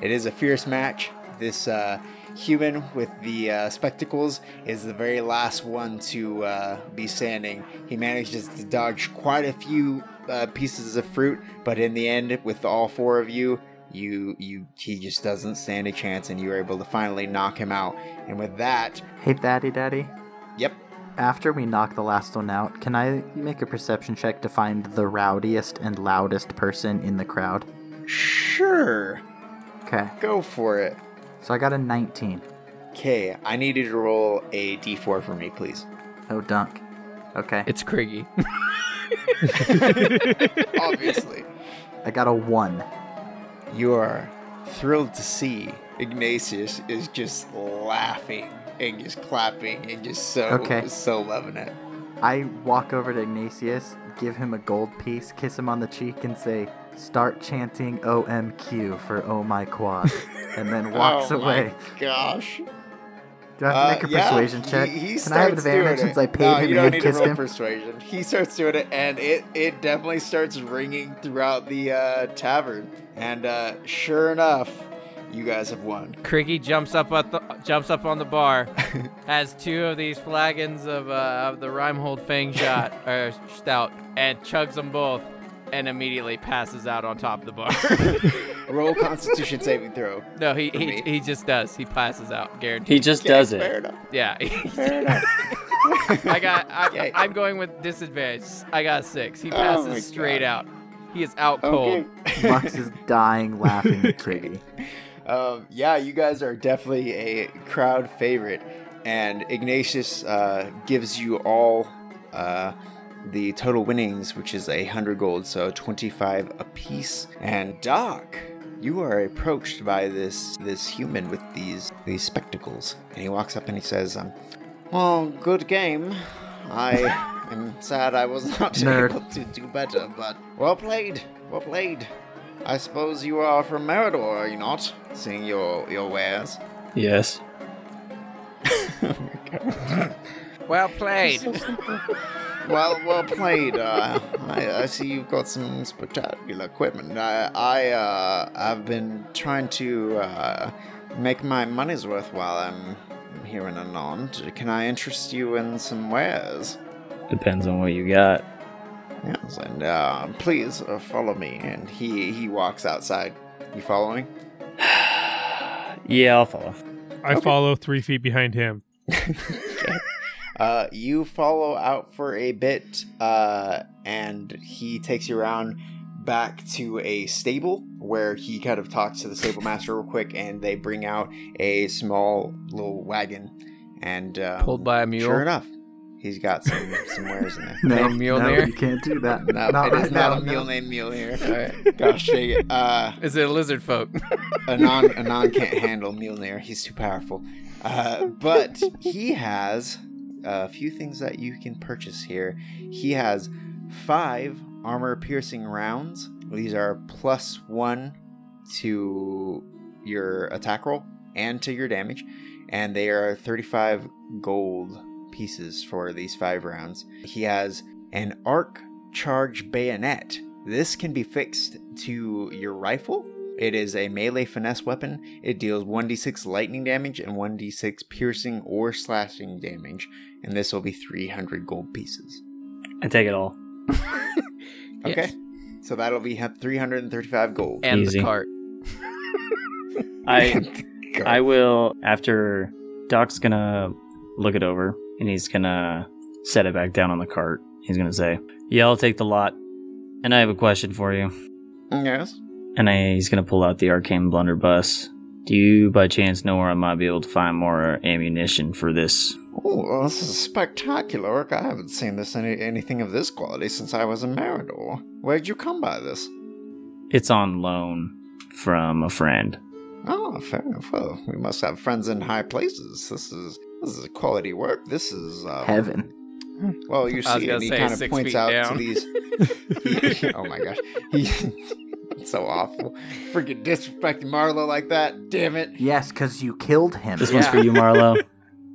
Speaker 2: It is a fierce match. This uh, human with the uh, spectacles is the very last one to uh, be standing. He manages to dodge quite a few uh, pieces of fruit, but in the end, with all four of you, you you he just doesn't stand a chance, and you are able to finally knock him out. And with that,
Speaker 7: hey, Daddy, Daddy.
Speaker 2: yep,
Speaker 7: After we knock the last one out, can I make a perception check to find the rowdiest and loudest person in the crowd?
Speaker 2: sure,
Speaker 7: Okay.
Speaker 2: go for it.
Speaker 7: So I got a nineteen.
Speaker 2: Okay, I need you to roll a d4 for me, please.
Speaker 7: Oh, dunk. Okay.
Speaker 6: It's Criggy.
Speaker 2: Obviously.
Speaker 7: I got a one.
Speaker 2: You are thrilled to see Ignatius is just laughing and just clapping and just so
Speaker 7: Okay.
Speaker 2: so loving it.
Speaker 7: I walk over to Ignatius, give him a gold piece, kiss him on the cheek, and say, "Start chanting OMQ for Oh My Quad," and then walks
Speaker 2: Oh my
Speaker 7: away.
Speaker 2: Gosh.
Speaker 7: Do I have to
Speaker 2: Uh,
Speaker 7: make a
Speaker 2: yeah,
Speaker 7: persuasion check?
Speaker 2: He, he
Speaker 7: Can I have
Speaker 2: starts doing
Speaker 7: advantage since
Speaker 2: it.
Speaker 7: I paid
Speaker 2: no,
Speaker 7: him
Speaker 2: you don't
Speaker 7: and
Speaker 2: need
Speaker 7: you
Speaker 2: to
Speaker 7: kissed
Speaker 2: roll
Speaker 7: him?
Speaker 2: persuasion. He starts doing it, and it, it definitely starts ringing throughout the uh, tavern. And uh, sure enough, you guys have won.
Speaker 6: Cricky jumps up at the jumps up on the bar, has two of these flagons of uh, of the Rhymehold Fang shot or stout, and chugs them both, and immediately passes out on top of the bar.
Speaker 2: Roll Constitution saving throw.
Speaker 6: no, he,
Speaker 2: me.
Speaker 6: he he just does. He passes out, guaranteed.
Speaker 4: He just does
Speaker 2: Fair
Speaker 4: it.
Speaker 2: enough.
Speaker 6: Yeah.
Speaker 2: Fair enough.
Speaker 6: I got. I,
Speaker 2: Okay.
Speaker 6: I'm going with disadvantage. I got six. He
Speaker 2: Oh
Speaker 6: passes
Speaker 2: my
Speaker 6: straight
Speaker 2: God.
Speaker 6: out. He is out
Speaker 2: Okay.
Speaker 6: cold.
Speaker 7: Lux is dying laughing at Criggy.
Speaker 2: Um, yeah, you guys are definitely a crowd favorite, and Ignatius uh, gives you all uh, the total winnings, which is a hundred gold, so twenty-five apiece. And Doc, you are approached by this this human with these these spectacles, and he walks up and he says, um, "Well, good game. I am sad I was not
Speaker 7: Nerd.
Speaker 2: able to do better, but well played, well played." I suppose you are from Meridor, are you not? Seeing your your wares.
Speaker 4: Yes.
Speaker 6: Well played.
Speaker 2: Well, well played. Uh, I, I see you've got some spectacular equipment. I I uh, I've been trying to uh, make my money's worth while I'm here in Anand. Can I interest you in some wares?
Speaker 4: Depends on what you got.
Speaker 2: Yes, and uh, please uh, follow me. And he he walks outside. You following?
Speaker 4: Yeah, I'll follow.
Speaker 3: I follow three feet behind him.
Speaker 2: Uh, you follow out for a bit, uh, and he takes you around back to a stable where he kind of talks to the stable master real quick, and they bring out a small little wagon, and um,
Speaker 17: Pulled by a mule?
Speaker 2: Sure enough, he's got some some wares in there.
Speaker 7: No,
Speaker 17: Mule
Speaker 7: no,
Speaker 17: there?
Speaker 7: you can't do that.
Speaker 2: No,
Speaker 7: not
Speaker 2: it
Speaker 7: right
Speaker 2: is not
Speaker 7: now,
Speaker 2: a
Speaker 7: no.
Speaker 2: mule named Mule here. Alright. Gosh dang it. Uh,
Speaker 6: Is it a lizard folk?
Speaker 2: Anon Anon can't handle Mjolnir. He's too powerful. Uh, but he has a few things that you can purchase here. He has five armor-piercing rounds. These are plus one to your attack roll and to your damage, and they are 35 gold pieces for these five rounds. He has an arc charge bayonet. This can be fixed to your rifle it is a melee finesse weapon. It deals 1d6 lightning damage and 1d6 piercing or slashing damage, and this will be 300 gold pieces.
Speaker 4: I take it all.
Speaker 2: Okay? So that'll be ha- 335 gold.
Speaker 17: And
Speaker 4: Easy.
Speaker 17: the cart.
Speaker 4: I
Speaker 2: Go.
Speaker 4: I will after Doc's gonna look it over and he's gonna set it back down on the cart. He's gonna say, "Yeah, I'll take the lot." And I have a question for you.
Speaker 2: Yes.
Speaker 4: And I, he's gonna pull out the arcane blunderbuss. Do you, by chance, know where I might be able to find more ammunition for this?
Speaker 2: Oh, well, this is spectacular. Look, I haven't seen this any- anything of this quality since I was in Meridor. Where'd you come by this?
Speaker 4: It's on loan from a friend.
Speaker 2: Ah, fair enough. Well, we must have friends in high places. This is this is quality work. This is uh,
Speaker 7: Heaven.
Speaker 2: Well, you
Speaker 6: I was
Speaker 2: see,
Speaker 6: gonna
Speaker 2: and he
Speaker 6: say,
Speaker 2: kind of
Speaker 6: six
Speaker 2: points
Speaker 6: feet
Speaker 2: out to
Speaker 6: down.
Speaker 2: these. He- oh my gosh, he, it's so awful! Freaking disrespecting Marlo like that. Damn it!
Speaker 7: Yes, because you killed him.
Speaker 4: This one's for you, Marlo.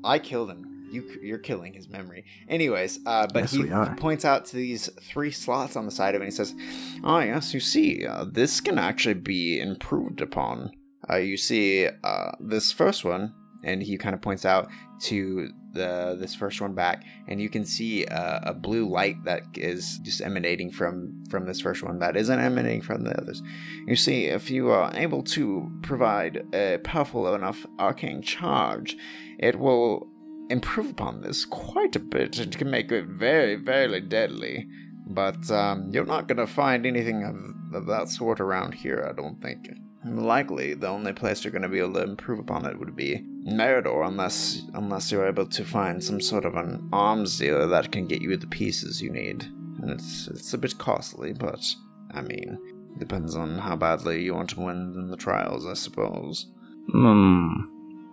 Speaker 2: I killed him. You, you're killing his memory. Anyways, uh, but
Speaker 7: Yes,
Speaker 2: he
Speaker 7: we are.
Speaker 2: points out to these three slots on the side of it. and He says, "Ah, yes, you see, uh, this can actually be improved upon. Uh, you see, uh, this first one." And he kind of points out to the this first one back, and you can see uh, a blue light that is just emanating from from this first one that isn't emanating from the others. You see, if you are able to provide a powerful enough arcane charge, it will improve upon this quite a bit and can make it very, very deadly. But um, you're not going to find anything of, of that sort around here, I don't think. Likely, the only place you're going to be able to improve upon it would be Meridor, unless unless you're able to find some sort of an arms dealer that can get you the pieces you need. And it's it's a bit costly, but I mean, depends on how badly you want to win in the trials, I suppose.
Speaker 4: Mm, Hmm.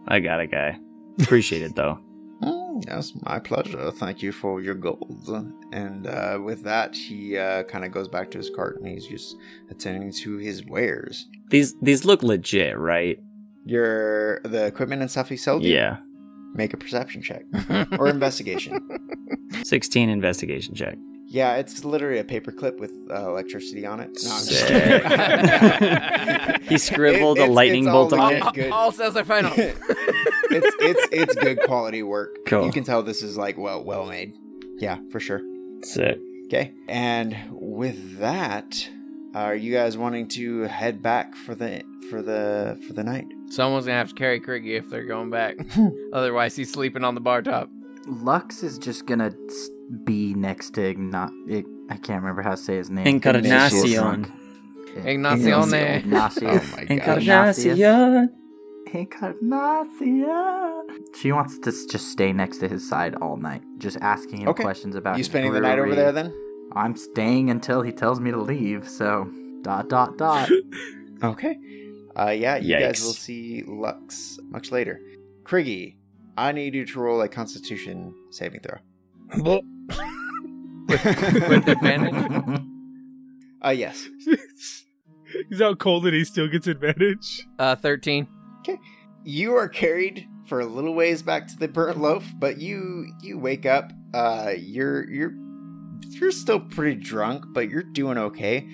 Speaker 4: I got a guy. Appreciate it though.
Speaker 2: Hmm, Yes, my pleasure. Thank you for your gold. And uh, with that, he uh, kind of goes back to his cart and he's just attending to his wares.
Speaker 4: These these look legit, right?
Speaker 2: Your the equipment and stuff he sold you.
Speaker 4: Yeah.
Speaker 2: Make a perception check or investigation.
Speaker 4: 16 investigation check.
Speaker 2: Yeah, it's literally a paperclip with uh, electricity on it. No, I'm just
Speaker 4: Sick.
Speaker 2: kidding.
Speaker 4: He scribbled a
Speaker 2: it's-
Speaker 4: lightning
Speaker 2: it's all
Speaker 4: bolt on
Speaker 2: legit
Speaker 4: it.
Speaker 2: good-
Speaker 18: All
Speaker 6: Oh,
Speaker 18: sales are final.
Speaker 2: it's it's it's good quality work.
Speaker 4: Cool.
Speaker 2: You can tell this is like well well made. Yeah, for sure.
Speaker 4: Sick.
Speaker 2: Okay. And with that, are you guys wanting to head back for the for the for the night?
Speaker 6: Someone's gonna have to carry Criggy if they're going back. Otherwise, he's sleeping on the bar top.
Speaker 7: Lux is just gonna s- be next to Igna- Ig- I can't remember how to say his name.
Speaker 4: Encarnacion.
Speaker 6: Ignacione.
Speaker 7: Oh Ignacius.
Speaker 2: my
Speaker 4: Encarnacion.
Speaker 7: Encarnacion. She wants to s- just stay next to his side all night, just asking him
Speaker 2: Okay.
Speaker 7: questions about.
Speaker 2: You
Speaker 7: his
Speaker 2: spending the night over
Speaker 7: brewery.
Speaker 2: there then?
Speaker 7: I'm staying until he tells me to leave. So dot dot dot.
Speaker 2: Okay. Uh, yeah, you guys
Speaker 4: Yikes.
Speaker 2: will see Lux much later. Criggy, I need you to roll a Constitution saving throw.
Speaker 6: With advantage.
Speaker 2: Uh, yes.
Speaker 3: He's out cold and he still gets advantage.
Speaker 6: Uh, 13.
Speaker 2: you are carried for a little ways back to the burnt loaf, but you you wake up. Uh, you're you're you're still pretty drunk, but you're doing okay.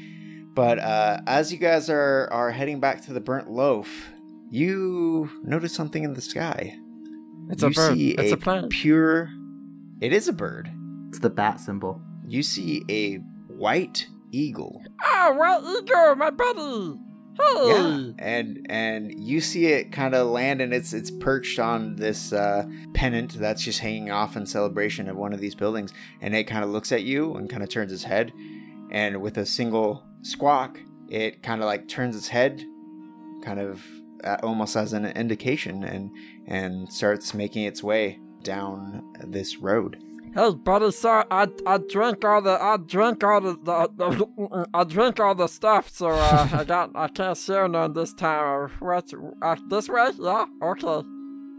Speaker 2: But uh, as you guys are are heading back to the burnt loaf, you notice something in the sky.
Speaker 19: It's
Speaker 2: you
Speaker 19: a bird.
Speaker 2: see
Speaker 19: It's a plane.
Speaker 2: Pure. It is a bird.
Speaker 7: it's the bat symbol.
Speaker 2: You see a white eagle.
Speaker 19: Ah, right, Igor, my buddy. Hey.
Speaker 2: Yeah, and and you see it kind of land, and it's it's perched on this uh, pennant that's just hanging off in celebration of one of these buildings, and it kind of looks at you and kind of turns its head, and with a single squawk, it kind of like turns its head, kind of uh, almost as an indication, and and starts making its way down this road.
Speaker 19: Hey, buddy, sir, I I drank all the I drank all the, the uh, I drank all the stuff, so uh, I got I can't share none this time. Uh, Right, uh, this way, yeah, okay.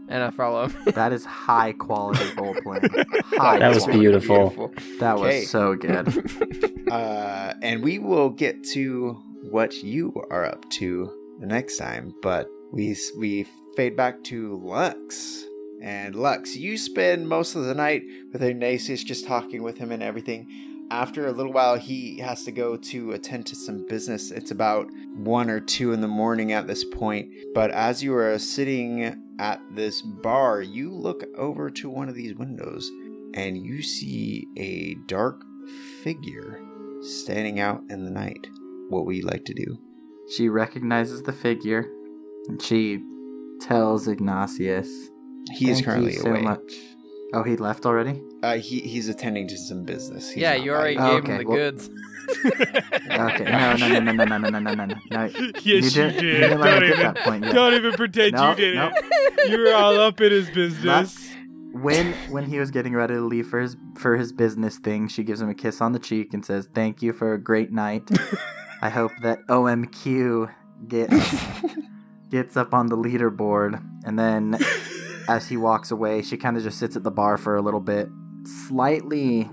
Speaker 6: And I follow him.
Speaker 7: That is high quality role playing. High
Speaker 4: Ah, That was
Speaker 7: quality.
Speaker 4: beautiful.
Speaker 7: That was
Speaker 2: Okay.
Speaker 7: so good.
Speaker 2: uh, and we will get to what you are up to the next time. But we we fade back to Lux, and Lux, you spend most of the night with Ignatius, just talking with him and everything. After a little while, he has to go to attend to some business. It's about one or two in the morning at this point. But as you are sitting at this bar, you look over to one of these windows and you see a dark figure standing out in the night. What would you like to do?
Speaker 7: She recognizes the figure, and she tells Ignatius.
Speaker 2: He is
Speaker 7: "Thank you
Speaker 2: currently
Speaker 7: so
Speaker 2: away.
Speaker 7: much." Oh, he left already.
Speaker 2: Uh, he he's attending to some business. He's
Speaker 6: yeah,
Speaker 2: not
Speaker 6: you already
Speaker 2: like-
Speaker 7: Oh,
Speaker 6: gave him the
Speaker 7: okay, well-
Speaker 6: goods.
Speaker 7: Okay. No, no, no, no, no, no, no, no, no, no. no.
Speaker 3: Yes,
Speaker 7: you
Speaker 3: you
Speaker 7: didn't-
Speaker 3: did.
Speaker 7: you didn't
Speaker 3: Don't
Speaker 7: let me get
Speaker 3: even,
Speaker 7: that point yet.
Speaker 3: don't even pretend
Speaker 7: No,
Speaker 3: you did
Speaker 7: no.
Speaker 3: it. You were all up in his business.
Speaker 7: When when he was getting ready to leave for his for his business thing, she gives him a kiss on the cheek and says, "Thank you for a great night. I hope that OMQ gets gets up on the leaderboard." And then as he walks away, she kind of just sits at the bar for a little bit, slightly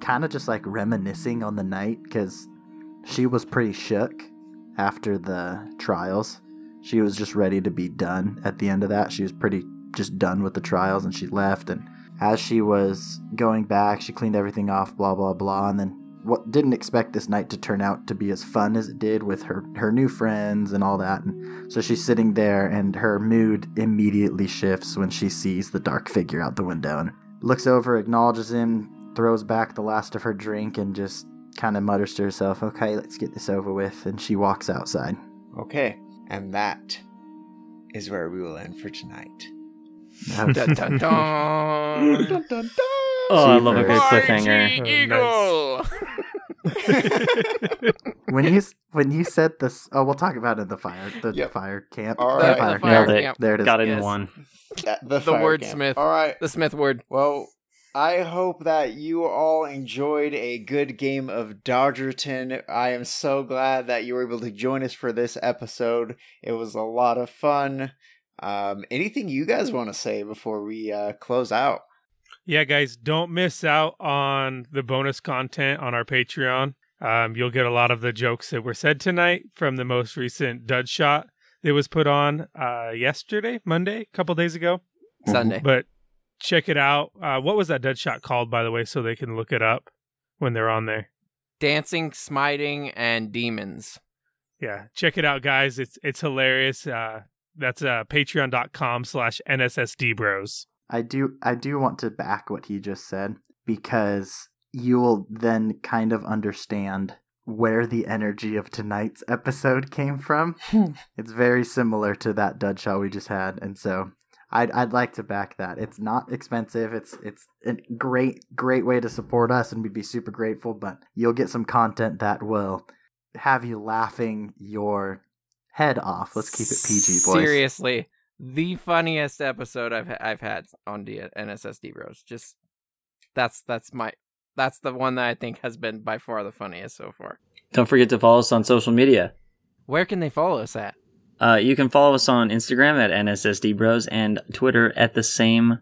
Speaker 7: kind of just like reminiscing on the night cuz she was pretty shook after the trials. She was just ready to be done at the end of that. She was pretty just done with the trials and she left and as she was going back she cleaned everything off blah blah blah and then what didn't expect this night to turn out to be as fun as it did with her her new friends and all that and so she's sitting there and her mood immediately shifts when she sees the dark figure out the window and looks over acknowledges him throws back the last of her drink and just kind of mutters to herself okay let's get this over with and she walks outside
Speaker 2: Oh. Okay, and that is where we will end for tonight.
Speaker 6: Dun, dun, dun.
Speaker 4: Oh, I love a good
Speaker 7: Cheapers.
Speaker 4: cliffhanger.
Speaker 3: Oh,
Speaker 7: when you s- when you said this oh we'll talk about it in the fire the
Speaker 2: Yep.
Speaker 7: fire camp
Speaker 2: All
Speaker 7: the
Speaker 2: right.
Speaker 6: The
Speaker 7: fire camp.
Speaker 6: fire
Speaker 4: Nailed it.
Speaker 6: camp.
Speaker 7: there it is
Speaker 4: Got it in
Speaker 6: Yes.
Speaker 4: one.
Speaker 2: That-
Speaker 6: The
Speaker 2: fire
Speaker 6: wordsmith.
Speaker 2: All right.
Speaker 6: The Smith word.
Speaker 2: Well, I hope that you all enjoyed a good game of Dodgerton. I am so glad that you were able to join us for this episode. It was a lot of fun. Um, anything you guys want to say before we uh, close out?
Speaker 3: yeah, guys, don't miss out on the bonus content on our Patreon. Um, you'll get a lot of the jokes that were said tonight from the most recent dud shot that was put on uh, yesterday, Monday, a couple days ago.
Speaker 7: Mm-hmm.
Speaker 6: Sunday.
Speaker 3: But check it out. Uh, what was that dud shot called, by the way, so they can look it up when they're on there?
Speaker 6: Dancing, smiting, and demons.
Speaker 3: Yeah, check it out, guys. It's it's hilarious. Uh, that's uh, patreon.com slash NSSD bros.
Speaker 7: I do I do want to back what he just said because you will then kind of understand where the energy of tonight's episode came from. it's very similar to that dud shot we just had, and so I'd I'd like to back that. It's not expensive. It's it's a great great way to support us, and we'd be super grateful. But you'll get some content that will have you laughing your head off. Let's keep it PG, boys.
Speaker 6: Seriously,
Speaker 10: the funniest episode I've I've had on D- NSSD Bros. Just
Speaker 6: that's that's my that's the one that I think has been by far the funniest so far.
Speaker 4: Don't forget to follow us on social media.
Speaker 6: Where can they follow us at?
Speaker 4: Uh, you can follow us on Instagram at NSSD Bros and Twitter at the same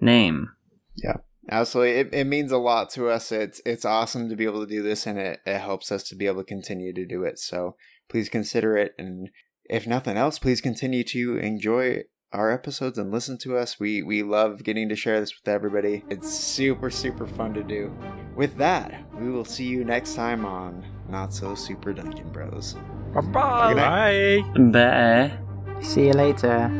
Speaker 4: name.
Speaker 2: Yeah.
Speaker 20: Absolutely, it, it means a lot to us. It's it's awesome to be able to do this, and it, it helps us to be able to continue to do it. So please consider it, and if nothing else, please continue to enjoy our episodes and listen to us. We we love getting to share this with everybody. It's super super fun to do. With that, we will see you next time on Not So Super Dungeon Bros.
Speaker 10: bye.
Speaker 20: Good night.
Speaker 3: Bye.
Speaker 4: Bye.
Speaker 7: See you later.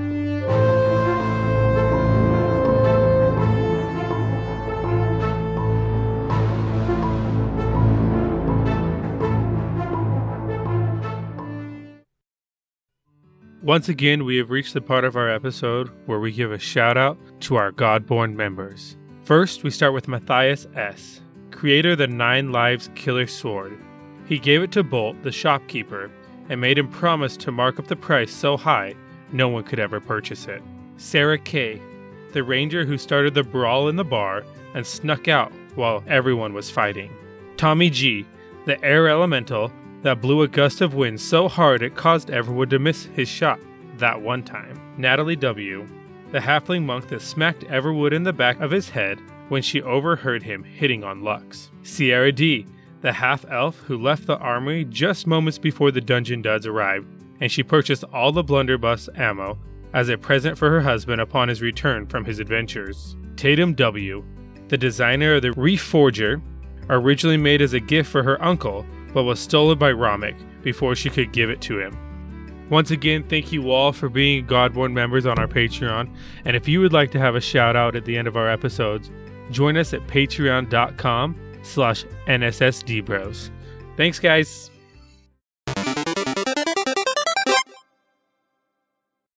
Speaker 3: Once again, we have reached the part of our episode where we give a shout out to our Godborn members. First, we start with Matthias S., creator of the Nine Lives Killer Sword. He gave it to Bolt, the shopkeeper, and made him promise to mark up the price so high no one could ever purchase it. Sarah K., the ranger who started the brawl in the bar and snuck out while everyone was fighting. Tommy G., the air elemental that blew a gust of wind so hard it caused everyone to miss his shot that one time. Natalie W., the halfling monk that smacked Everwood in the back of his head when she overheard him hitting on Lux. Sierra D., the half elf who left the armory just moments before the dungeon duds arrived, and she purchased all the blunderbuss ammo as a present for her husband upon his return from his adventures. Tatum W., the designer of the Reforger, originally made as a gift for her uncle, but was stolen by Ramek before she could give it to him. Once again, thank you all for being Godborn members on our Patreon. And if you would like to have a shout out at the end of our episodes, join us at patreon.com slash NSSDbros. Thanks, guys.